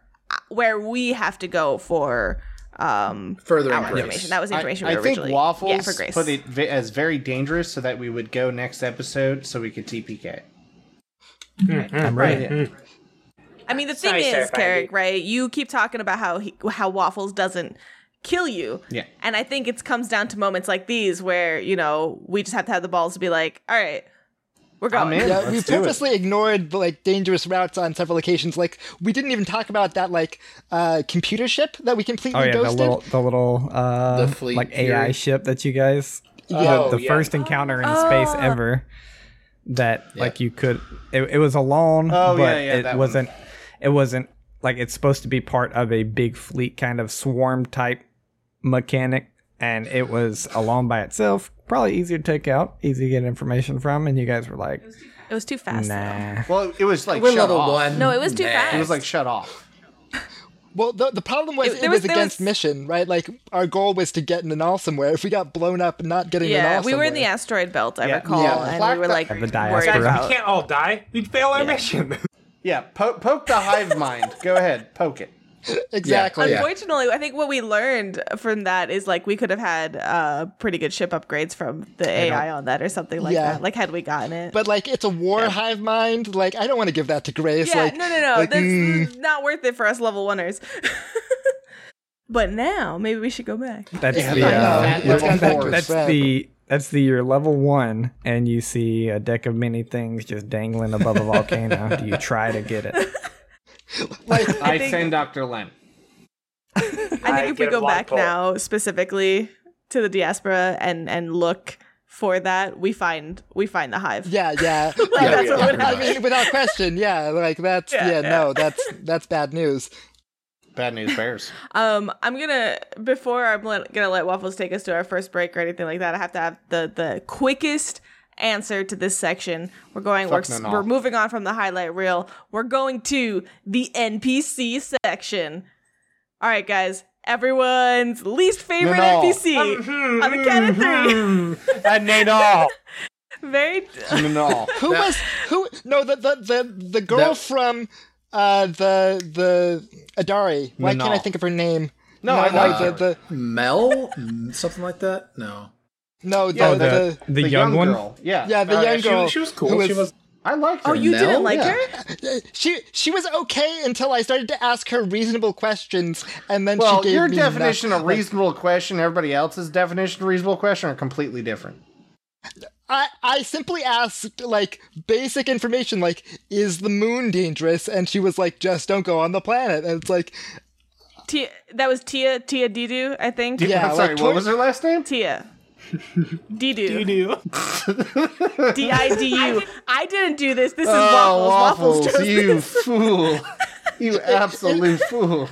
[SPEAKER 2] where we have to go for um
[SPEAKER 3] Further
[SPEAKER 2] our
[SPEAKER 3] inquiries.
[SPEAKER 2] information. That was the
[SPEAKER 4] I,
[SPEAKER 2] information
[SPEAKER 4] I
[SPEAKER 2] we
[SPEAKER 4] think
[SPEAKER 2] originally
[SPEAKER 4] waffles
[SPEAKER 2] yeah, for Grace.
[SPEAKER 4] put it ve- as very dangerous, so that we would go next episode, so we could TPK.
[SPEAKER 1] I'm ready.
[SPEAKER 2] I mean, the thing
[SPEAKER 6] Sorry,
[SPEAKER 2] is,
[SPEAKER 6] Sarah
[SPEAKER 2] Carrick,
[SPEAKER 6] Feige.
[SPEAKER 2] right? You keep talking about how he, how waffles doesn't kill you,
[SPEAKER 7] Yeah.
[SPEAKER 2] and I think it comes down to moments like these where you know we just have to have the balls to be like, all right, we're
[SPEAKER 4] I'm
[SPEAKER 2] going.
[SPEAKER 4] in.
[SPEAKER 5] Yeah,
[SPEAKER 4] Let's
[SPEAKER 5] we
[SPEAKER 4] do it.
[SPEAKER 5] purposely ignored the like dangerous routes on several occasions. Like we didn't even talk about that like uh computer ship that we completely
[SPEAKER 1] Oh yeah, the
[SPEAKER 5] ghosted.
[SPEAKER 1] little the little uh
[SPEAKER 3] The fleet
[SPEAKER 1] like
[SPEAKER 3] here.
[SPEAKER 1] AI ship that you guys
[SPEAKER 6] Yeah.
[SPEAKER 1] the,
[SPEAKER 6] Oh,
[SPEAKER 1] the
[SPEAKER 6] yeah.
[SPEAKER 1] first encounter in space
[SPEAKER 2] Ah.
[SPEAKER 1] ever that like you could it, it was alone
[SPEAKER 4] Oh, yeah,
[SPEAKER 1] but
[SPEAKER 4] yeah, that
[SPEAKER 1] it
[SPEAKER 4] one.
[SPEAKER 1] wasn't it wasn't like it's supposed to be part of a big fleet kind of swarm type mechanic and it was alone by itself probably easier to take out easy to get information from and you guys were like
[SPEAKER 2] It was too fast. though.
[SPEAKER 1] nah
[SPEAKER 4] Well, it was like
[SPEAKER 3] We're
[SPEAKER 4] shut
[SPEAKER 3] level
[SPEAKER 4] off.
[SPEAKER 3] one.
[SPEAKER 2] No, it was too fast.
[SPEAKER 4] It was like shut off.
[SPEAKER 5] Well, the, the problem was
[SPEAKER 2] It-
[SPEAKER 5] it,
[SPEAKER 2] there
[SPEAKER 5] was,
[SPEAKER 2] was- there
[SPEAKER 5] against
[SPEAKER 2] was-
[SPEAKER 5] mission, right? Like our goal was to get Nanal somewhere. If we got blown up, not getting
[SPEAKER 2] Yeah,
[SPEAKER 5] Nanal
[SPEAKER 2] we were in the
[SPEAKER 5] somewhere-
[SPEAKER 2] asteroid belt, I
[SPEAKER 4] Yeah.
[SPEAKER 2] recall,
[SPEAKER 5] Yeah.
[SPEAKER 2] and
[SPEAKER 4] Black
[SPEAKER 2] we were
[SPEAKER 4] Di-
[SPEAKER 2] like
[SPEAKER 1] The
[SPEAKER 2] worried
[SPEAKER 1] diaspora.
[SPEAKER 6] Guys, we
[SPEAKER 2] about.
[SPEAKER 6] can't all die. We'd fail our
[SPEAKER 5] [laughs]
[SPEAKER 6] mission.
[SPEAKER 4] Yeah, po- poke the hive [laughs] mind. Go ahead, poke it.
[SPEAKER 5] exactly.
[SPEAKER 3] Yeah.
[SPEAKER 2] Unfortunately, I think what we learned from that is like we could have had uh, pretty good ship upgrades from the AI on that or something like
[SPEAKER 5] Yeah.
[SPEAKER 2] that. Like had we gotten it,
[SPEAKER 5] But like it's a war hive mind. Like I don't want to give that to Grace.
[SPEAKER 2] yeah,
[SPEAKER 5] like,
[SPEAKER 2] no, no, no.
[SPEAKER 5] like,
[SPEAKER 2] That's
[SPEAKER 5] mm,
[SPEAKER 2] not worth it for us level oneers. [laughs] but now maybe we should go back.
[SPEAKER 1] that's
[SPEAKER 5] Yeah,
[SPEAKER 1] the
[SPEAKER 5] no,
[SPEAKER 1] uh,
[SPEAKER 5] that-
[SPEAKER 1] your-
[SPEAKER 5] that's
[SPEAKER 1] that-
[SPEAKER 5] got
[SPEAKER 1] that's
[SPEAKER 5] that-
[SPEAKER 1] the that's the your level one and you see a deck of many things just dangling above a [laughs] volcano do you try to get it
[SPEAKER 5] like
[SPEAKER 7] I
[SPEAKER 2] think-
[SPEAKER 7] send Dr. Lem.
[SPEAKER 2] I
[SPEAKER 6] I
[SPEAKER 2] think if we
[SPEAKER 6] get a
[SPEAKER 2] go
[SPEAKER 6] blog
[SPEAKER 2] back
[SPEAKER 6] poll.
[SPEAKER 2] now specifically to the diaspora and and look for that, we find we find the hive.
[SPEAKER 5] yeah, yeah.
[SPEAKER 2] Like, [laughs] that's what would
[SPEAKER 5] I
[SPEAKER 2] happen.
[SPEAKER 5] mean, without question, yeah. Like that's
[SPEAKER 2] Yeah,
[SPEAKER 5] yeah,
[SPEAKER 2] yeah.
[SPEAKER 5] no, that's that's bad news.
[SPEAKER 4] Bad news [laughs] bears.
[SPEAKER 2] Um, I'm gonna before I'm let, gonna let Waffles take us to our first break or anything like that. I have to have the the quickest answer to this section. We're going. We're,
[SPEAKER 4] Fuck no, no.
[SPEAKER 2] we're moving on from the highlight reel. We're going to the NPC section. All right, guys. Everyone's least favorite
[SPEAKER 4] No, no.
[SPEAKER 2] NPC on the count of three.
[SPEAKER 4] At Nadal.
[SPEAKER 2] [laughs] Very.
[SPEAKER 4] Nadal.
[SPEAKER 5] Who was who? No, the the the, the girl
[SPEAKER 3] That-
[SPEAKER 5] from uh the the Adari. Why can't I
[SPEAKER 4] Nanal.
[SPEAKER 5] think of her name?
[SPEAKER 4] No, I like
[SPEAKER 5] no,
[SPEAKER 4] Adari.
[SPEAKER 5] the, the
[SPEAKER 3] Mel, [laughs] Mm, something like that. No,
[SPEAKER 6] Oh,
[SPEAKER 5] no the,
[SPEAKER 4] Yeah,
[SPEAKER 5] the,
[SPEAKER 4] the-
[SPEAKER 1] Oh,
[SPEAKER 5] the,
[SPEAKER 1] the, young, one
[SPEAKER 4] Girl. Yeah.
[SPEAKER 5] yeah the young girl.
[SPEAKER 6] Uh, She, she was cool.
[SPEAKER 5] who
[SPEAKER 6] she was.
[SPEAKER 4] I liked her.
[SPEAKER 2] Oh, you
[SPEAKER 3] Mel?
[SPEAKER 2] didn't like
[SPEAKER 4] Yeah.
[SPEAKER 2] her?
[SPEAKER 5] she she was okay until I started to ask her reasonable questions, and then
[SPEAKER 4] Well,
[SPEAKER 5] she gave
[SPEAKER 4] your
[SPEAKER 5] me
[SPEAKER 4] definition
[SPEAKER 5] nothing.
[SPEAKER 4] of reasonable question, everybody else's definition of reasonable question are completely different.
[SPEAKER 5] I I simply asked like basic information, like is the moon dangerous? And she was like, just don't go on the planet. And it's like,
[SPEAKER 2] Tia. That was Tia. Tia Didu, I think.
[SPEAKER 5] Yeah,
[SPEAKER 4] I'm sorry,
[SPEAKER 5] like,
[SPEAKER 4] what
[SPEAKER 5] twen-
[SPEAKER 4] was her last name?
[SPEAKER 2] Tia. Didu.
[SPEAKER 6] do.
[SPEAKER 2] D I D U. I didn't do this. This is
[SPEAKER 4] Oh,
[SPEAKER 2] waffles.
[SPEAKER 4] waffles,
[SPEAKER 2] Waffles chose
[SPEAKER 4] you
[SPEAKER 2] this.
[SPEAKER 4] fool. You absolute fool.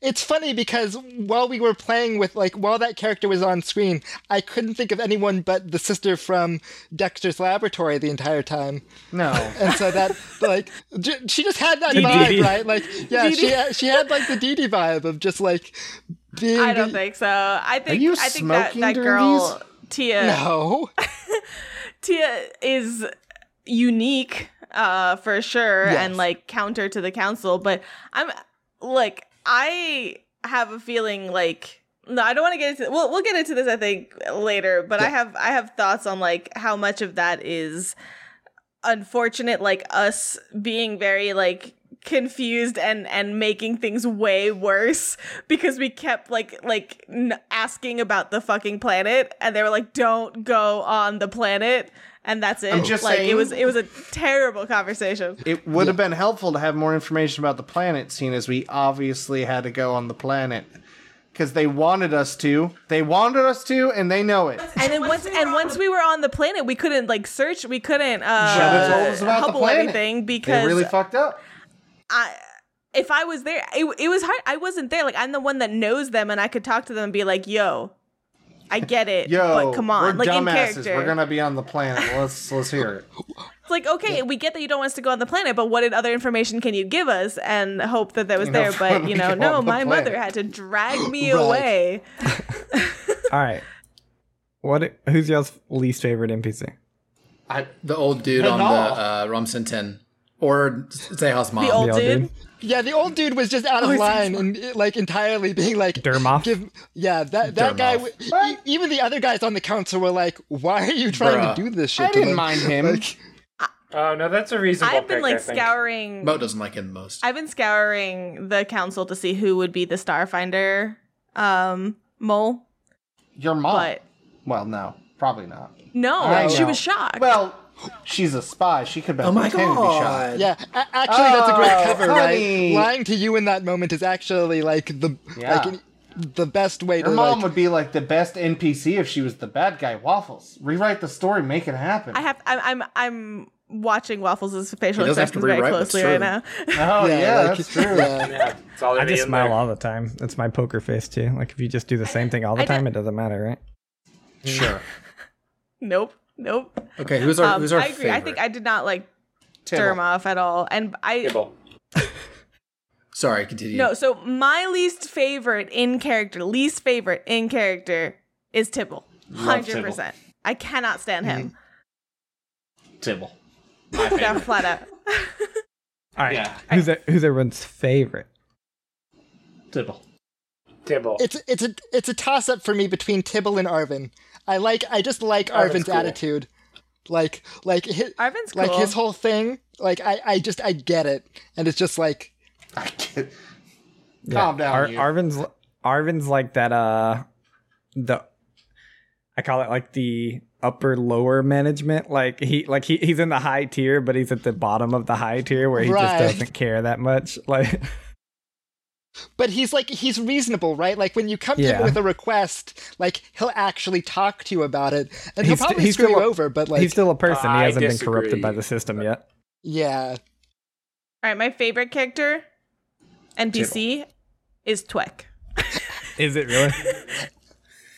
[SPEAKER 5] it's funny because while we were playing with like while that character was on screen, I couldn't think of anyone but the sister from Dexter's Laboratory the entire time.
[SPEAKER 4] No.
[SPEAKER 5] and so that like j- she just had that vibe, right? Like yeah, she had, she had like the Dee Dee vibe of just like
[SPEAKER 2] [laughs]
[SPEAKER 5] being.
[SPEAKER 2] I don't
[SPEAKER 5] the-
[SPEAKER 2] think so. I think
[SPEAKER 4] you
[SPEAKER 2] I think that,
[SPEAKER 4] smoking
[SPEAKER 2] that
[SPEAKER 4] during
[SPEAKER 2] girl Tia
[SPEAKER 5] No,
[SPEAKER 2] Tia is unique uh for sure and like counter to the council, but I'm like I have a feeling like no, I don't want to get into we'll we'll get into this I think later, but I have I have thoughts on like how much of that is unfortunate like us being very like confused and and making things way worse because we kept like like n- asking about the fucking planet and they were like don't go on the planet and that's it
[SPEAKER 4] I'm just
[SPEAKER 2] like it
[SPEAKER 4] saying-
[SPEAKER 2] was it was a terrible conversation
[SPEAKER 4] It would have been helpful to have more information about the planet, seeing as we obviously had to go on the planet. Because they wanted us to. They wanted us to, and they know it.
[SPEAKER 2] and then once and once we were on the planet we couldn't like search we couldn't
[SPEAKER 4] Should have told
[SPEAKER 2] uh
[SPEAKER 4] us about the
[SPEAKER 2] hubble
[SPEAKER 4] planet.
[SPEAKER 2] anything because
[SPEAKER 4] They really fucked up.
[SPEAKER 2] I if I was there, it, it was hard. I wasn't there. Like I'm the one that knows them, and I could talk to them and be like, "Yo, I get it.
[SPEAKER 4] Yo,
[SPEAKER 2] but come on,
[SPEAKER 4] we're
[SPEAKER 2] like in
[SPEAKER 4] dumbasses.
[SPEAKER 2] character."
[SPEAKER 4] We're gonna be on the planet. Let's let's hear it.
[SPEAKER 2] It's like, okay, we get that you don't want us to go on the planet, but what other information can you give us? And hope that that was
[SPEAKER 4] You know,
[SPEAKER 2] there. But, you
[SPEAKER 4] [laughs] we
[SPEAKER 2] know,
[SPEAKER 4] go
[SPEAKER 2] no,
[SPEAKER 4] on the
[SPEAKER 2] my
[SPEAKER 4] planet.
[SPEAKER 2] mother had to drag me
[SPEAKER 5] Right.
[SPEAKER 2] away.
[SPEAKER 1] All right. What? Who's y'all's least favorite NPC?
[SPEAKER 4] I,
[SPEAKER 3] The old dude
[SPEAKER 4] At
[SPEAKER 3] on
[SPEAKER 4] all.
[SPEAKER 3] the uh, Rumson 10. Or Zeha's mom.
[SPEAKER 2] The old
[SPEAKER 1] y'all
[SPEAKER 2] dude.
[SPEAKER 1] do?
[SPEAKER 5] Yeah, the old dude was just out of
[SPEAKER 2] Oh, he's
[SPEAKER 5] line and eh, like entirely being like
[SPEAKER 1] Dermoff?
[SPEAKER 5] Give, yeah, that that guy.
[SPEAKER 3] Dermoff.
[SPEAKER 5] w- e- even the other guys on the council were like, "Why are you trying
[SPEAKER 3] Bruh.
[SPEAKER 5] to do this shit?" to
[SPEAKER 4] I [laughs] didn't
[SPEAKER 5] them?"
[SPEAKER 4] mind him.
[SPEAKER 5] Like,
[SPEAKER 6] Oh no, that's a reasonable.
[SPEAKER 2] I've been
[SPEAKER 6] pick, I
[SPEAKER 2] like
[SPEAKER 6] think.
[SPEAKER 2] scouring.
[SPEAKER 3] Mo doesn't like him the most.
[SPEAKER 2] I've been scouring the council to see who would be the Starfinder um, mole,
[SPEAKER 4] Your mom.
[SPEAKER 2] but
[SPEAKER 4] Well, no, probably not.
[SPEAKER 2] no,
[SPEAKER 4] Oh. I
[SPEAKER 2] she
[SPEAKER 4] know.
[SPEAKER 2] was shocked.
[SPEAKER 4] Well, she's a spy. She could have
[SPEAKER 3] Oh my
[SPEAKER 4] pretended to be shot.
[SPEAKER 3] god.
[SPEAKER 5] yeah, a- actually, that's a
[SPEAKER 4] Oh,
[SPEAKER 5] great cover,
[SPEAKER 4] honey.
[SPEAKER 5] right? Lying to you in that moment is actually like the
[SPEAKER 4] Yeah.
[SPEAKER 5] like an- the best way
[SPEAKER 4] Your
[SPEAKER 5] to
[SPEAKER 4] mom
[SPEAKER 5] like,
[SPEAKER 4] would be like the best NPC if she was the bad guy. Waffles, rewrite the story, make it happen.
[SPEAKER 2] I have. I'm. I'm. I'm watching Waffles' facial
[SPEAKER 3] He doesn't have to
[SPEAKER 2] expressions very
[SPEAKER 3] rewrite what's
[SPEAKER 2] closely right
[SPEAKER 3] true.
[SPEAKER 2] now.
[SPEAKER 4] [laughs] oh yeah,
[SPEAKER 5] like-
[SPEAKER 4] that's
[SPEAKER 1] [laughs]
[SPEAKER 4] true.
[SPEAKER 5] yeah.
[SPEAKER 6] [laughs] Yeah, it's all
[SPEAKER 1] I
[SPEAKER 6] already
[SPEAKER 1] just
[SPEAKER 6] in there.
[SPEAKER 1] smile all the time. That's my poker face too. Like if you just do the same thing all the
[SPEAKER 2] I did-
[SPEAKER 1] time, it doesn't matter, right?
[SPEAKER 3] Sure.
[SPEAKER 2] Nope. Nope.
[SPEAKER 3] Okay, who's our
[SPEAKER 2] Um,
[SPEAKER 3] who's our
[SPEAKER 2] I agree.
[SPEAKER 3] favorite?
[SPEAKER 2] I think I did not like
[SPEAKER 4] Tibble.
[SPEAKER 2] Dermoff at all, and I
[SPEAKER 6] Table.
[SPEAKER 3] Sorry, continue.
[SPEAKER 2] no. So my least favorite in character, least favorite in character, is Tibble.
[SPEAKER 7] Love
[SPEAKER 2] Hundred
[SPEAKER 7] Tibble.
[SPEAKER 2] percent. I cannot stand him. [laughs]
[SPEAKER 7] Tibble.
[SPEAKER 2] Down flat out.
[SPEAKER 1] All right.
[SPEAKER 5] Yeah.
[SPEAKER 1] Who's e- who's everyone's favorite?
[SPEAKER 7] Tibble.
[SPEAKER 6] Table.
[SPEAKER 5] It's it's a it's a toss up for me between Tibble and Arvin. I like I just like
[SPEAKER 6] Arvin's
[SPEAKER 5] Arvin's
[SPEAKER 6] cool.
[SPEAKER 5] attitude, like like his,
[SPEAKER 2] Arvin's cool.
[SPEAKER 5] like his whole thing. Like I I just I get it, and it's just like
[SPEAKER 4] I get- Calm down,
[SPEAKER 1] Ar-
[SPEAKER 4] you.
[SPEAKER 1] Arvin's Arvin's like that. Uh, the I call it like the upper lower management. Like he like he, he's in the high tier, but he's at the bottom of the high tier where he
[SPEAKER 5] Right.
[SPEAKER 1] just doesn't care that much. Like
[SPEAKER 5] But he's like he's reasonable, right? Like when you come to
[SPEAKER 1] Yeah.
[SPEAKER 5] him with a request, like he'll actually talk to you about it, and he'll
[SPEAKER 1] He's-
[SPEAKER 5] probably
[SPEAKER 1] he's
[SPEAKER 5] screw
[SPEAKER 1] still
[SPEAKER 5] you
[SPEAKER 1] a-
[SPEAKER 5] over. But like,
[SPEAKER 1] he's still a person. He
[SPEAKER 6] I
[SPEAKER 1] hasn't been
[SPEAKER 6] disagree.
[SPEAKER 1] corrupted by the system yet.
[SPEAKER 5] yeah,
[SPEAKER 2] All right, my favorite character NPC is Twek.
[SPEAKER 1] Is it
[SPEAKER 2] [laughs]
[SPEAKER 1] really?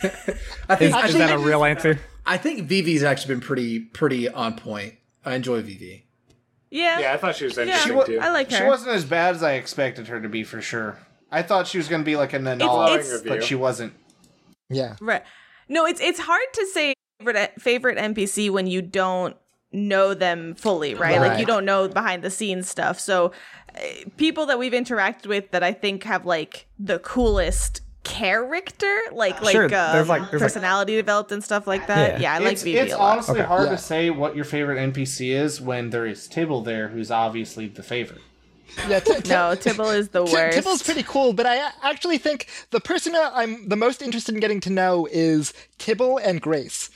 [SPEAKER 3] I think,
[SPEAKER 1] Is,
[SPEAKER 3] I
[SPEAKER 1] is
[SPEAKER 5] Actually,
[SPEAKER 1] that
[SPEAKER 3] think,
[SPEAKER 1] a
[SPEAKER 5] I-
[SPEAKER 1] real answer?
[SPEAKER 3] I think Vivi's actually been pretty pretty on point. I enjoy Vivi.
[SPEAKER 2] Yeah.
[SPEAKER 6] Yeah, I thought she was
[SPEAKER 2] Yeah,
[SPEAKER 6] interesting too.
[SPEAKER 2] I like her.
[SPEAKER 4] She wasn't as bad as I expected her to be for sure. I thought she was going to be like a Nanala,
[SPEAKER 2] it's-
[SPEAKER 6] Glowing
[SPEAKER 4] but
[SPEAKER 6] review.
[SPEAKER 4] she wasn't.
[SPEAKER 5] yeah.
[SPEAKER 2] right. No, it's it's hard to say favorite, favorite NPC when you don't know them fully, right? Like you
[SPEAKER 5] Right.
[SPEAKER 2] don't know behind the scenes stuff. So uh, people that we've interacted with that I think have like the coolest character, like like,
[SPEAKER 1] Sure,
[SPEAKER 2] um,
[SPEAKER 1] there's, like- there's, like-
[SPEAKER 2] personality developed and stuff like that.
[SPEAKER 1] Yeah.
[SPEAKER 2] Yeah, I like
[SPEAKER 4] it's,
[SPEAKER 2] Vivi
[SPEAKER 4] it's
[SPEAKER 2] a lot.
[SPEAKER 4] honestly
[SPEAKER 1] Okay.
[SPEAKER 4] hard
[SPEAKER 5] Yeah.
[SPEAKER 4] to say what your favorite NPC is when there is Tibble there, who's obviously the favorite.
[SPEAKER 5] yeah t- t-
[SPEAKER 2] no, Tibble is the
[SPEAKER 5] Ti-
[SPEAKER 2] worst.
[SPEAKER 5] Tibble's pretty cool, but I a- actually think the person I- I'm the most interested in getting to know is Tibble and Grace.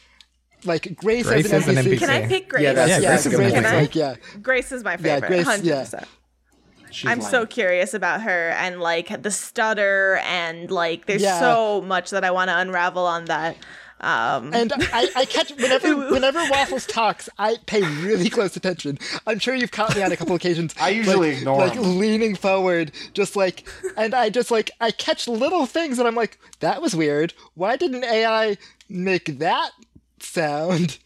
[SPEAKER 5] Like Grace,
[SPEAKER 1] Grace
[SPEAKER 5] as
[SPEAKER 1] is an
[SPEAKER 5] an NPC.
[SPEAKER 2] Can I pick Grace?
[SPEAKER 3] Yeah, that's,
[SPEAKER 5] Yeah,
[SPEAKER 3] that's
[SPEAKER 5] Grace,
[SPEAKER 3] a good
[SPEAKER 5] is
[SPEAKER 3] point.
[SPEAKER 2] Can I-
[SPEAKER 5] like yeah.
[SPEAKER 2] Grace is my
[SPEAKER 5] Yeah,
[SPEAKER 2] favorite.
[SPEAKER 5] Grace-
[SPEAKER 2] 100%.
[SPEAKER 5] yeah.
[SPEAKER 4] She's
[SPEAKER 2] I'm
[SPEAKER 4] lame.
[SPEAKER 2] so curious about her and like the stutter and like there's
[SPEAKER 5] Yeah.
[SPEAKER 2] so much that I want to unravel on that. Um
[SPEAKER 5] And I, I catch
[SPEAKER 2] [laughs]
[SPEAKER 5] whenever
[SPEAKER 2] Ooh.
[SPEAKER 5] whenever Waffles talks, I pay really close attention. I'm sure you've caught me on a couple occasions.
[SPEAKER 4] I usually
[SPEAKER 5] like,
[SPEAKER 4] ignore
[SPEAKER 5] like
[SPEAKER 4] him.
[SPEAKER 5] leaning forward, just like, and I just like I catch little things, and I'm like, that was weird. Why didn't AI make that sound?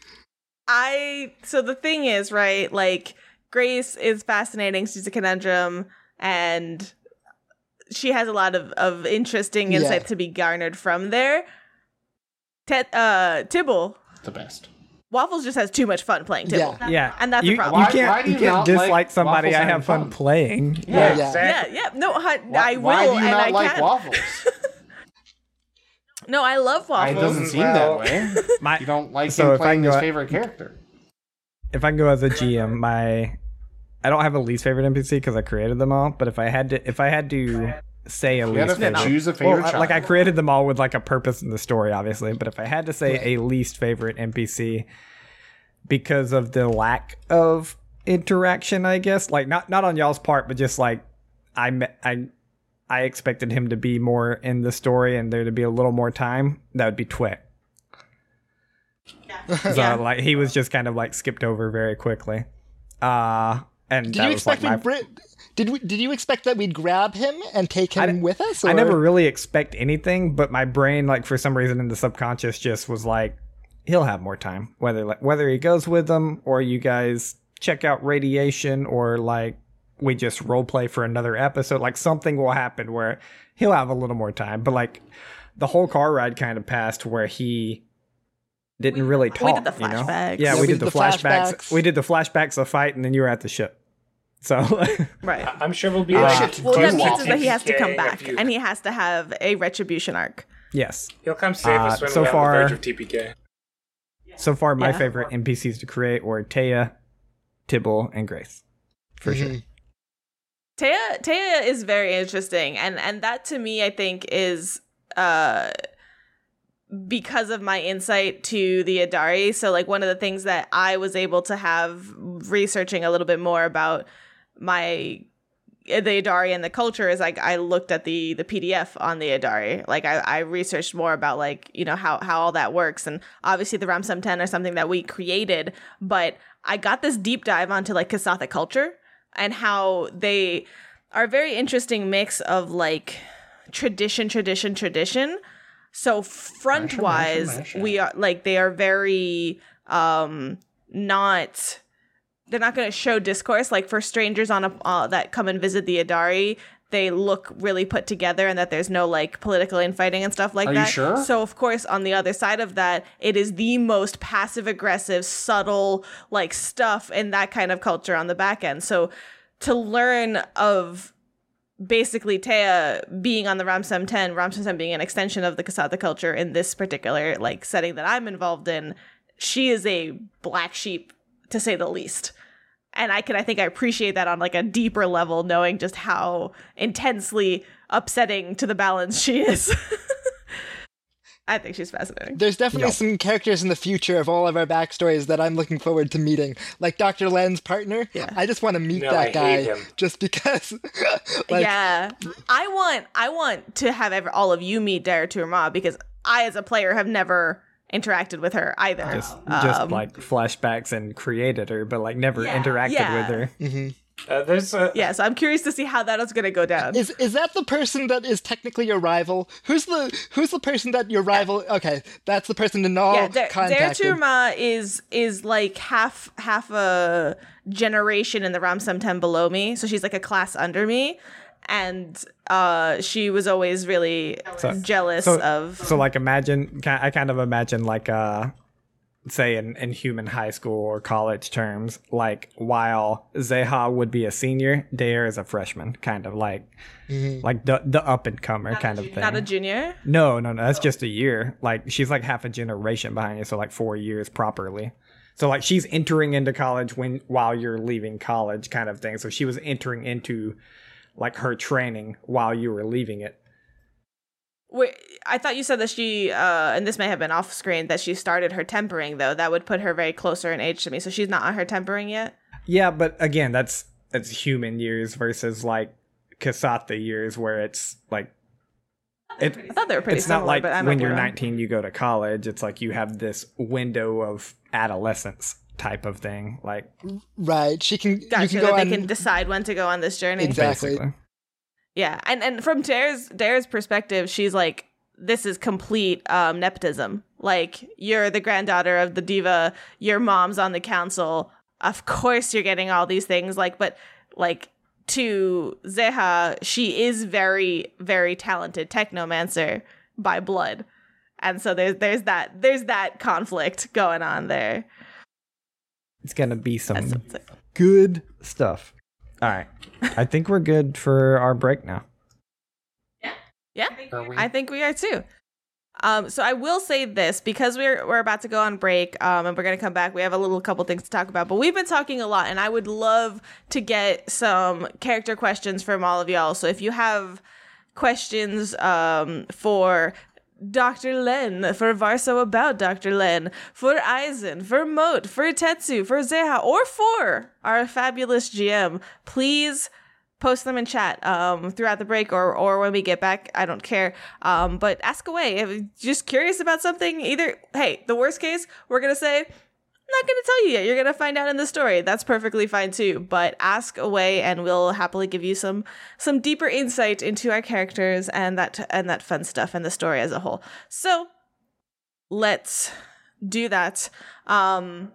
[SPEAKER 2] I so the thing is, right, like Grace is fascinating, she's a conundrum and she has a lot of of interesting
[SPEAKER 5] Yeah.
[SPEAKER 2] insight to be garnered from there. Ted uh Tibble
[SPEAKER 4] the best.
[SPEAKER 2] Waffles just has too much fun playing Tibble.
[SPEAKER 5] Yeah,
[SPEAKER 1] Yeah,
[SPEAKER 2] And that's a
[SPEAKER 1] you,
[SPEAKER 2] problem.
[SPEAKER 1] You
[SPEAKER 4] Why-
[SPEAKER 1] can't,
[SPEAKER 4] why do
[SPEAKER 1] you
[SPEAKER 4] you
[SPEAKER 1] can't
[SPEAKER 4] not
[SPEAKER 1] dislike
[SPEAKER 4] like
[SPEAKER 1] somebody I
[SPEAKER 4] waffles
[SPEAKER 1] have
[SPEAKER 4] having
[SPEAKER 1] fun,
[SPEAKER 4] fun? [laughs]
[SPEAKER 1] playing.
[SPEAKER 5] Yeah, yeah.
[SPEAKER 2] Yeah,
[SPEAKER 6] Exactly.
[SPEAKER 2] yeah. No, hun-
[SPEAKER 4] Why,
[SPEAKER 2] I will
[SPEAKER 4] why do you
[SPEAKER 2] and
[SPEAKER 4] not
[SPEAKER 2] I
[SPEAKER 4] like
[SPEAKER 2] can. [laughs]
[SPEAKER 4] waffles?
[SPEAKER 2] No, I love
[SPEAKER 4] it
[SPEAKER 2] waffles.
[SPEAKER 4] doesn't seem
[SPEAKER 6] Well-
[SPEAKER 4] that way.
[SPEAKER 1] [laughs] My-
[SPEAKER 4] You don't like
[SPEAKER 1] So
[SPEAKER 4] him
[SPEAKER 1] if I
[SPEAKER 4] playing
[SPEAKER 1] can go
[SPEAKER 4] his
[SPEAKER 1] out-
[SPEAKER 4] favorite character.
[SPEAKER 1] if I can go as a GM, my I don't have a least favorite NPC because I created them all. But if I had to, if I had to say a
[SPEAKER 4] You
[SPEAKER 1] least
[SPEAKER 4] have to
[SPEAKER 1] favorite,
[SPEAKER 4] choose a
[SPEAKER 1] well,
[SPEAKER 4] favorite
[SPEAKER 1] I-
[SPEAKER 4] child.
[SPEAKER 1] like I created them all with like a purpose in the story, obviously. But if I had to say a least favorite NPC because of the lack of interaction, I guess, like not not on y'all's part, but just like I me- I I expected him to be more in the story and there to be a little more time. That would be Twit. So
[SPEAKER 2] Yeah.
[SPEAKER 1] like he was just kind of like skipped over very quickly. Uh and
[SPEAKER 5] Did
[SPEAKER 1] that
[SPEAKER 5] you
[SPEAKER 1] was like
[SPEAKER 5] expect
[SPEAKER 1] my
[SPEAKER 5] we bri- did we, did you expect that we'd grab him and take him
[SPEAKER 1] I d-
[SPEAKER 5] with us?
[SPEAKER 1] I
[SPEAKER 5] or-
[SPEAKER 1] never really expect anything, but my brain like for some reason in the subconscious just was like he'll have more time whether like whether he goes with them or you guys check out radiation or like we just role play for another episode. Like something will happen where he'll have a little more time. But like the whole car ride kind of passed where he didn't really talk.
[SPEAKER 2] we did the
[SPEAKER 1] you know?
[SPEAKER 2] flashbacks.
[SPEAKER 1] Yeah, we, did, the flashbacks. We did the flashbacks of fight, and then you were at the ship. So [laughs]
[SPEAKER 2] Right.
[SPEAKER 6] I'm sure we'll be
[SPEAKER 1] Uh,
[SPEAKER 4] Ah.
[SPEAKER 6] like,
[SPEAKER 4] Shit.
[SPEAKER 2] Well, what that
[SPEAKER 4] Dude,
[SPEAKER 2] means is
[SPEAKER 4] walking.
[SPEAKER 2] that he has to come
[SPEAKER 6] Carrying a
[SPEAKER 2] back
[SPEAKER 6] few-
[SPEAKER 2] and he has to have a retribution arc.
[SPEAKER 1] yes,
[SPEAKER 6] He'll come save us
[SPEAKER 1] Uh,
[SPEAKER 6] when
[SPEAKER 1] so
[SPEAKER 6] we're
[SPEAKER 1] far-
[SPEAKER 6] on the verge of TPK.
[SPEAKER 1] so far my
[SPEAKER 2] Yeah.
[SPEAKER 1] favorite NPCs to create were Taya, Tibble, and Grace. For sure.
[SPEAKER 5] Mm-hmm.
[SPEAKER 2] Taya Taya is very interesting and and that to me I think is uh because of my insight to the Adari. So like one of the things that I was able to have researching a little bit more about my uh, the Adari and the culture is like I looked at the the PDF on the Adari. Like I, I researched more about like, you know, how how all that works. And obviously the Ramsum 10 are something that we created, but I got this deep dive onto like Kasatha culture and how they are a very interesting mix of like tradition, tradition, tradition. So front wise, we are like they are very um not they're not going to show discourse like for strangers on a uh, that come and visit the Adari they look really put together and that there's no like political infighting and stuff like
[SPEAKER 7] Are you
[SPEAKER 2] that
[SPEAKER 7] sure?
[SPEAKER 2] so of course on the other side of that it is the most passive aggressive subtle like stuff and that kind of culture on the back end so to learn of basically Taya being on the Ramsam 10, Ramsam 10 being an extension of the Kasata culture in this particular like setting that I'm involved in, she is a black sheep to say the least. And I can I think I appreciate that on like a deeper level knowing just how intensely upsetting to the balance she is. [laughs] I think she's fascinating.
[SPEAKER 5] There's definitely some characters in the future of all of our backstories that I'm looking forward to meeting. Like Dr. Len's partner.
[SPEAKER 2] Yeah.
[SPEAKER 5] I just want to meet
[SPEAKER 6] No, I
[SPEAKER 5] that
[SPEAKER 6] hate
[SPEAKER 5] guy
[SPEAKER 6] him.
[SPEAKER 5] just because [laughs] like
[SPEAKER 2] yeah. I want I want to have ever, all of you meet Dara Turma because I as a player have never interacted with her either.
[SPEAKER 1] Just, just
[SPEAKER 2] Um,
[SPEAKER 1] like flashbacks and created her, but like never interacted
[SPEAKER 2] yeah.
[SPEAKER 1] with her.
[SPEAKER 6] Uh, there's a,
[SPEAKER 2] Yeah, so I'm curious to see how that is going to go down.
[SPEAKER 5] Is is that the person that is technically your rival? Who's the who's the person that your rival? Okay, that's the person Nanal
[SPEAKER 2] yeah, Der-
[SPEAKER 5] contacted.
[SPEAKER 2] Daraturma is is like half half a generation in the Ramsam Ten below me, so she's like a class under me, and uh, she was always really
[SPEAKER 1] So-
[SPEAKER 2] jealous
[SPEAKER 1] so-
[SPEAKER 2] of.
[SPEAKER 1] So like imagine, ki- I kind of imagine like uh, say in, in human high school or college terms, like while Zeha would be a senior, Dare is a freshman, kind of like like the the up and comer kind of thing.
[SPEAKER 2] not a junior.
[SPEAKER 1] no, no, no,
[SPEAKER 2] Oh.
[SPEAKER 1] that's just a year. Like she's like half a generation behind you, so like four years properly. So like she's entering into college when while you're leaving college, kind of thing. So she was entering into like her training while you were leaving it.
[SPEAKER 2] Wait, I thought you said that she, uh, and this may have been off screen, that she started her tempering though. That would put her very closer in age to me. So she's not on her tempering yet.
[SPEAKER 1] Yeah, but again, that's that's human years versus like Kasata years, where it's like it,
[SPEAKER 2] I thought they were pretty
[SPEAKER 1] it's
[SPEAKER 2] similar.
[SPEAKER 1] not like
[SPEAKER 2] but I might
[SPEAKER 1] when
[SPEAKER 2] be
[SPEAKER 1] you're
[SPEAKER 2] wrong.
[SPEAKER 1] 19, you go to college. It's like you have this window of adolescence type of thing. Like
[SPEAKER 5] right, she can.
[SPEAKER 2] Gotcha,
[SPEAKER 5] you can go
[SPEAKER 2] that
[SPEAKER 5] on.
[SPEAKER 2] they can decide when to go on this journey.
[SPEAKER 5] Exactly.
[SPEAKER 1] basically,
[SPEAKER 2] Yeah, and and from Dare's Dare's perspective, she's like, this is complete um, nepotism. Like you're the granddaughter of the diva, your mom's on the council. Of course, you're getting all these things. Like, but like to Zeha, she is very very talented technomancer by blood, and so there's there's that there's that conflict going on there.
[SPEAKER 1] it's gonna be some
[SPEAKER 2] That's what's like.
[SPEAKER 1] good stuff. All right, I think we're good for our break now.
[SPEAKER 2] Yeah. I think we are too. Um, so I will say this because we're we're about to go on break, um, and we're gonna come back. We have a little couple things to talk about, but we've been talking a lot, and I would love to get some character questions from all of y'all. So if you have questions um, for Dr. Len, for Varso about Dr. Len, for Aizen, for Moat, for Tetsu, for Zeha, or for our fabulous GM, please post them in chat um, throughout the break or, or when we get back. I don't care. Um, but ask away. If you're just curious about something, either, hey, the worst case, we're going to say, not going to tell you yet. You're going to find out in the story. That's perfectly fine too. But ask away and we'll happily give you some some deeper insight into our characters and that and that fun stuff and the story as a whole. So, let's do that. Um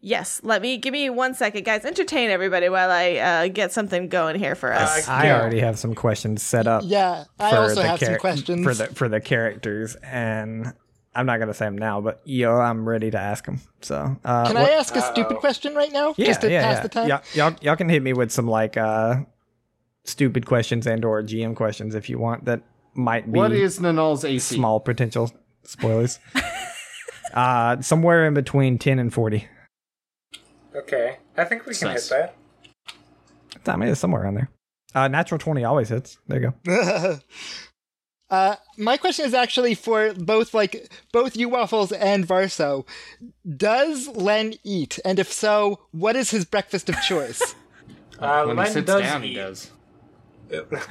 [SPEAKER 2] Yes, let me give me one second, guys. Entertain everybody while I uh, get something going here
[SPEAKER 1] Uh,
[SPEAKER 2] for us.
[SPEAKER 1] I already have some questions set up.
[SPEAKER 5] Yeah, I
[SPEAKER 1] uh, for
[SPEAKER 5] also
[SPEAKER 1] the
[SPEAKER 5] have some
[SPEAKER 1] charac-
[SPEAKER 5] questions.
[SPEAKER 1] for the for the characters, and I'm not gonna say them now, but yo, I'm ready to ask them. So uh,
[SPEAKER 5] Can I ask a stupid question right now?
[SPEAKER 1] Yeah,
[SPEAKER 5] just to
[SPEAKER 1] yeah,
[SPEAKER 5] pass
[SPEAKER 1] yeah.
[SPEAKER 5] the time?
[SPEAKER 1] Y'all, y'all, y'all can hit me with some like uh, stupid questions and or GM questions if you want that might be
[SPEAKER 4] What is Nanal's AC?
[SPEAKER 1] small potential spoilers. [laughs] uh, somewhere in between ten and forty.
[SPEAKER 6] Okay. I think we can
[SPEAKER 7] Sus.
[SPEAKER 6] hit that.
[SPEAKER 1] I mean, it's somewhere around there. Uh, natural twenty always hits. There you go.
[SPEAKER 5] [laughs]
[SPEAKER 6] [laughs]
[SPEAKER 5] uh, my question is actually for both like both you waffles and Varso. Does Len eat? And if so, what is his breakfast of
[SPEAKER 6] [laughs]
[SPEAKER 5] choice?
[SPEAKER 6] Uh,
[SPEAKER 7] when
[SPEAKER 6] Len
[SPEAKER 7] he sits
[SPEAKER 6] does
[SPEAKER 7] down, he
[SPEAKER 2] E.
[SPEAKER 6] eat.
[SPEAKER 7] does.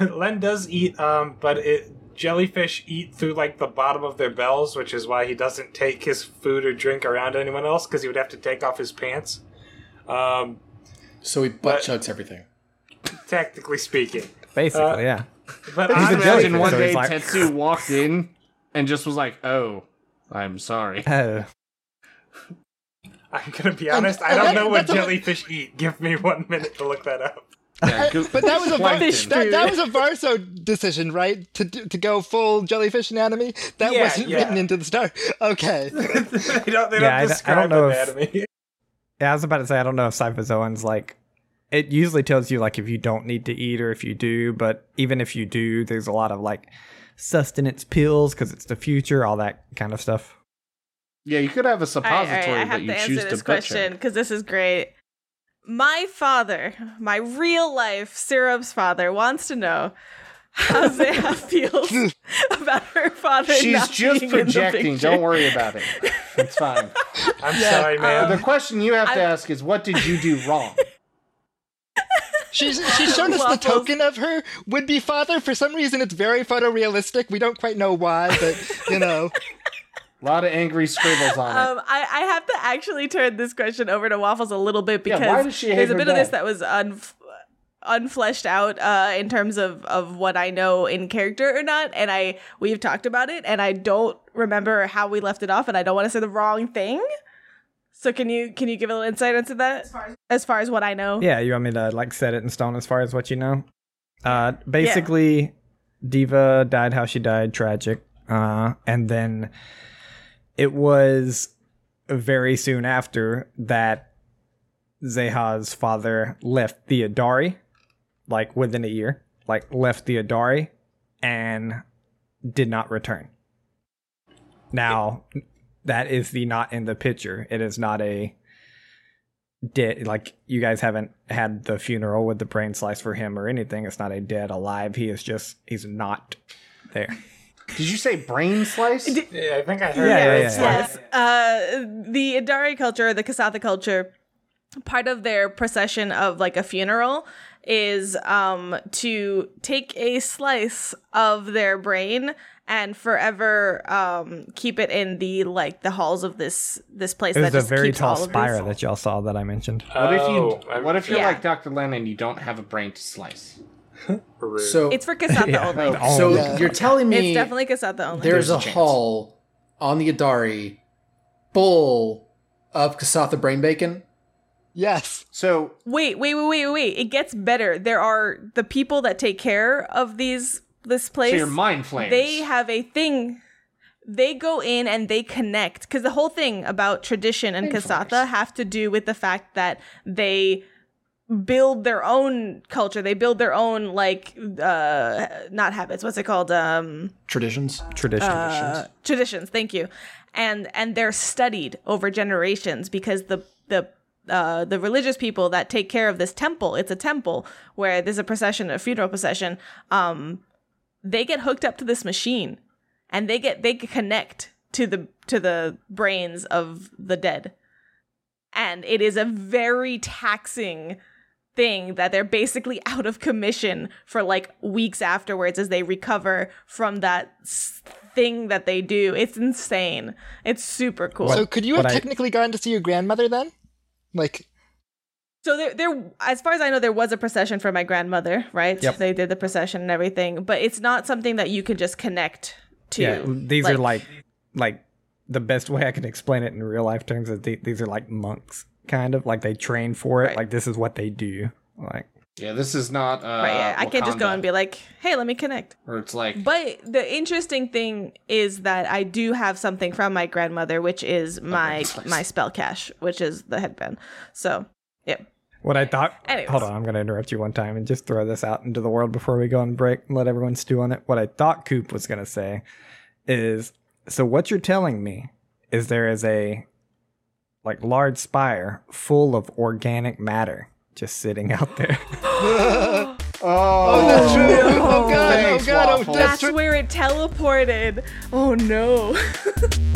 [SPEAKER 6] [laughs] Len does eat, um, but it jellyfish eat through like the bottom of their bells, which is why he doesn't take his food or drink around anyone else because he would have to take off his pants. Um,
[SPEAKER 3] So he butt chugs everything.
[SPEAKER 6] technically speaking,
[SPEAKER 1] Basically,
[SPEAKER 6] Uh,
[SPEAKER 1] yeah.
[SPEAKER 6] but
[SPEAKER 1] He's a
[SPEAKER 6] I'm actually-
[SPEAKER 1] jellyfish. So
[SPEAKER 7] Imagine one
[SPEAKER 1] he's
[SPEAKER 7] day
[SPEAKER 1] like-
[SPEAKER 7] Tetsu walked in and just was like, "Oh, I'm sorry."
[SPEAKER 1] Oh,
[SPEAKER 6] I'm gonna be honest.
[SPEAKER 5] Um,
[SPEAKER 6] I don't know what
[SPEAKER 5] that's a-
[SPEAKER 6] jellyfish eat. Give me one minute to look that up. [laughs]
[SPEAKER 7] Yeah, 'cause-
[SPEAKER 5] but that was a Var-
[SPEAKER 7] Plankton.
[SPEAKER 5] that, that was a Varso decision, right? To do- to go full jellyfish anatomy. That
[SPEAKER 6] Yeah,
[SPEAKER 5] wasn't
[SPEAKER 6] yeah.
[SPEAKER 5] written into the star. [laughs] Okay.
[SPEAKER 6] they don't, they
[SPEAKER 1] Yeah, I d- I
[SPEAKER 6] don't describe
[SPEAKER 1] don't know if-
[SPEAKER 6] anatomy. [laughs]
[SPEAKER 1] yeah. I was about to say I don't know if Cyphozoan's like. It usually tells you like if you don't need to eat or if you do, but even if you do, there's a lot of like sustenance pills because it's the future, all that kind of stuff.
[SPEAKER 4] Yeah, you could have a
[SPEAKER 2] All right, all right,
[SPEAKER 4] suppository
[SPEAKER 2] I
[SPEAKER 4] that
[SPEAKER 2] have
[SPEAKER 4] you
[SPEAKER 2] to
[SPEAKER 4] choose
[SPEAKER 2] answer
[SPEAKER 4] to
[SPEAKER 2] this
[SPEAKER 4] butcher.
[SPEAKER 2] question because this is great. My father, my real life syrup's father, wants to know how Zaya [laughs]
[SPEAKER 4] [laughs]
[SPEAKER 2] feels about her father. [laughs]
[SPEAKER 4] She's
[SPEAKER 2] not
[SPEAKER 4] just
[SPEAKER 2] being in the
[SPEAKER 4] projecting.
[SPEAKER 2] picture.
[SPEAKER 4] Don't worry about it. It's fine.
[SPEAKER 6] I'm
[SPEAKER 5] Yeah,
[SPEAKER 6] sorry, man.
[SPEAKER 4] the question you have to
[SPEAKER 2] I-
[SPEAKER 4] ask is, what did you do
[SPEAKER 2] [laughs]
[SPEAKER 4] wrong?
[SPEAKER 5] She's
[SPEAKER 6] [laughs]
[SPEAKER 5] she showed us the
[SPEAKER 2] Waffles.
[SPEAKER 5] token of her would be father. For some reason, it's very photorealistic. We don't quite know why, but
[SPEAKER 6] [laughs]
[SPEAKER 5] you know.
[SPEAKER 4] A lot of angry scribbles on it.
[SPEAKER 2] Um, I, I have to actually turn this question over to Waffles a little bit
[SPEAKER 4] Yeah,
[SPEAKER 2] because
[SPEAKER 4] why does she hate
[SPEAKER 2] there's a
[SPEAKER 4] her
[SPEAKER 2] bit of this
[SPEAKER 4] dad?
[SPEAKER 2] that was unf- unfleshed out uh, in terms of, of what I know in character or not, and I we've talked about it, and I don't remember how we left it off, and I don't want to say the wrong thing. So can you can you give a little insight into that as far as, what I know?
[SPEAKER 1] [laughs] Yeah, you want me to like set it in stone as far as what you know? Uh basically Diva died how she died, tragic. Uh and then it was very soon after that Zeha's father left the Adari, like within a year, like left the Adari and did not return. Now that is the not in the picture. It is not a dead like you guys haven't had the funeral with the brain slice for him or anything it's not a dead alive he is just he's not there
[SPEAKER 4] Did you say brain slice?
[SPEAKER 6] yeah, I think I heard
[SPEAKER 1] Yeah,
[SPEAKER 6] that.
[SPEAKER 1] yeah,
[SPEAKER 6] It's
[SPEAKER 1] yeah.
[SPEAKER 6] like-
[SPEAKER 2] Yes. Uh, the Idari culture, the Kasatha culture, part of their procession of like a funeral is um, to take a slice of their brain and forever um, keep it in the like the halls of this this place
[SPEAKER 1] it was
[SPEAKER 2] that
[SPEAKER 1] a
[SPEAKER 2] just
[SPEAKER 1] very
[SPEAKER 2] keeps
[SPEAKER 1] tall
[SPEAKER 2] all of
[SPEAKER 1] spire
[SPEAKER 2] these-
[SPEAKER 1] that y'all saw that i mentioned
[SPEAKER 4] What if
[SPEAKER 6] Oh,
[SPEAKER 4] you?
[SPEAKER 6] I'm
[SPEAKER 4] What if you're
[SPEAKER 2] Yeah.
[SPEAKER 4] like Dr. Len and you don't have a brain to slice?
[SPEAKER 6] rude.
[SPEAKER 3] So,
[SPEAKER 2] [laughs] It's for Kasatha only.
[SPEAKER 3] so
[SPEAKER 5] yeah.
[SPEAKER 3] you're telling me
[SPEAKER 2] It's definitely Kasatha only.
[SPEAKER 3] Oh, there's,
[SPEAKER 4] There's a
[SPEAKER 3] a
[SPEAKER 4] chance.
[SPEAKER 3] hall on the Adari full of Kasatha brain bacon?
[SPEAKER 5] Yes.
[SPEAKER 4] So
[SPEAKER 2] Wait, wait, wait, wait, wait. It gets better. There are the people that take care of these this place.
[SPEAKER 4] so your mind flames.
[SPEAKER 2] They have a thing. They go in and they connect because the whole thing about tradition and Kasatha have to do with the fact that they build their own culture. They build their own like uh not habits. What's it called? Um
[SPEAKER 3] Traditions?
[SPEAKER 1] tradition
[SPEAKER 2] uh, traditions. Thank you. And and they're studied over generations because the the uh, the religious people that take care of this temple, it's a temple where there's a procession, a funeral procession. Um, they get hooked up to this machine, and they get they can connect to the to the brains of the dead, and it is a very taxing thing that they're basically out of commission for like weeks afterwards as they recover from that s- thing that they do. It's insane. It's super cool.
[SPEAKER 5] so
[SPEAKER 2] So,
[SPEAKER 5] could you have
[SPEAKER 1] what I-
[SPEAKER 5] technically gone to see your grandmother then? Like,
[SPEAKER 2] there, there, as far as I know, there was a procession for my grandmother, right?
[SPEAKER 1] Yep.
[SPEAKER 2] They did the procession and everything, but it's not something that you can just connect to.
[SPEAKER 1] yeah these are like like the best way i can explain it in real life terms is the, these are like monks
[SPEAKER 9] kind of like they train for it.
[SPEAKER 2] Right.
[SPEAKER 9] Like this is what they do. Like
[SPEAKER 4] Yeah, this is not. Uh,
[SPEAKER 2] right, yeah. I can't just go and be like, hey, let me connect.
[SPEAKER 4] Or it's like.
[SPEAKER 2] But the interesting thing is that I do have something from my grandmother, which is my
[SPEAKER 4] nice.
[SPEAKER 2] my spell cache, which is the headband. So yeah,
[SPEAKER 9] what I thought.
[SPEAKER 2] Anyways.
[SPEAKER 9] Hold on, I'm gonna interrupt you one time and just throw this out into the world before we go on break and let everyone stew on it. What I thought Coop was gonna say is, so what you're telling me is there is a like large spire full of organic matter just sitting out there.
[SPEAKER 10] Oh,
[SPEAKER 5] Oh, that's true.
[SPEAKER 10] no.
[SPEAKER 5] [laughs] Oh, God.
[SPEAKER 10] Thanks,
[SPEAKER 5] oh, God. Oh,
[SPEAKER 10] Waffle.
[SPEAKER 5] that's
[SPEAKER 2] that's
[SPEAKER 5] true.
[SPEAKER 2] where it teleported. Oh no! [laughs]